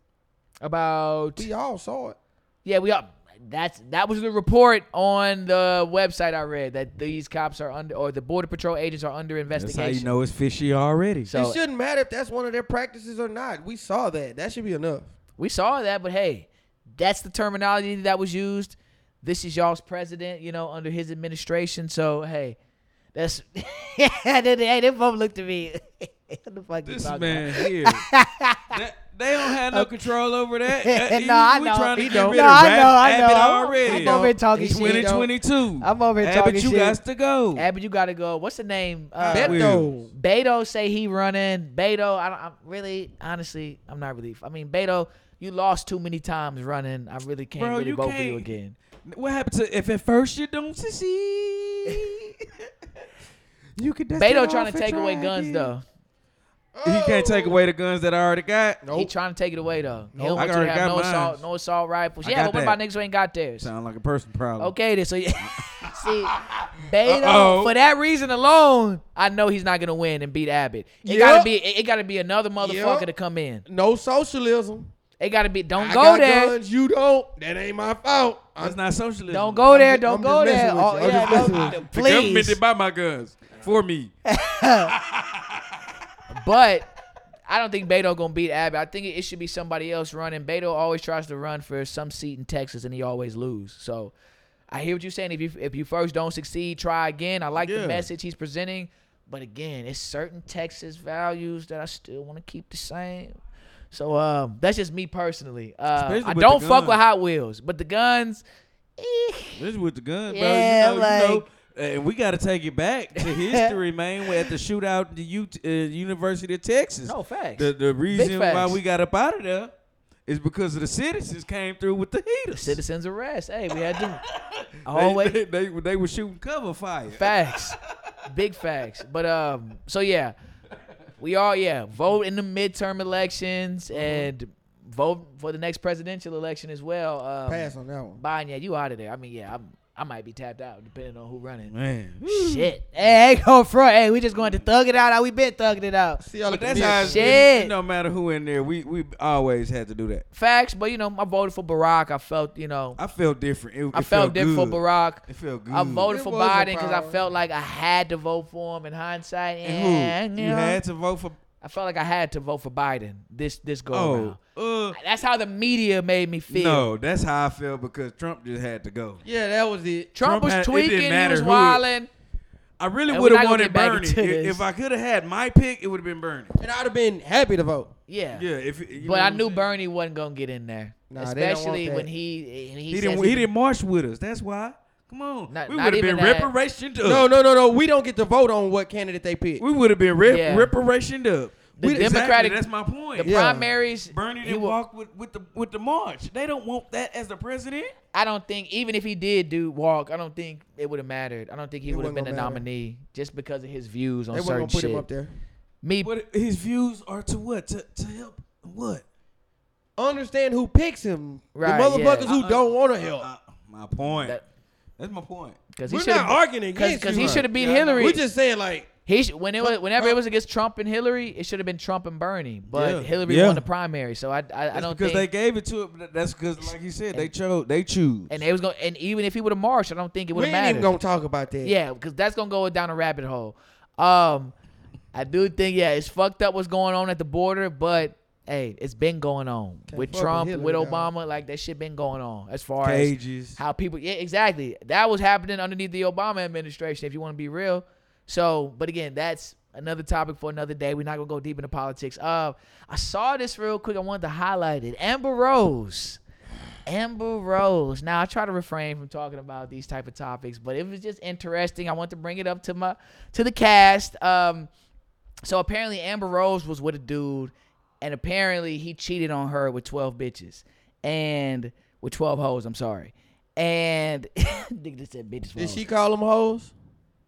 Speaker 2: About
Speaker 3: We all saw it.
Speaker 2: yeah, we are. That's that was the report on the website I read that these cops are under or the border patrol agents are under
Speaker 4: That's how you
Speaker 2: investigation.
Speaker 4: know it's fishy already.
Speaker 2: So
Speaker 3: It shouldn't matter if that's one of their practices or not. We saw that. That should be enough.
Speaker 2: We saw that, but hey, that's the terminology that was used. This is y'all's president, you know, under his administration. So hey, that's yeah. They, they, they both looked at me. what the fuck you
Speaker 4: This
Speaker 2: talking
Speaker 4: man here, that, they don't have no control over that. that
Speaker 2: No, I know.
Speaker 4: We trying to
Speaker 2: He
Speaker 4: get
Speaker 2: don't.
Speaker 4: rid
Speaker 2: No,
Speaker 4: of
Speaker 2: I
Speaker 4: rap,
Speaker 2: know, I
Speaker 4: Abbott
Speaker 2: know.
Speaker 4: already.
Speaker 2: I'm over here talking
Speaker 4: It's
Speaker 2: shit, though.
Speaker 4: 2022.
Speaker 2: I'm over here
Speaker 4: Abbott,
Speaker 2: talking
Speaker 4: you
Speaker 2: shit.
Speaker 4: got to go.
Speaker 2: about? Abby, you gotta go. What's the name?
Speaker 4: Beto.
Speaker 2: Uh,
Speaker 3: Beto.
Speaker 2: Beto say he running. Beto, I don't, I'm really, honestly, I'm not really. I mean, Beto, you lost too many times running. I really can't
Speaker 4: Bro,
Speaker 2: really
Speaker 4: you
Speaker 2: vote for you
Speaker 4: can't-
Speaker 2: again.
Speaker 4: What happened to if at first you don't succeed? you could. dust
Speaker 2: Beto
Speaker 4: it
Speaker 2: trying
Speaker 4: off
Speaker 2: to
Speaker 4: and
Speaker 2: take away
Speaker 4: try
Speaker 2: guns
Speaker 4: again.
Speaker 2: though.
Speaker 4: He can't take away the guns that I already got.
Speaker 2: He trying to take it away though. He
Speaker 4: Nope.
Speaker 2: don't
Speaker 4: I
Speaker 2: want you to
Speaker 4: already
Speaker 2: have
Speaker 4: got
Speaker 2: no
Speaker 4: mine.
Speaker 2: assault, no assault rifles.
Speaker 4: I
Speaker 2: yeah,
Speaker 4: got
Speaker 2: but what about
Speaker 4: that.
Speaker 2: niggas who ain't got theirs?
Speaker 4: Sound like a person problem.
Speaker 2: Okay, then so yeah. see, Beto
Speaker 4: Uh-oh.
Speaker 2: for that reason alone, I know he's not gonna win and beat Abbott. It
Speaker 3: Yep.
Speaker 2: gotta be, it, it gotta be another motherfucker
Speaker 3: Yep.
Speaker 2: to come in.
Speaker 3: No socialism.
Speaker 2: It gotta be. Don't
Speaker 3: I
Speaker 2: go
Speaker 3: got
Speaker 2: there.
Speaker 3: guns, you don't. That ain't my fault. I'm
Speaker 4: That's not socialism.
Speaker 2: Don't go there.
Speaker 3: ju-
Speaker 2: Don't
Speaker 3: I'm
Speaker 2: go
Speaker 3: just
Speaker 2: there.
Speaker 3: messing with
Speaker 2: Oh,
Speaker 3: you. I'm
Speaker 2: yeah,
Speaker 3: just
Speaker 2: don't-
Speaker 3: messing
Speaker 4: The government
Speaker 2: please.
Speaker 4: did buy my guns for me.
Speaker 2: But I don't think Beto gonna beat Abbott. I think it should be somebody else running. Beto always tries to run for some seat in Texas and he always lose. So I hear what you're saying. If you if you first don't succeed, try again. I like the
Speaker 4: Yeah.
Speaker 2: message he's presenting, but again, it's certain Texas values that I still want to keep the same. So um, that's just me personally. Uh,
Speaker 4: Especially
Speaker 2: I
Speaker 4: with the
Speaker 2: don't fuck with
Speaker 4: guns.
Speaker 2: Hot Wheels, but the guns. eh,
Speaker 4: This is with the gun, bro.
Speaker 2: Yeah,
Speaker 4: you know, you know, and we got to take it back to history, man. We're at the shootout in the U- uh, University of Texas.
Speaker 2: No facts.
Speaker 4: The, the reason why
Speaker 2: facts.
Speaker 4: we got up out of there is because of the citizens came through with the heaters.
Speaker 2: Citizens arrest. Hey, we had to
Speaker 4: They,
Speaker 2: always
Speaker 4: they, they, they were shooting cover fire.
Speaker 2: Facts. Big facts. But um, so yeah. We all yeah, vote in the midterm elections
Speaker 4: Mm-hmm.
Speaker 2: and vote for the next presidential election as well. Um,
Speaker 3: Pass on that one.
Speaker 2: Biden, yeah, you out of there. I mean, yeah, I'm I might be tapped out depending on who running.
Speaker 4: Man.
Speaker 2: Shit.
Speaker 9: Hey, ain't go front. Hey, we just going to thug it out. How we been thugging it out.
Speaker 3: See y'all
Speaker 4: But
Speaker 3: at the
Speaker 4: that's
Speaker 3: mid-
Speaker 4: how it's
Speaker 9: Shit.
Speaker 4: It, no matter who in there, we we always had to do that.
Speaker 2: Facts, but you know, I voted for Barack. I felt, you know,
Speaker 4: I felt different. It, it
Speaker 2: I felt different for
Speaker 4: good.
Speaker 2: Barack.
Speaker 4: It felt good.
Speaker 2: I voted
Speaker 3: It
Speaker 2: for
Speaker 3: was a
Speaker 2: Biden because I
Speaker 3: problem.
Speaker 2: felt like I had to vote for him in hindsight.
Speaker 4: And
Speaker 2: And
Speaker 4: who? You had to vote for.
Speaker 2: I felt like I had to vote for Biden this this go
Speaker 4: Oh,
Speaker 2: around.
Speaker 4: uh,
Speaker 2: That's how the media made me feel.
Speaker 4: no, that's how I felt because Trump just had to go.
Speaker 3: Yeah, that was it.
Speaker 2: Trump,
Speaker 4: Trump
Speaker 2: was
Speaker 4: had- it didn't
Speaker 2: tweaking, he
Speaker 4: matter
Speaker 2: was
Speaker 4: who it-
Speaker 2: wilding.
Speaker 4: I really
Speaker 2: And
Speaker 4: would
Speaker 2: we're not
Speaker 4: have
Speaker 2: gonna
Speaker 4: wanted
Speaker 2: get back
Speaker 4: Bernie.
Speaker 2: into
Speaker 4: If,
Speaker 2: this.
Speaker 4: if I could have had my pick, it would have been Bernie.
Speaker 3: And I'd have been happy to vote.
Speaker 2: Yeah.
Speaker 4: Yeah, if you know
Speaker 2: But I
Speaker 4: what I'm
Speaker 2: knew
Speaker 4: saying?
Speaker 2: Bernie wasn't gonna get in there,
Speaker 3: Nah, they don't want
Speaker 2: especially
Speaker 3: that.
Speaker 2: when he he,
Speaker 4: He,
Speaker 2: says
Speaker 4: didn't. He didn't march with us. That's why. Come on,
Speaker 2: Not-
Speaker 4: we
Speaker 2: not
Speaker 4: would have
Speaker 2: even
Speaker 4: been
Speaker 2: that.
Speaker 4: reparationed up.
Speaker 3: No, no, no, no. We don't get to vote on what candidate they pick.
Speaker 4: we would have been rep-
Speaker 2: Yeah.
Speaker 4: reparationed up.
Speaker 2: The
Speaker 4: We-
Speaker 2: Democratic-
Speaker 4: Exactly, that's my point.
Speaker 2: The
Speaker 3: Yeah.
Speaker 2: primaries,
Speaker 4: Bernie
Speaker 2: he
Speaker 4: didn't
Speaker 2: wa-
Speaker 4: walk with, with the with the march. They don't want that as the president.
Speaker 2: I don't think even if he did do walk, I don't think it would have mattered. I don't think he would have
Speaker 3: wouldn't
Speaker 2: been a
Speaker 3: gonna matter.
Speaker 2: nominee just because of his views on
Speaker 3: They weren't
Speaker 2: certain
Speaker 3: gonna put
Speaker 2: shit.
Speaker 3: him up there.
Speaker 2: Me,
Speaker 4: What his views are to what to to help what
Speaker 3: Understand who picks him.
Speaker 2: Right,
Speaker 3: the motherfuckers
Speaker 2: yeah.
Speaker 3: who don't want to help.
Speaker 4: Uh, my point.
Speaker 2: That-
Speaker 4: that's my point.
Speaker 2: because he
Speaker 3: We're
Speaker 2: should
Speaker 3: not
Speaker 2: have
Speaker 3: arguing against
Speaker 2: because
Speaker 3: you.
Speaker 2: he should have beat
Speaker 4: Yeah, I know.
Speaker 2: Hillary.
Speaker 3: We're just saying like
Speaker 2: He sh- when it was whenever it was against Trump and Hillary, it should have been Trump and Bernie, but
Speaker 4: Yeah.
Speaker 2: Hillary
Speaker 4: Yeah.
Speaker 2: won the primary, so I I, I
Speaker 4: That's
Speaker 2: don't
Speaker 4: because
Speaker 2: think.
Speaker 4: they gave it to him. That's because, like you said, they chose. They choose.
Speaker 2: and they was going and even if he would have marched, I don't think it would
Speaker 3: we
Speaker 2: have
Speaker 3: ain't
Speaker 2: mattered.
Speaker 3: even gonna talk about that.
Speaker 2: yeah, because that's gonna go down a rabbit hole. Um, I do think yeah, it's fucked up what's going on at the border, but hey, it's been going on with
Speaker 3: fuck with
Speaker 2: Trump, with
Speaker 3: Hillary, dog.
Speaker 2: Obama, like that shit been going on as far
Speaker 4: Cages.
Speaker 2: as how people. Yeah, exactly. That was happening underneath the Obama administration. If you want to be real, so but again, that's another topic for another day. We're not gonna go deep into politics. Uh, I saw this real quick. I wanted to highlight it. Amber Rose. Amber Rose. Now I try to refrain from talking about these type of topics, but it was just interesting. I want to bring it up to my to the cast. Um, so apparently Amber Rose was with a dude, and apparently he cheated on her with twelve bitches and with twelve hoes. I'm sorry. And nigga just said bitches.
Speaker 3: Did
Speaker 2: hoes.
Speaker 3: she call them hoes?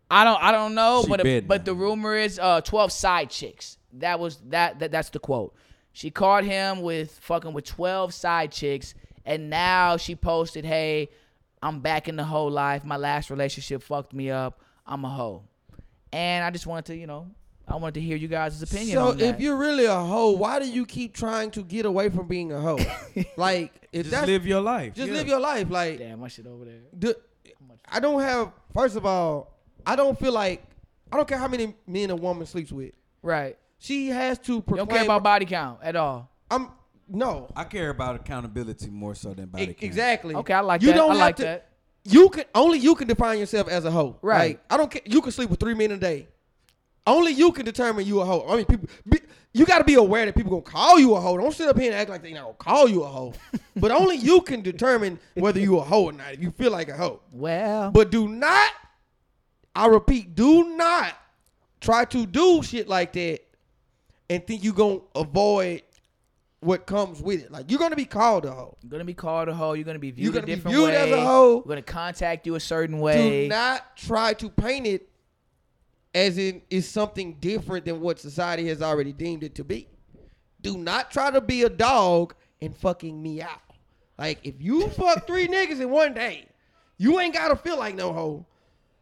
Speaker 2: I don't I don't know,
Speaker 4: She
Speaker 2: but
Speaker 4: been
Speaker 2: but the
Speaker 4: there.
Speaker 2: rumor is uh 12 side chicks. That was that, that that's the quote. She caught him with fucking with 12 side chicks and now she posted, "Hey, I'm back in the whole life. My last relationship fucked me up. I'm a hoe." And I just wanted to, you know, I wanted to hear you guys' opinion
Speaker 3: So
Speaker 2: on that.
Speaker 3: if you're really a hoe, why do you keep trying to get away from being a hoe? like if
Speaker 4: just
Speaker 3: that's
Speaker 4: live your life.
Speaker 3: just
Speaker 4: Yeah.
Speaker 3: live your life. Like
Speaker 2: Damn, my shit over there.
Speaker 3: the, I don't have. First of all, I don't feel like I don't care how many men a woman sleeps with.
Speaker 2: Right.
Speaker 3: She has to
Speaker 2: You
Speaker 3: proclaim.
Speaker 2: don't care about body count at all.
Speaker 3: I'm no.
Speaker 4: I care about accountability more so than body
Speaker 3: E-
Speaker 4: count.
Speaker 3: Exactly.
Speaker 2: Okay, I like
Speaker 3: you
Speaker 2: that.
Speaker 3: Don't
Speaker 2: I
Speaker 3: have
Speaker 2: like
Speaker 3: to,
Speaker 2: that.
Speaker 3: You can only you can define yourself as a hoe.
Speaker 2: Right.
Speaker 3: Like, I don't care. You can sleep with three men a day. Only you can determine you a hoe. I mean, people. Be, you got to be aware that people gonna call you a hoe. Don't sit up here and act like they not gonna call you a hoe. but only you can determine whether you a hoe or not. If you feel like a hoe.
Speaker 2: Well,
Speaker 3: But do not, I repeat, do not try to do shit like that and think you gonna avoid what comes with it. Like you're gonna be called a hoe.
Speaker 2: you're going to be called a hoe, you're going to be viewed
Speaker 3: gonna
Speaker 2: a
Speaker 3: be
Speaker 2: different
Speaker 3: viewed
Speaker 2: way.
Speaker 3: as a hoe.
Speaker 2: We're going to contact you a certain
Speaker 3: Do
Speaker 2: way.
Speaker 3: not try to paint it as in it's something different than what society has already deemed it to be. Do not try to be a dog and fucking meow. Like if you fuck three niggas in one day, you ain't gotta feel like no hoe.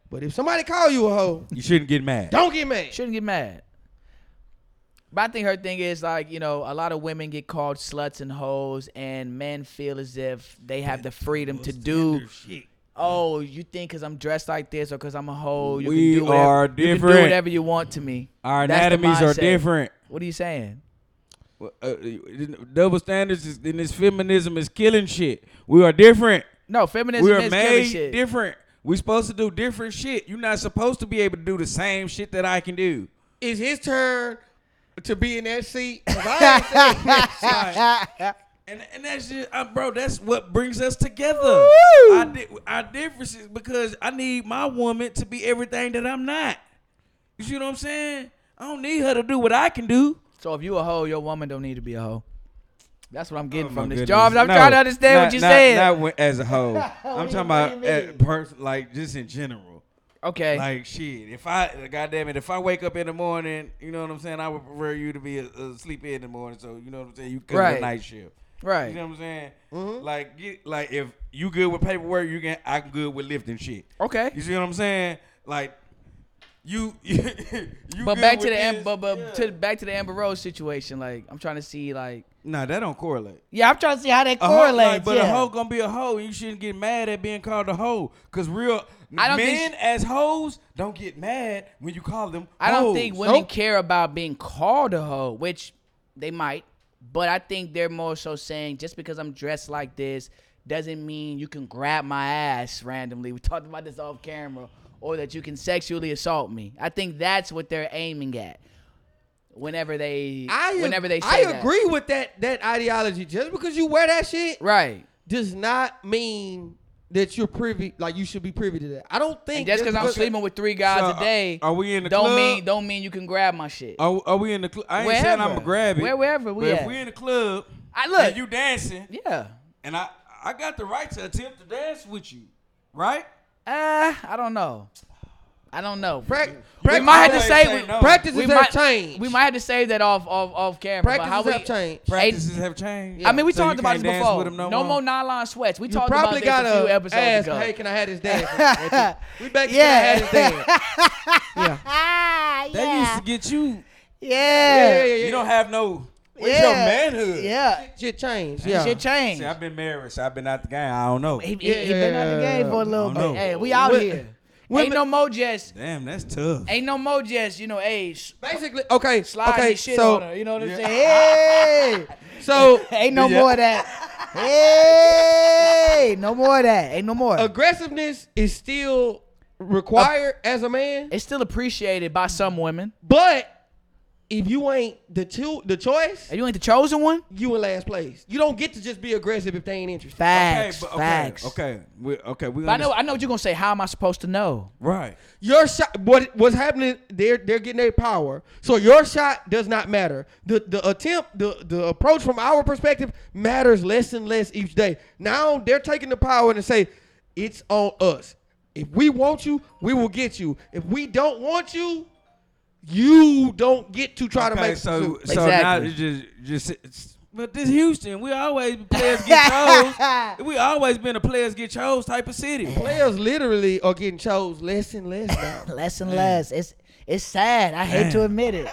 Speaker 3: But if somebody call you a hoe,
Speaker 4: You shouldn't get mad.
Speaker 3: don't get mad.
Speaker 2: shouldn't get mad. But I think her thing is like, you know, a lot of women get called sluts and hoes, and men feel as if they have the freedom to do. Oh, you think because I'm dressed like this or because I'm a hoe, you
Speaker 4: We
Speaker 2: can do whatever,
Speaker 4: are
Speaker 2: you can do
Speaker 4: different.
Speaker 2: whatever you want to me.
Speaker 4: Our
Speaker 2: That's the
Speaker 4: anatomies are
Speaker 2: mindset.
Speaker 4: different.
Speaker 2: What are you saying?
Speaker 4: Well, uh, uh, double standards is, and this feminism is killing shit. We are different.
Speaker 2: No, feminism
Speaker 4: We are
Speaker 2: is killing
Speaker 4: made
Speaker 2: shit.
Speaker 4: different. We're supposed to do different shit. You're not supposed to be able to do the same shit that I can do.
Speaker 3: It's his turn to be in that seat. 'Cause I ain't saying that shit.
Speaker 4: And, and that's just, uh, bro, that's what brings us together. Our, di- our differences, because I need my woman to be everything that I'm not. You see what I'm saying? I don't need her to do what I can do.
Speaker 2: So if you a hoe, your woman don't need to be a hoe. That's what I'm getting
Speaker 4: Oh, my
Speaker 2: from this
Speaker 4: goodness.
Speaker 2: job. I'm
Speaker 4: No,
Speaker 2: trying to understand
Speaker 4: not-
Speaker 2: what you're
Speaker 4: not-
Speaker 2: saying.
Speaker 4: Not when- as a whole. I'm talking about at person, like just in general.
Speaker 2: okay.
Speaker 4: Like shit. If I, goddamn it, if I wake up in the uh, morning, you know what I'm saying. I would prefer you to be a, a sleep in the morning. So you know what I'm saying. You cover
Speaker 2: Right.
Speaker 4: the night shift.
Speaker 2: Right.
Speaker 4: You know what I'm saying? Like, get, like if you good with paperwork, you can. I'm good with lifting shit.
Speaker 2: Okay.
Speaker 4: You see what I'm saying? Like, you, you.
Speaker 2: But
Speaker 4: good
Speaker 2: back to
Speaker 4: with
Speaker 2: the Am-
Speaker 4: this,
Speaker 2: but, but
Speaker 4: yeah.
Speaker 2: to back to the Amber Rose situation. Like I'm trying to see like
Speaker 4: Nah, that don't correlate.
Speaker 2: yeah, I'm trying to see how that
Speaker 4: A hoe,
Speaker 2: correlates.
Speaker 4: like, but
Speaker 2: yeah.
Speaker 4: a hoe gonna be a hoe. You shouldn't get mad at being called a hoe, cause real
Speaker 2: I don't think
Speaker 4: men as hoes don't get mad when you call them.
Speaker 2: I don't
Speaker 4: hoes.
Speaker 2: think women care about being called a hoe, which they might, but I think they're more so saying just because I'm dressed like this doesn't mean you can grab my ass randomly. We talked about this off camera, or that you can sexually assault me. I think that's what they're aiming at. Whenever they,
Speaker 3: I ag-
Speaker 2: whenever they say
Speaker 3: I
Speaker 2: that.
Speaker 3: agree with that that ideology. Just because you wear that shit
Speaker 2: right?
Speaker 3: does not mean that you're privy like you should be privy to that. I don't
Speaker 2: And
Speaker 3: think
Speaker 2: just because I'm sleeping with three guys
Speaker 4: So,
Speaker 2: a day,
Speaker 4: uh, are we in the
Speaker 2: Uh, don't
Speaker 4: club?
Speaker 2: mean don't mean you can grab my shit.
Speaker 4: Are, are we in the club? I ain't saying I'm
Speaker 2: Wherever.
Speaker 4: gonna grab it.
Speaker 2: Where- wherever we
Speaker 4: but
Speaker 2: at.
Speaker 4: if we in the club,
Speaker 2: I look.
Speaker 4: and you dancing,
Speaker 2: yeah.
Speaker 4: and I I got the right to attempt to dance with you, right?
Speaker 2: Uh, I don't know. I don't know.
Speaker 3: Prac-
Speaker 2: we might have to
Speaker 4: always
Speaker 2: say,
Speaker 4: say
Speaker 2: we,
Speaker 4: no.
Speaker 3: practices
Speaker 2: we
Speaker 3: have
Speaker 2: might
Speaker 3: changed.
Speaker 2: We might have to save that off off off camera. but
Speaker 3: practices
Speaker 2: how we,
Speaker 3: have changed.
Speaker 4: Practices have changed.
Speaker 2: I mean, we
Speaker 4: So you
Speaker 2: talked about
Speaker 4: can't
Speaker 2: this
Speaker 4: dance
Speaker 2: before.
Speaker 4: with 'em
Speaker 2: no, more nylon sweats. We
Speaker 3: You
Speaker 2: talked about
Speaker 3: probably
Speaker 2: this
Speaker 3: got
Speaker 2: a few
Speaker 3: to
Speaker 2: episodes
Speaker 3: ask,
Speaker 2: ago.
Speaker 3: hey, can I have this dance? we back to
Speaker 2: Yeah.
Speaker 3: can I have this dance?
Speaker 4: That used to get you.
Speaker 3: Yeah, yeah, yeah.
Speaker 4: You don't have no. Where's
Speaker 2: Yeah.
Speaker 4: your manhood?
Speaker 2: yeah,
Speaker 3: shit changed. Yeah.
Speaker 2: shit changed.
Speaker 4: See, I've been married, so I've been out the game. I don't know.
Speaker 2: he, he, he
Speaker 3: Yeah.
Speaker 2: been out the game for a little
Speaker 4: I
Speaker 2: bit.
Speaker 4: don't know.
Speaker 2: Hey, we out
Speaker 3: Wi-
Speaker 2: here. Ain't
Speaker 3: women-
Speaker 2: no more just.
Speaker 4: Damn, that's tough.
Speaker 2: Ain't no more just. You know, hey, s-
Speaker 3: Basically, okay,
Speaker 2: slide
Speaker 3: okay.
Speaker 2: your shit
Speaker 3: so,
Speaker 2: on her. You know what I'm
Speaker 4: Yeah.
Speaker 2: saying? Hey.
Speaker 3: so
Speaker 2: Ain't no
Speaker 4: Yeah.
Speaker 2: more of that. Hey, no more of that. Ain't no more.
Speaker 3: aggressiveness is still required as a man,
Speaker 2: It's still appreciated by some women.
Speaker 3: but if you ain't the two, the choice,
Speaker 2: And you ain't the chosen one.
Speaker 3: you in last place. You don't get to just be aggressive if they ain't interested.
Speaker 2: Facts,
Speaker 4: okay, but, okay,
Speaker 2: facts.
Speaker 4: Okay, we okay. We
Speaker 2: But I know, I know what you're gonna say. How am I supposed to know?
Speaker 4: right.
Speaker 3: Your shot, what what's happening? They're they're getting their power, so your shot does not matter. The the attempt, the the approach from our perspective matters less and less each day. Now they're taking the power and say, it's on us. If we want you, we will get you. If we don't want you, you don't get to try to
Speaker 4: Okay,
Speaker 3: make.
Speaker 4: so
Speaker 3: So,
Speaker 4: so now
Speaker 2: Exactly.
Speaker 4: it's just just. It's, but this Houston, we always players get chose. we always been a players get chose type of city.
Speaker 3: players literally are getting chose less and less now.
Speaker 2: Less and less. It's it's sad. I hate to admit it.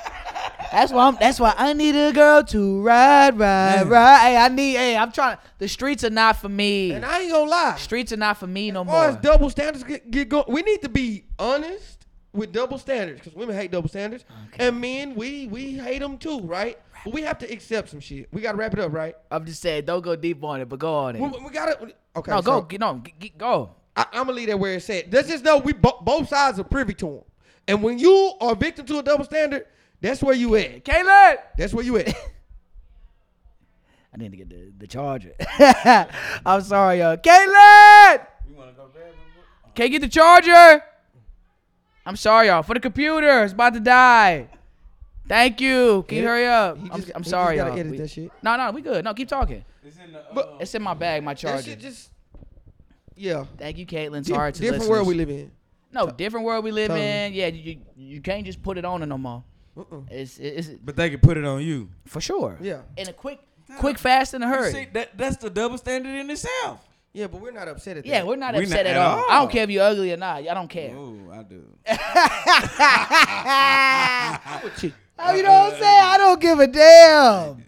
Speaker 2: That's why I'm, that's why I need a girl to ride, ride,
Speaker 4: Man.
Speaker 2: ride. Hey, I need. Hey, I'm trying. The streets are not for me.
Speaker 3: and I ain't gonna lie.
Speaker 2: streets are not for me no
Speaker 3: As far as
Speaker 2: more.
Speaker 3: double standards get, get going, we need to be honest with double standards because women hate double standards, and men we we hate them too, right? But we have to accept some shit. We gotta wrap it up, right?
Speaker 2: I'm just saying, don't go deep on it, but go on it.
Speaker 3: We, we gotta okay.
Speaker 2: no, go.
Speaker 3: so
Speaker 2: Get on. Get, get, go.
Speaker 3: I, I'm gonna leave that where it's at. Let's just know we bo- both sides are privy to them, and when you are victim to a double standard, that's where you at.
Speaker 2: Caleb.
Speaker 3: That's where you at.
Speaker 2: I need to get the, the charger. I'm sorry, y'all. Caleb! Can't get the charger. I'm sorry, y'all. For the computer, it's about to die. Thank you. Can you
Speaker 3: Yeah,
Speaker 2: hurry up?
Speaker 3: he
Speaker 2: I'm,
Speaker 3: just-
Speaker 2: I'm
Speaker 3: he just
Speaker 2: sorry,
Speaker 3: gotta
Speaker 2: y'all.
Speaker 3: edit
Speaker 2: We-
Speaker 3: that shit.
Speaker 2: No, no, we good. No, keep talking.
Speaker 4: uh, Oh.
Speaker 2: It's in my bag, my
Speaker 3: that
Speaker 2: charger.
Speaker 3: shit just yeah.
Speaker 2: Thank you, Caitlin.
Speaker 3: Di-
Speaker 2: Sorry to
Speaker 3: different
Speaker 2: listeners.
Speaker 3: world we live in.
Speaker 2: No, different world we live
Speaker 3: Totally.
Speaker 2: in. Yeah, you you- you can't just put it on it no more.
Speaker 3: Uh-uh.
Speaker 2: It's it's it's-
Speaker 4: But they can put it on you.
Speaker 2: for sure.
Speaker 3: Yeah.
Speaker 2: In a quick, quick, fast, and a hurry.
Speaker 4: See, that that's the double standard in itself.
Speaker 3: Yeah, but we're not upset at that.
Speaker 2: Yeah, we're not
Speaker 4: We
Speaker 2: upset
Speaker 4: not
Speaker 2: at,
Speaker 4: at
Speaker 2: all.
Speaker 4: all.
Speaker 2: I don't care if you're ugly or not. I don't care.
Speaker 4: Oh, I do.
Speaker 2: Oh, you know what I'm saying? I don't give a damn.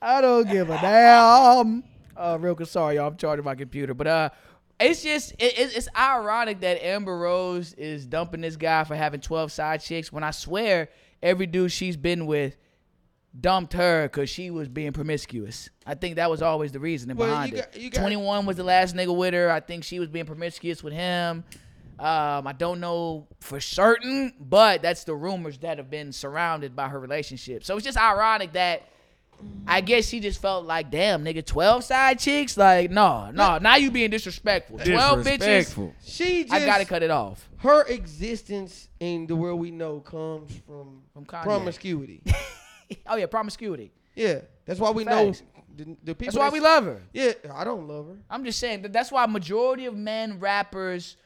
Speaker 2: I don't give a damn. Uh, real good. Sorry, y'all. I'm charging my computer, but uh, it's just it, it, it's ironic that Amber Rose is dumping this guy for having 12 side chicks when I swear every dude she's been with dumped her because she was being promiscuous. I think that was always the reasoning
Speaker 3: Well,
Speaker 2: behind
Speaker 3: you
Speaker 2: it.
Speaker 3: got- you got-
Speaker 2: 21 was the last nigga with her. I think she was being promiscuous with him. Um, I don't know for certain, but that's the rumors that have been surrounded by her relationship. So it's just ironic that I guess she just felt like, damn, nigga, 12 side chicks? Like, no, no, now you being disrespectful. 12 bitches,
Speaker 4: Disrespectful.
Speaker 3: She just
Speaker 2: I gotta cut it off.
Speaker 3: her existence in the world we know comes from,
Speaker 2: From Kanye.
Speaker 3: promiscuity.
Speaker 2: Oh, yeah, promiscuity.
Speaker 3: yeah, that's why we
Speaker 2: Facts.
Speaker 3: know the, the people.
Speaker 2: That's why
Speaker 3: that-
Speaker 2: we love her.
Speaker 3: Yeah, I don't love her.
Speaker 2: I'm just saying that that's why majority of men rappers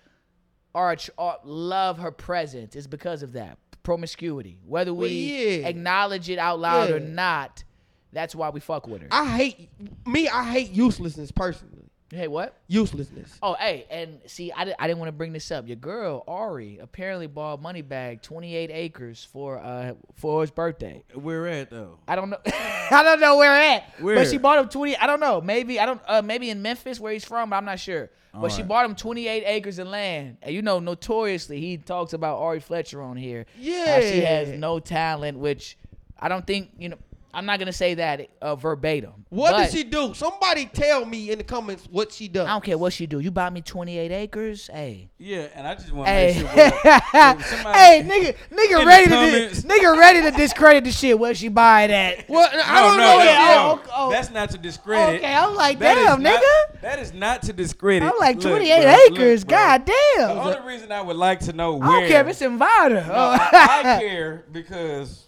Speaker 2: are, atr- are love her presence. It's because of that promiscuity. Whether we
Speaker 3: Well, yeah.
Speaker 2: acknowledge it out loud or
Speaker 3: Yeah.
Speaker 2: not, That's why we fuck with her.
Speaker 3: I hate me. I hate uselessness personally.
Speaker 2: hey, what?
Speaker 3: Uselessness.
Speaker 2: Oh, hey, and see, I, di- I didn't want to bring this up. Your girl Ari apparently borrowed money bag twenty eight acres for uh for his birthday.
Speaker 4: Where at though?
Speaker 2: I don't know. I don't know where at.
Speaker 4: Where?
Speaker 2: But she bought him twenty. I don't know. Maybe I don't. Uh, maybe in Memphis where he's from. But I'm not sure. But she
Speaker 4: Alright.
Speaker 2: bought him 28 acres of land. And you know, notoriously, he talks about Ari Fletcher on here. How she has
Speaker 3: Yeah.
Speaker 2: no talent, which I don't think you know. I'm not gonna say that uh, verbatim.
Speaker 3: What
Speaker 2: but
Speaker 3: does she do? Somebody tell me in the comments what she does.
Speaker 2: I don't care what she do. You buy me 28 acres. Hey.
Speaker 4: Yeah, and I just want to
Speaker 2: Hey.
Speaker 4: make sure. well, somebody-
Speaker 10: Hey, nigga, nigga
Speaker 4: the
Speaker 10: ready to
Speaker 4: comments.
Speaker 10: dis- nigga ready to discredit the shit. Where she buying at?
Speaker 3: Well, I
Speaker 4: No,
Speaker 3: don't
Speaker 4: no,
Speaker 3: know.
Speaker 4: that's,
Speaker 3: that-
Speaker 4: no.
Speaker 10: oh, oh.
Speaker 4: that's not to discredit.
Speaker 10: Okay, I'm like,
Speaker 4: That is
Speaker 10: damn,
Speaker 4: not-
Speaker 10: nigga.
Speaker 4: That is not to discredit.
Speaker 10: I'm like
Speaker 4: Look,
Speaker 10: 28
Speaker 4: bro, look,
Speaker 10: acres.
Speaker 4: bro.
Speaker 10: God
Speaker 4: The
Speaker 10: damn.
Speaker 4: only reason I would like to know where.
Speaker 10: I don't care if it's in Vada.
Speaker 4: No, I, I care because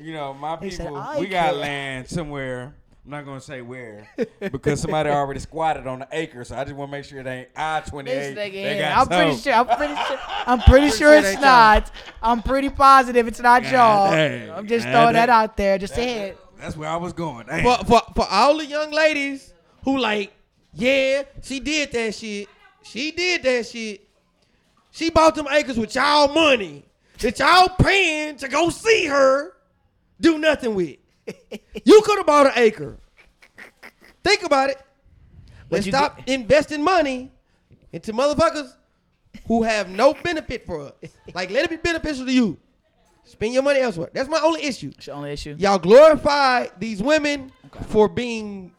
Speaker 4: you know my
Speaker 10: said,
Speaker 4: people.
Speaker 10: "I
Speaker 4: we got
Speaker 10: care."
Speaker 4: land somewhere. I'm not gonna say where because somebody already squatted on the acre. So I just want to make sure it ain't I twenty
Speaker 2: This
Speaker 4: eight.
Speaker 2: nigga
Speaker 4: They
Speaker 2: here.
Speaker 4: got
Speaker 10: I'm pretty
Speaker 4: some.
Speaker 10: sure. I'm pretty sure. I'm pretty sure it's not. I'm pretty positive it's not
Speaker 4: God
Speaker 10: y'all.
Speaker 4: dang.
Speaker 10: I'm just
Speaker 4: God
Speaker 10: throwing
Speaker 4: dang.
Speaker 10: that out there. Just ahead.
Speaker 4: That's where I was going. Damn.
Speaker 3: for, for for all the young ladies who like, yeah, she did that shit. She did that shit. She bought them acres with y'all money that y'all paying to go see her. Do nothing with. you could have bought an acre. Think about it. Let's
Speaker 2: you
Speaker 3: stop investing money into motherfuckers who have no benefit for us. Like, let it be beneficial to you. Spend your money elsewhere. That's my only issue
Speaker 2: It's the only issue.
Speaker 3: y'all glorify these women for being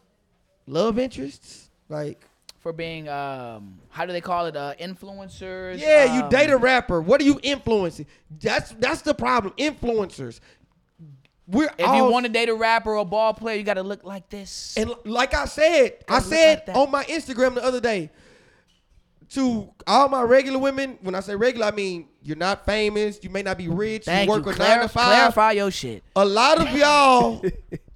Speaker 3: love interests. Like,
Speaker 2: for being um how do they call it uh influencers
Speaker 3: yeah, you
Speaker 2: um,
Speaker 3: date a rapper. What are you influencing? That's that's the problem. Influencers. We're
Speaker 2: if
Speaker 3: all,
Speaker 2: you want to date a rapper or a ball player you got to look like this
Speaker 3: and like I said, I
Speaker 2: look
Speaker 3: said
Speaker 2: like that.
Speaker 3: on my Instagram the other day to all my regular women. When I say regular, I mean you're not famous. You may not be rich.
Speaker 2: thank
Speaker 3: you work
Speaker 2: you
Speaker 3: a
Speaker 2: Clar-
Speaker 3: nine to five.
Speaker 2: clarify your shit
Speaker 3: A lot of y'all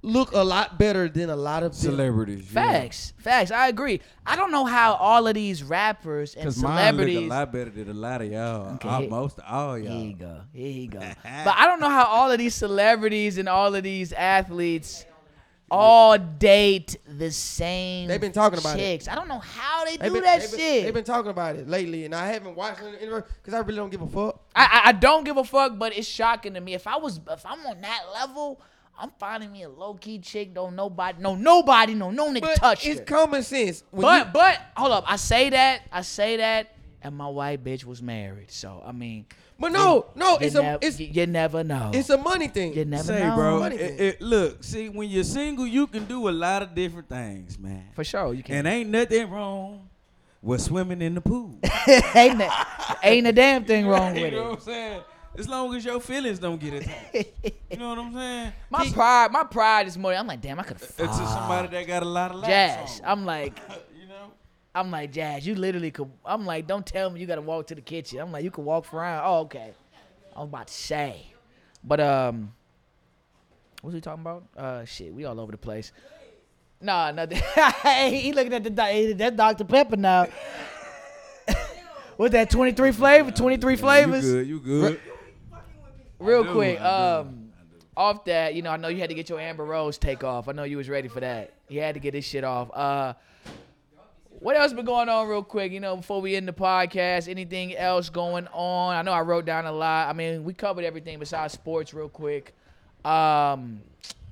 Speaker 3: look a lot better than a lot of them.
Speaker 4: celebrities.
Speaker 2: facts facts i agree i don't know how all of these rappers and
Speaker 4: Because mine look a
Speaker 2: celebrities
Speaker 4: lot better than a lot of y'all.
Speaker 2: Okay, here-
Speaker 4: Almost all
Speaker 2: Here you
Speaker 4: y'all.
Speaker 2: go. Here you go. but I don't know how all of these celebrities and all of these athletes all date the same.
Speaker 3: They've been talking about it.
Speaker 2: chicks. I don't know how they do
Speaker 3: They've been-
Speaker 2: that
Speaker 3: they've been-
Speaker 2: shit.
Speaker 3: They've been talking about it lately, and I haven't watched it because I really don't give a fuck.
Speaker 2: I, I I don't give a fuck, but it's shocking to me. If I was, if I'm on that level, I'm finding me a low key chick. Don't nobody, no nobody, no no nigga
Speaker 3: But
Speaker 2: touched
Speaker 3: it's
Speaker 2: her.
Speaker 3: common sense. When
Speaker 2: but
Speaker 3: you-
Speaker 2: but hold up, I say that, I say that, and my white bitch was married. So I mean,
Speaker 3: but no, no,
Speaker 2: you,
Speaker 3: it's a
Speaker 2: nev-
Speaker 3: it's
Speaker 2: you, you never know.
Speaker 3: it's a money thing.
Speaker 2: you never
Speaker 4: Say,
Speaker 2: know,
Speaker 4: bro,
Speaker 3: Money
Speaker 4: it-
Speaker 3: thing.
Speaker 4: it- look, see, when you're single, you can do a lot of different things, man.
Speaker 2: For sure, you can.
Speaker 4: And ain't nothing wrong with swimming in the pool.
Speaker 2: ain't a, ain't a damn thing wrong
Speaker 4: you
Speaker 2: with
Speaker 4: know what
Speaker 2: it.
Speaker 4: I'm saying? As long as your feelings don't get attacked. you know what I'm saying?
Speaker 2: My pride, my pride is more. I'm like, damn, I could
Speaker 4: It's just somebody
Speaker 2: fuck
Speaker 4: that got a lot of laughs.
Speaker 2: Jazz. Oh.
Speaker 4: on 'em.
Speaker 2: I'm like,
Speaker 4: you know?
Speaker 2: I'm like, Jazz, you literally could. I'm like, don't tell me you gotta walk to the kitchen. I'm like, you can walk around. Oh, okay. I'm about to say, but um, what was we talking about? Uh, shit, we all over the place. Nah, nothing. Hey, he looking at the doc- hey, that Dr Pepper now. What's that? Twenty three flavor, twenty three flavors.
Speaker 4: You good, you good.
Speaker 2: Real
Speaker 4: do,
Speaker 2: quick,
Speaker 4: I do,
Speaker 2: um, off that, you know, I know you had to get your Amber Rose take off. I know you was ready for that. You had to get this shit off. Uh, what else been going on, real quick? You know, before we end the podcast, anything else going on? I know I wrote down a lot. I mean, we covered everything besides sports, real quick. Um,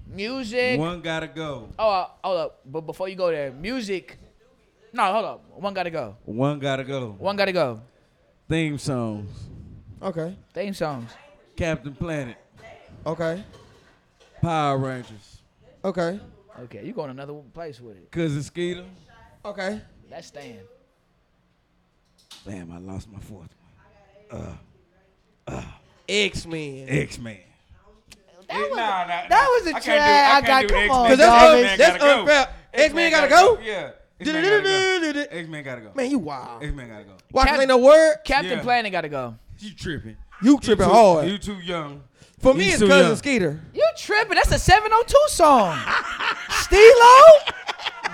Speaker 2: music.
Speaker 4: One gotta go.
Speaker 2: Oh, uh, hold up. But before you go there, music. No, hold up. One gotta go.
Speaker 4: One gotta go.
Speaker 2: One gotta go.
Speaker 4: Theme songs.
Speaker 3: okay,
Speaker 2: Theme songs.
Speaker 4: Captain Planet.
Speaker 3: okay,
Speaker 4: Power Rangers.
Speaker 3: okay,
Speaker 2: Okay, you going another place with it?
Speaker 4: Cousin Skeeter.
Speaker 3: okay.
Speaker 2: That's Stan.
Speaker 4: Damn, I lost my fourth one.
Speaker 3: X Men.
Speaker 4: X Men.
Speaker 2: That was-
Speaker 10: that was a
Speaker 4: a
Speaker 10: trap. I got- come on,
Speaker 3: Cause that's un- that's unfair. X Men gotta go.
Speaker 4: Yeah. X Men gotta go.
Speaker 3: Du-du-du-du-du-du.
Speaker 4: X Men gotta go.
Speaker 3: Man, you wild.
Speaker 4: X Men gotta go.
Speaker 3: Why
Speaker 2: Cap-
Speaker 3: can't no word?
Speaker 2: Captain
Speaker 4: Yeah.
Speaker 2: Planet gotta go.
Speaker 4: You tripping?
Speaker 3: You tripping
Speaker 4: you too, You
Speaker 3: hard.
Speaker 4: too young.
Speaker 3: For me,
Speaker 4: you
Speaker 3: it's
Speaker 4: too
Speaker 3: cousin
Speaker 4: young.
Speaker 3: Skeeter.
Speaker 2: You tripping? That's a 702 song.
Speaker 10: Stilo,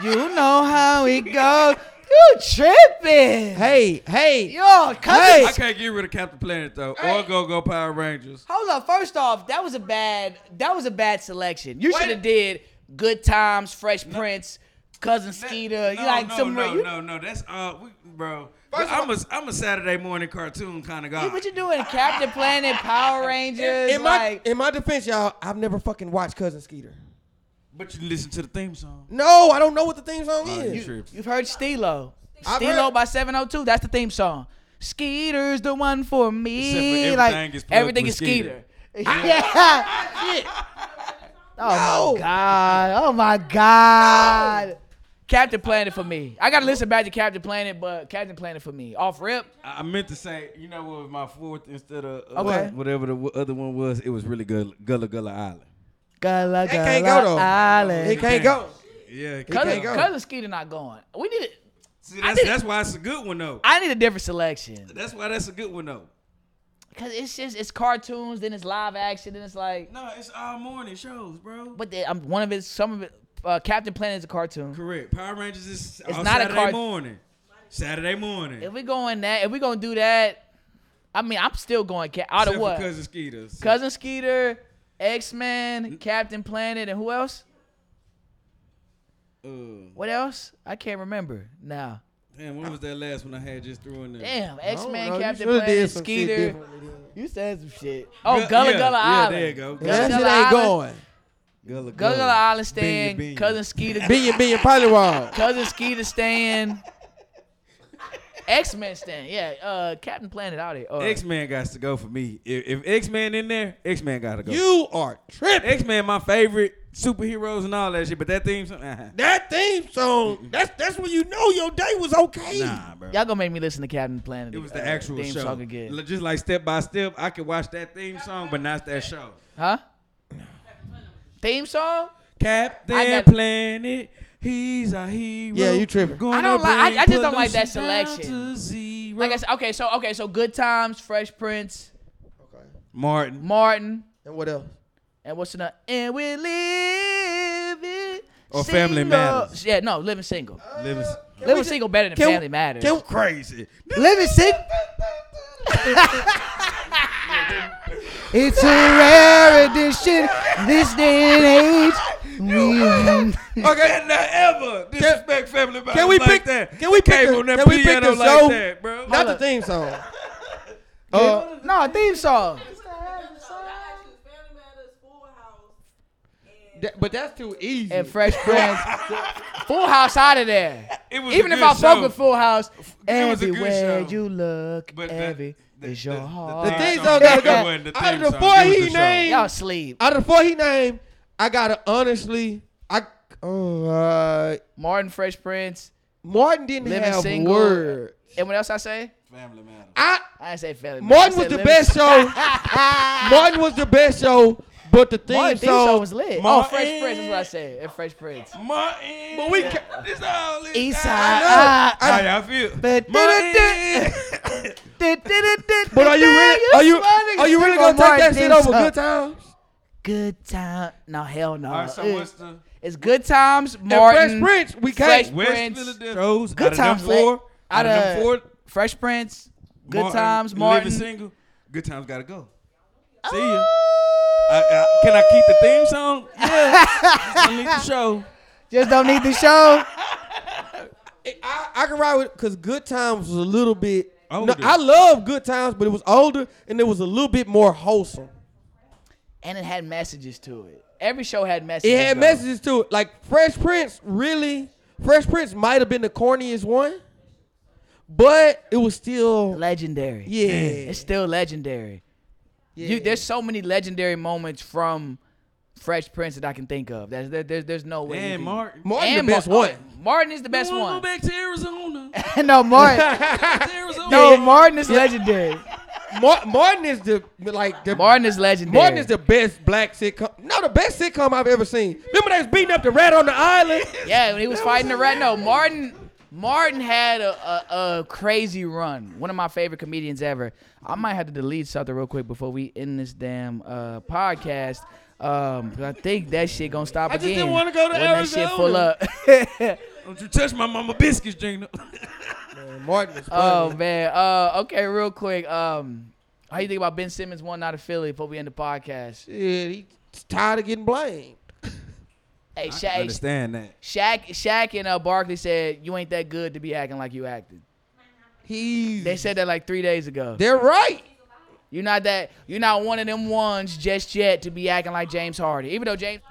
Speaker 10: you know how it goes. You tripping?
Speaker 3: Hey, hey.
Speaker 10: Yo, cousin.
Speaker 4: I can't get rid of Captain Planet though, or Go Go Power Rangers.
Speaker 2: Hold up. First off, that was a bad. That was a bad selection. You should have did Good Times, Fresh Prince, Cousin Skeeter.
Speaker 4: no,
Speaker 2: you like
Speaker 4: no,
Speaker 2: some
Speaker 4: no,
Speaker 2: real. you,
Speaker 4: no, no, that's all, we, bro. I'm a I'm a Saturday morning cartoon kind of guy.
Speaker 2: What you doing? Captain Planet, Power Rangers.
Speaker 3: In my
Speaker 2: like,
Speaker 3: in my defense, y'all, I've never fucking watched Cousin Skeeter.
Speaker 4: but you listen to the theme song.
Speaker 3: No, I don't know what the theme song is.
Speaker 2: You've heard Stilo.
Speaker 3: I've
Speaker 2: Stilo
Speaker 3: heard-
Speaker 2: by 702. That's the theme song. Skeeter's the one for me.
Speaker 4: Except for
Speaker 2: like
Speaker 4: everything is plugged
Speaker 2: everything
Speaker 4: with
Speaker 2: is Skeeter. yeah. Shit. Oh my
Speaker 3: No.
Speaker 2: god. Oh my god. Captain Planet for me. I gotta listen back to Captain Planet, but Captain Planet for me. Off rip.
Speaker 4: I I meant to say, you know what was my fourth instead of uh,
Speaker 2: Okay.
Speaker 4: whatever the w- other one was. It was really good, Gullah Gullah Island.
Speaker 2: Gullah
Speaker 3: It can't
Speaker 2: Gullah
Speaker 3: go though.
Speaker 2: Island.
Speaker 3: It can't go.
Speaker 4: Yeah,
Speaker 2: Cousin,
Speaker 3: can't go.
Speaker 2: cousin Skeeter not going. We need. A,
Speaker 4: See, that's,
Speaker 2: did-
Speaker 4: that's why it's a good one though.
Speaker 2: I need a different selection.
Speaker 4: That's why that's a good one though.
Speaker 2: Cause it's just it's cartoons, then it's live action, then it's like.
Speaker 4: No, it's all morning shows, bro.
Speaker 2: But the, um, one of his, some of it, uh, Captain Planet is a cartoon.
Speaker 4: Correct. Power Rangers is on
Speaker 2: not a
Speaker 4: Saturday
Speaker 2: cart-
Speaker 4: morning. Saturday morning.
Speaker 2: If we going that, if we gonna do that, I mean, I'm still going Ca- out
Speaker 4: Except
Speaker 2: of
Speaker 4: for
Speaker 2: what?
Speaker 4: Cousin Skeeter.
Speaker 2: Cousin Skeeter, X Men,
Speaker 4: Mm.
Speaker 2: Captain Planet, and who else?
Speaker 4: Uh,
Speaker 2: What else? I can't remember now.
Speaker 4: damn, when was that last one I had just threw in there?
Speaker 2: Damn,
Speaker 3: I
Speaker 2: X
Speaker 3: don't know,
Speaker 2: Men,
Speaker 3: Oh, you
Speaker 2: Captain
Speaker 3: shoulda
Speaker 2: Planet,
Speaker 3: did some shit
Speaker 2: Skeeter.
Speaker 3: differently then.
Speaker 2: You said some shit. Oh,
Speaker 4: Gu-
Speaker 2: Gullah
Speaker 4: yeah,
Speaker 2: Gullah
Speaker 4: yeah,
Speaker 2: Island.
Speaker 4: there you go.
Speaker 2: Gullah
Speaker 3: That shit
Speaker 2: Gullah
Speaker 3: ain't
Speaker 2: Island.
Speaker 3: going.
Speaker 4: Gullah
Speaker 2: Gullah Gullah Island
Speaker 4: Bing,
Speaker 2: stand.
Speaker 4: bing.
Speaker 2: Cousin Skeeter.
Speaker 3: Being being Polywall.
Speaker 2: Cousin Skeeter stand. X Men stand. Yeah, uh, Captain Planet out there. Uh,
Speaker 4: X Men got to go for me. If, if X Men in there, X Men got to go.
Speaker 3: You are tripping.
Speaker 4: X Men, my favorite superheroes and all that shit. But that theme song, uh-huh.
Speaker 3: That theme song. That's that's when you know your day was okay.
Speaker 4: nah, bro.
Speaker 2: Y'all gonna make me listen to Captain Planet.
Speaker 4: It was
Speaker 2: uh,
Speaker 4: the actual
Speaker 2: theme
Speaker 4: show.
Speaker 2: song again,
Speaker 4: L- Just like step by step, I could watch that theme song, but not that show.
Speaker 2: huh? Theme song? I
Speaker 4: Captain
Speaker 2: got-
Speaker 4: Planet, he's a hero.
Speaker 3: Yeah, you tripping.
Speaker 4: Gonna
Speaker 2: I don't like- I-
Speaker 4: bring
Speaker 2: I just don't like that
Speaker 4: pollution down
Speaker 2: selection.
Speaker 4: to zero.
Speaker 2: Like I said, okay, so okay, so Good Times, Fresh Prince,
Speaker 4: Martin.
Speaker 2: Martin,
Speaker 3: And what else?
Speaker 2: and what's another? And we live it.
Speaker 4: Or Family
Speaker 2: single.
Speaker 4: Matters.
Speaker 2: Yeah, no, living single.
Speaker 4: Living
Speaker 2: living single better than
Speaker 3: can we-
Speaker 2: Family Matters.
Speaker 3: can
Speaker 4: crazy.
Speaker 2: living single.
Speaker 5: It's a rare edition this day and age.
Speaker 4: Okay, now ever disrespect family matters
Speaker 3: can we
Speaker 4: like
Speaker 3: pick-
Speaker 4: that.
Speaker 3: can we pick
Speaker 4: Came
Speaker 3: the-
Speaker 4: on that
Speaker 3: can we pick
Speaker 4: piano
Speaker 3: the
Speaker 4: like
Speaker 3: show?
Speaker 4: that, bro?
Speaker 3: Not
Speaker 2: Hold
Speaker 3: the
Speaker 2: up.
Speaker 3: theme song. Uh,
Speaker 2: No, theme song.
Speaker 3: that- but that's too easy.
Speaker 2: And Fresh Prince. Full House out of there.
Speaker 4: It was a
Speaker 2: Even if
Speaker 4: good
Speaker 2: I fuck
Speaker 4: show,
Speaker 2: with Full House,
Speaker 4: It was a good
Speaker 2: everywhere
Speaker 4: show.
Speaker 2: you look,
Speaker 4: but that-
Speaker 2: every
Speaker 4: the-
Speaker 2: is
Speaker 4: the-
Speaker 2: your
Speaker 4: the
Speaker 2: heart.
Speaker 3: The theme
Speaker 4: song
Speaker 3: song gotta
Speaker 4: that
Speaker 3: go.
Speaker 4: wasn't the
Speaker 3: Out
Speaker 4: theme
Speaker 3: of the
Speaker 4: song,
Speaker 3: four
Speaker 4: it was
Speaker 3: he
Speaker 4: the show.
Speaker 3: named,
Speaker 2: Y'all sleep.
Speaker 3: out of the four he named, I gotta honestly, I oh, uh,
Speaker 2: Martin Fresh Prince.
Speaker 3: Martin didn't
Speaker 2: Living
Speaker 3: have
Speaker 2: single.
Speaker 3: word.
Speaker 2: And what else I say?
Speaker 4: Family matters.
Speaker 3: I
Speaker 2: I didn't say Philly.
Speaker 3: Martin was the best show. Martin was the best show, but the theme
Speaker 2: Martin theme
Speaker 3: song.
Speaker 2: song was lit. oh, Fresh
Speaker 4: Martin.
Speaker 2: Prince is what I said. And Fresh Prince.
Speaker 4: Martin.
Speaker 3: But we ca-
Speaker 4: This all is
Speaker 2: Eastside.
Speaker 3: I know.
Speaker 4: How
Speaker 3: I-
Speaker 4: y'all feel?
Speaker 2: But
Speaker 4: Martin.
Speaker 3: but are you really? Are you?
Speaker 2: smiling.
Speaker 3: Are you really
Speaker 2: Sing
Speaker 3: gonna
Speaker 2: on
Speaker 3: take that
Speaker 2: Martin
Speaker 3: shit
Speaker 2: theme
Speaker 3: over
Speaker 2: song.
Speaker 3: good times?
Speaker 2: Good time. No, hell no.
Speaker 4: All right, so
Speaker 2: Ugh.
Speaker 4: what's the
Speaker 2: it's good times,
Speaker 3: And
Speaker 2: Martin.
Speaker 3: Fresh Prince, we
Speaker 2: Fresh
Speaker 3: can't.
Speaker 4: West
Speaker 2: Prince.
Speaker 4: Philadelphia shows?
Speaker 2: Good
Speaker 4: out of them
Speaker 2: times,
Speaker 4: four,
Speaker 2: like-
Speaker 4: out of them four,
Speaker 2: Fresh Prince. Good
Speaker 4: Martin,
Speaker 2: times,
Speaker 4: Living
Speaker 2: Martin.
Speaker 4: single. Good times gotta go. See ya. I, I, can I keep the theme song? Yeah. Just delete the show.
Speaker 2: Just don't need the show.
Speaker 3: I, I can ride with because Good Times was a little bit. No,
Speaker 4: Older.
Speaker 3: I love Good Times, but it was older and it was a little bit more wholesome.
Speaker 2: And it had messages to it. Every show had messages.
Speaker 3: It had
Speaker 2: though.
Speaker 3: messages to it. Like Fresh Prince, really, Fresh Prince might have been the corniest one, but it was still
Speaker 2: Legendary.
Speaker 3: yeah.
Speaker 2: It's still legendary.
Speaker 3: Yeah.
Speaker 2: You, there's so many legendary moments from Fresh Prince that I can think of. There's there, there's, there's no way. you
Speaker 4: And
Speaker 2: can-
Speaker 4: Martin.
Speaker 3: Martin
Speaker 2: And
Speaker 3: the best
Speaker 2: Mar-
Speaker 3: one.
Speaker 2: oh, Martin is the best
Speaker 4: wanna
Speaker 2: one.
Speaker 4: Go back to Arizona.
Speaker 2: no, Martin.
Speaker 4: Back to Arizona.
Speaker 2: no, Martin is legendary.
Speaker 3: Mar- Martin is the like the
Speaker 2: Martin is legendary.
Speaker 3: Martin is the best black sitcom. No, the best sitcom I've ever seen. Remember they was beating up the rat on the island.
Speaker 2: yeah, when he was fighting the rat. No, Martin. Martin had a, a, a crazy run. One of my favorite comedians ever. I might have to delete something real quick before we end this damn uh, podcast. Um, 'cause I think that shit gonna stop
Speaker 4: I just
Speaker 2: again.
Speaker 4: didn't wanna go to
Speaker 2: when that shit
Speaker 4: Arizona.
Speaker 2: full up.
Speaker 4: Don't you touch my mama biscuits, Gina.
Speaker 3: Martin was
Speaker 2: Oh
Speaker 3: funny.
Speaker 2: man. Uh, okay, real quick. Um, how you think about Ben Simmons one out of Philly before we end the podcast?
Speaker 3: Shit, he's tired of getting blamed.
Speaker 2: Hey,
Speaker 4: I
Speaker 2: Shaq,
Speaker 4: understand that.
Speaker 2: Shaq, Shaq, and uh, Barkley said you ain't that good to be acting like you acted.
Speaker 3: He's
Speaker 2: They said that like three days ago.
Speaker 3: they're right.
Speaker 2: You're not that. You're not one of them ones just yet to be acting like James Harden. Even though James.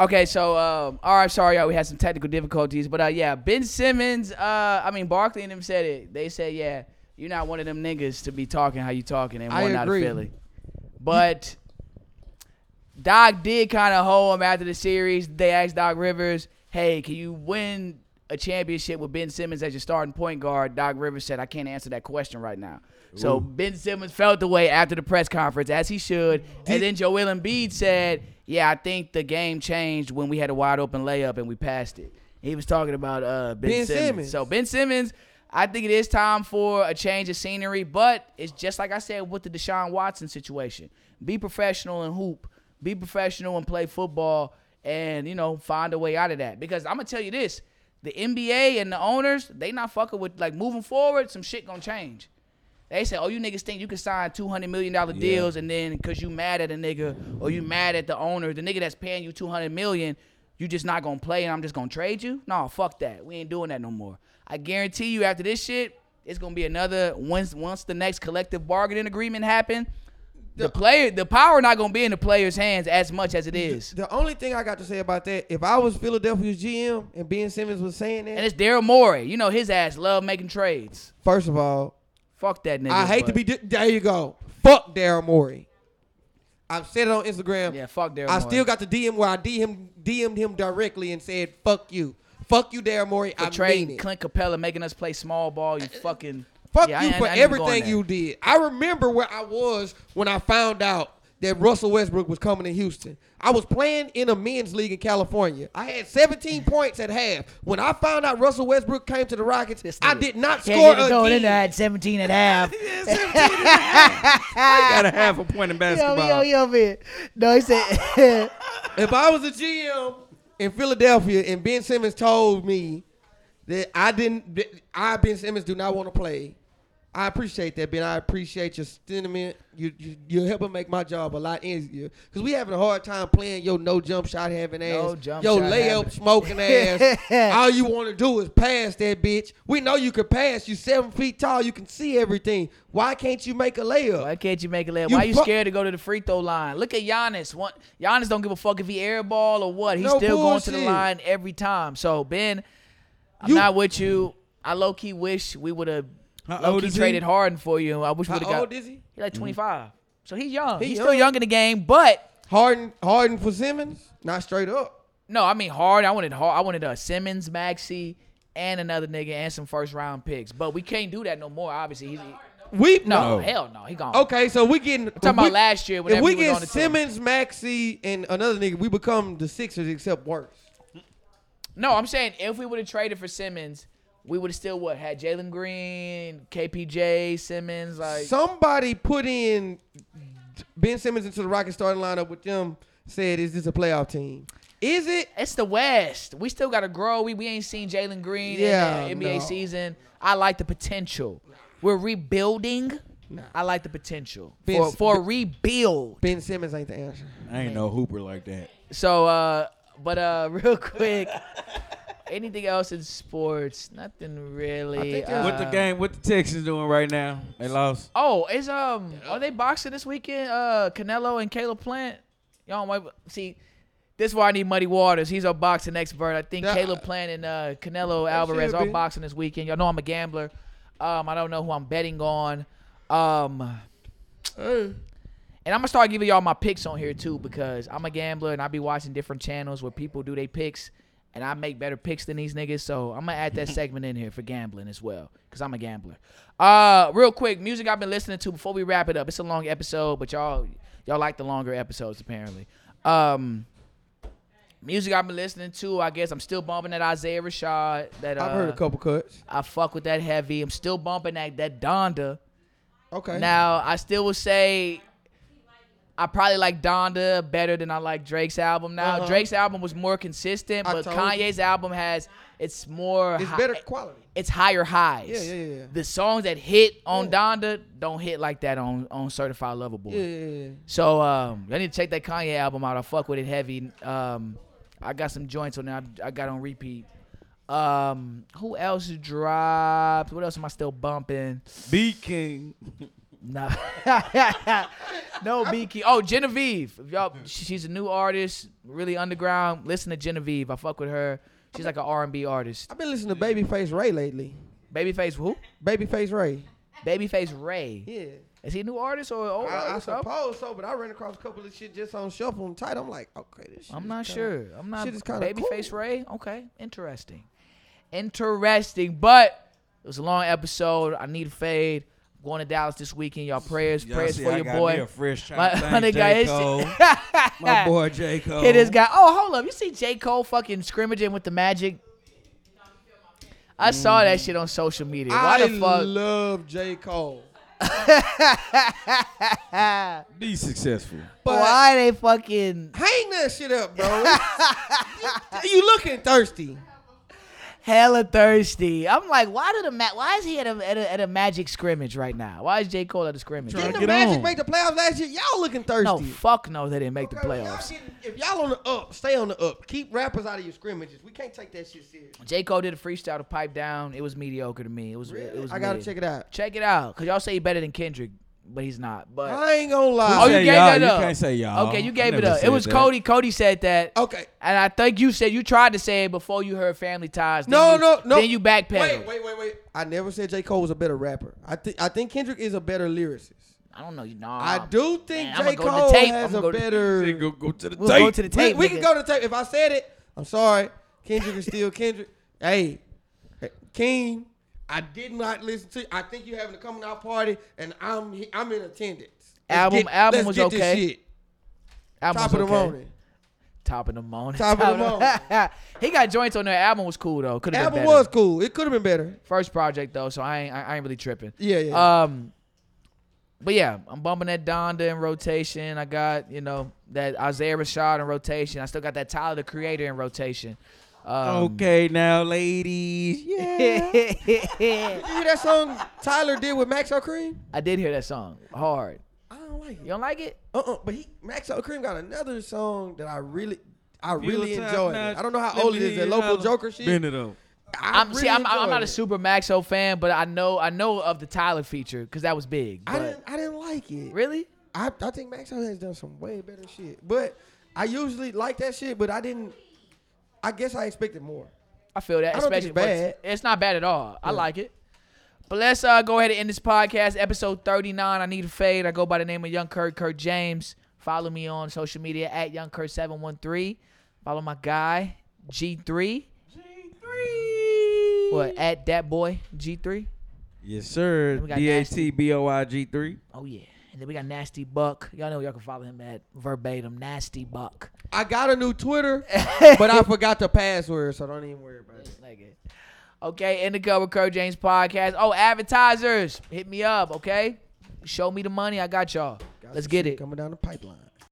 Speaker 2: Okay, so um, all right, sorry, y'all. We had some technical difficulties, but uh, yeah, Ben Simmons. Uh, I mean Barkley and them said it. They said, yeah, you're not one of them niggas to be talking how you talking and
Speaker 3: I
Speaker 2: one out of
Speaker 3: agree.
Speaker 2: Philly. But Doc did kind of hold him after the series. They asked Doc Rivers, "Hey, can you win a championship with Ben Simmons as your starting point guard?" Doc Rivers said, "I can't answer that question right now." So Ben Simmons felt the way after the press conference, as he should. and then Joel Embiid said, "Yeah, I think the game changed when we had a wide open layup and we passed it." He was talking about uh, ben,
Speaker 3: Ben
Speaker 2: Simmons.
Speaker 3: Simmons.
Speaker 2: So Ben Simmons, I think it is time for a change of scenery, but it's just like I said with the Deshaun Watson situation. Be professional and hoop. Be professional and play football and, you know, find a way out of that. Because I'm gonna tell you this, the NBA and the owners, they not fucking with like moving forward, some shit gonna change. They say, "Oh, you niggas think you can sign two hundred million dollar deals, and then because you mad at a nigga or you mad at the owner, the nigga that's paying you two hundred million, you just not gonna play, and I'm just gonna trade you? No, fuck that. We ain't doing that no more. I guarantee you, after this shit, it's gonna be another once once the next collective bargaining agreement happen, the player, the power not gonna be in the player's hands as much as it is,
Speaker 3: The only thing I got to say about that, if I was Philadelphia's GM and Ben Simmons was saying
Speaker 2: and
Speaker 3: that,
Speaker 2: it's Daryl Morey. You know his ass love making trades.
Speaker 3: first of all,
Speaker 2: Fuck that nigga.
Speaker 3: I hate to
Speaker 2: but-
Speaker 3: be. di- There you go. Fuck Daryl Morey. I've said it on Instagram.
Speaker 2: Yeah, fuck Daryl.
Speaker 3: I
Speaker 2: Morey.
Speaker 3: still got the DM where I DM DM'd him directly and said, "Fuck you, fuck you, Daryl Morey." I
Speaker 2: for trading
Speaker 3: mean it.
Speaker 2: Clint Capella, making us play small ball. You fucking
Speaker 3: Fuck
Speaker 2: Yeah, I
Speaker 3: you
Speaker 2: ain't- I
Speaker 3: for
Speaker 2: ain't even going
Speaker 3: everything
Speaker 2: there.
Speaker 3: you did. I remember where I was when I found out that Russell Westbrook was coming to Houston. I was playing in a men's league in California. I had 17 points at half. When I found out Russell Westbrook came to the Rockets, I did not score
Speaker 11: Can't get it going in there
Speaker 3: again.
Speaker 11: at 17 and a half.
Speaker 4: I got a half a point in
Speaker 11: yo,
Speaker 4: basketball.
Speaker 11: yo, yo, man. No, he said.
Speaker 3: If I was a GM in Philadelphia and Ben Simmons told me that I didn't, that I Ben Simmons do not want to play. I appreciate that, Ben. I appreciate your sentiment. You you you're helping make my job a lot easier because we having a hard time playing your no jump shot having ass,
Speaker 2: No jump
Speaker 3: your
Speaker 2: shot
Speaker 3: layup
Speaker 2: having-
Speaker 3: smoking ass. All you want to do is pass that bitch. We know you can pass. You seven feet tall. You can see everything. Why can't you make a layup?
Speaker 2: Why can't you make a layup?
Speaker 3: You
Speaker 2: Why you
Speaker 3: fu-
Speaker 2: scared to go to the free throw line? Look at Giannis. One, Giannis don't give a fuck if he airball or what. He's
Speaker 3: No
Speaker 2: still going to the
Speaker 3: bullshit.
Speaker 2: line every time. So Ben, I'm
Speaker 3: You-
Speaker 2: not with you. I low key wish we would have
Speaker 4: How
Speaker 2: low
Speaker 4: old
Speaker 2: key
Speaker 4: is he?
Speaker 2: traded Harden for you. I wish we
Speaker 3: How
Speaker 2: would have
Speaker 3: old
Speaker 2: got.
Speaker 3: is he?
Speaker 2: He's like 25, so he's young.
Speaker 3: He
Speaker 2: he's
Speaker 3: young.
Speaker 2: still young in the game, but
Speaker 3: Harden Harden for Simmons? Not straight up.
Speaker 2: No, I mean hard. I wanted hard. I wanted uh, Simmons, Maxi, and another nigga, and some first round picks. But we can't do that no more. Obviously, he's
Speaker 3: We
Speaker 2: no, hell no. He gone.
Speaker 3: Okay, so we getting talking
Speaker 2: about last year
Speaker 3: If
Speaker 2: whenever
Speaker 3: we
Speaker 2: he was
Speaker 3: get
Speaker 2: on the team.
Speaker 3: Simmons, Maxi, and another nigga, we become the Sixers except worse.
Speaker 2: No, I'm saying if we would have traded for Simmons, we would have still what had Jalen Green, KPJ, Simmons, like
Speaker 3: Somebody put in Ben Simmons into the Rockets starting lineup with them. Said, is this a playoff team? Is it?
Speaker 2: it's the West. We still gotta grow. We we ain't seen Jalen Green
Speaker 3: Yeah,
Speaker 2: in the NBA
Speaker 3: no.
Speaker 2: season. I like the potential. We're rebuilding. I like the potential for
Speaker 3: Vince-
Speaker 2: for a rebuild.
Speaker 3: Ben Simmons ain't the answer.
Speaker 4: I ain't no hooper like that.
Speaker 2: So, uh, but uh, real quick, anything else in sports? Nothing really. Uh,
Speaker 4: what the game? What the Texans doing right now? They lost.
Speaker 2: Oh, is um, are they boxing this weekend? Uh, Canelo and Caleb Plant. Y'all might see. This is why I need Muddy Waters. He's a boxing expert. I think
Speaker 3: Nah.
Speaker 2: Caleb Plant and uh, Canelo Alvarez
Speaker 3: should
Speaker 2: are
Speaker 3: be.
Speaker 2: boxing this weekend. Y'all know I'm a gambler. Um, I don't know who I'm betting on. Um, And I'm gonna start giving y'all my picks on here too because I'm a gambler and I be watching different channels where people do their picks and I make better picks than these niggas. So I'm gonna add that segment in here for gambling as well because I'm a gambler. Uh, real quick, music I've been listening to before we wrap it up. It's a long episode, but y'all y'all like the longer episodes apparently. Um, music I've been listening to. I guess I'm still bumping that Isaiah Rashad. That uh,
Speaker 3: I've heard a couple cuts.
Speaker 2: I fuck with that heavy. I'm still bumping that that Donda.
Speaker 3: Okay.
Speaker 2: Now, I still would say I probably like Donda better than I like Drake's album. Now,
Speaker 3: Uh-huh.
Speaker 2: Drake's album was more consistent,
Speaker 3: I
Speaker 2: but
Speaker 3: told
Speaker 2: Kanye's album has it's more
Speaker 3: it's
Speaker 2: hi-
Speaker 3: better quality.
Speaker 2: it's higher highs.
Speaker 3: Yeah, yeah, yeah, yeah.
Speaker 2: The songs that hit on Donda don't hit like that on on Certified Lover Boy.
Speaker 3: Yeah.
Speaker 2: So um, I need to check that Kanye album out. I fuck with it heavy. Um, I got some joints on there. I, I got on repeat. Um, who else dropped? What else am I still bumping?
Speaker 4: B King.
Speaker 2: No, no, Beaky. Oh, Genevieve. If y'all, she- she's a new artist, really underground. Listen to Genevieve. I fuck with her. She's like an R and B artist.
Speaker 3: I've been listening to Babyface Ray lately.
Speaker 2: Babyface who?
Speaker 3: Babyface Ray.
Speaker 2: Babyface Ray.
Speaker 3: Yeah.
Speaker 2: Is he a new artist or old
Speaker 3: I, I
Speaker 2: artist? I,
Speaker 3: suppose so, but I ran across a couple of shit just on shuffle and tight. I'm like, okay, this shit.
Speaker 2: am
Speaker 3: is
Speaker 2: not
Speaker 3: kinda-
Speaker 2: sure. I'm not.
Speaker 3: shit is kinda
Speaker 2: Babyface
Speaker 3: cool.
Speaker 2: Ray. Okay, interesting, interesting. But it was a long episode. I need a fade. going to Dallas this weekend. Y'all prayers,
Speaker 4: Y'all
Speaker 2: prayers
Speaker 4: see
Speaker 2: for
Speaker 4: I
Speaker 2: your
Speaker 4: got me
Speaker 2: boy.
Speaker 4: a fresh trying
Speaker 2: My-
Speaker 4: to
Speaker 2: my
Speaker 4: thank
Speaker 2: nigga,
Speaker 4: J.
Speaker 2: it's-
Speaker 4: Cole. My boy J. Cole.
Speaker 2: It is got. Oh, hold up. You see J. Cole fucking scrimmaging with the Magic? I saw that shit on social media. Why
Speaker 3: Mm-hmm. I
Speaker 2: the fuck?
Speaker 3: love J. Cole.
Speaker 4: Be successful.
Speaker 3: But
Speaker 2: why they fucking
Speaker 3: hang that shit up, bro. you, you looking thirsty.
Speaker 2: hella thirsty? I'm like, why do the ma- Why is he at a, at a at a Magic scrimmage right now? Why is J. Cole at a scrimmage?
Speaker 4: Tryna
Speaker 3: Didn't the
Speaker 4: get
Speaker 3: Magic
Speaker 4: on.
Speaker 3: make the playoffs last year? Y'all looking thirsty.
Speaker 2: No, fuck no, they didn't make the
Speaker 3: Okay, well, y'all
Speaker 2: playoffs.
Speaker 3: getting- if y'all on the up, stay on the up. Keep rappers out of your scrimmages. We can't take that shit serious.
Speaker 2: J. Cole did a freestyle to pipe down. It was mediocre to me. It was it was.
Speaker 3: I gotta
Speaker 2: mid.
Speaker 3: check it out.
Speaker 2: Check it out, cause y'all say he better than Kendrick, but he's not. But
Speaker 3: I ain't gonna lie.
Speaker 2: Oh, you
Speaker 4: Say
Speaker 2: gave
Speaker 4: y'all,
Speaker 2: that
Speaker 4: you
Speaker 2: up.
Speaker 4: can't say y'all.
Speaker 2: Okay, you
Speaker 4: I
Speaker 2: gave it
Speaker 4: never
Speaker 2: up. It
Speaker 4: said
Speaker 2: was
Speaker 4: that.
Speaker 2: Cody. Cody said that.
Speaker 3: Okay.
Speaker 2: And I think you said you tried to say it before you heard Family Ties. Then
Speaker 3: No,
Speaker 2: you-
Speaker 3: no, no.
Speaker 2: Then you backpedaled.
Speaker 3: Wait, wait, wait, wait. I never said J. Cole was a better rapper. I think I think Kendrick is a better lyricist.
Speaker 2: I don't know. You know.
Speaker 3: I do think
Speaker 2: man, I'ma
Speaker 3: J.
Speaker 2: go to the
Speaker 3: Cole
Speaker 2: tape.
Speaker 3: has
Speaker 2: I'ma
Speaker 3: a
Speaker 2: go to-
Speaker 3: better.
Speaker 4: Say Go, go to the
Speaker 2: We'll
Speaker 4: tape.
Speaker 2: go to the
Speaker 3: we
Speaker 2: tape.
Speaker 3: we can
Speaker 2: nigga.
Speaker 3: go to tape. If I said it, I'm sorry. Kendrick is still Kendrick. Hey, King, I did not listen to you. I think you're having a coming out party, and I'm he- I'm in attendance. Let's
Speaker 2: Album-
Speaker 3: get-
Speaker 2: album
Speaker 3: let's
Speaker 2: was
Speaker 3: get this
Speaker 2: okay.
Speaker 3: shit.
Speaker 2: Album's
Speaker 3: Top of the
Speaker 2: okay.
Speaker 3: morning.
Speaker 2: Top of the morning.
Speaker 3: Top of the
Speaker 2: morning. he got joints on there. Album was cool though. Could have
Speaker 3: Album
Speaker 2: been better.
Speaker 3: was cool. It could have been better.
Speaker 2: first project though, so I ain't I, I ain't really tripping.
Speaker 3: Yeah, yeah.
Speaker 2: Um, but yeah, I'm bumping that Donda in rotation. I got you know that Isaiah Rashad in rotation. I still got that Tyler the Creator in rotation. Um,
Speaker 4: Okay, now, ladies. Yeah.
Speaker 3: Did you hear that song Tyler did with Max O'Cream?
Speaker 2: I did hear that song hard.
Speaker 3: I don't like it.
Speaker 2: You don't like it?
Speaker 3: Uh-uh. But he Max O'Cream got another song that I really I
Speaker 4: You
Speaker 3: really
Speaker 4: a top
Speaker 3: enjoyed. It.
Speaker 4: notch.
Speaker 3: I don't know how
Speaker 4: Let
Speaker 3: old
Speaker 4: me
Speaker 3: it is.
Speaker 4: hear
Speaker 3: That
Speaker 4: you
Speaker 3: local
Speaker 4: holler.
Speaker 3: Joker shit.
Speaker 4: Been it up.
Speaker 3: I
Speaker 2: I'm see.
Speaker 3: really
Speaker 2: I'm, I'm not
Speaker 3: enjoyed
Speaker 2: a
Speaker 3: it.
Speaker 2: super Maxo fan, but I know I know of the Tyler feature because that was big.
Speaker 3: I
Speaker 2: but-
Speaker 3: didn't I didn't like it.
Speaker 2: really?
Speaker 3: I, I think Max O'Cream has done some way better shit. But I usually like that shit, but I didn't I guess I expected more.
Speaker 2: I feel that.
Speaker 3: I don't think
Speaker 2: especially
Speaker 3: it's bad.
Speaker 2: but It's not bad at all. I like it. But let's uh, go ahead and end this podcast, episode 39. I need a fade. I go by the name of Young Kurt, Kurt James. Follow me on social media at Young Kurt 713. Follow my guy, G3. G3. What, at that boy, G3?
Speaker 4: Yes, sir.
Speaker 2: We got
Speaker 4: D A T B O I G 3.
Speaker 2: Oh, yeah. And then we got Nasty Buck. Y'all know y'all can follow him at verbatim, Nasty Buck.
Speaker 3: I got a new Twitter, but I forgot the password, so don't even worry about it.
Speaker 2: Nigga. Okay, in the cover Kurt James podcast. Oh, advertisers, hit me up, okay? Show me the money, I got y'all.
Speaker 3: Got
Speaker 2: Let's
Speaker 3: some
Speaker 2: get
Speaker 3: shit
Speaker 2: it.
Speaker 3: Coming down the pipeline.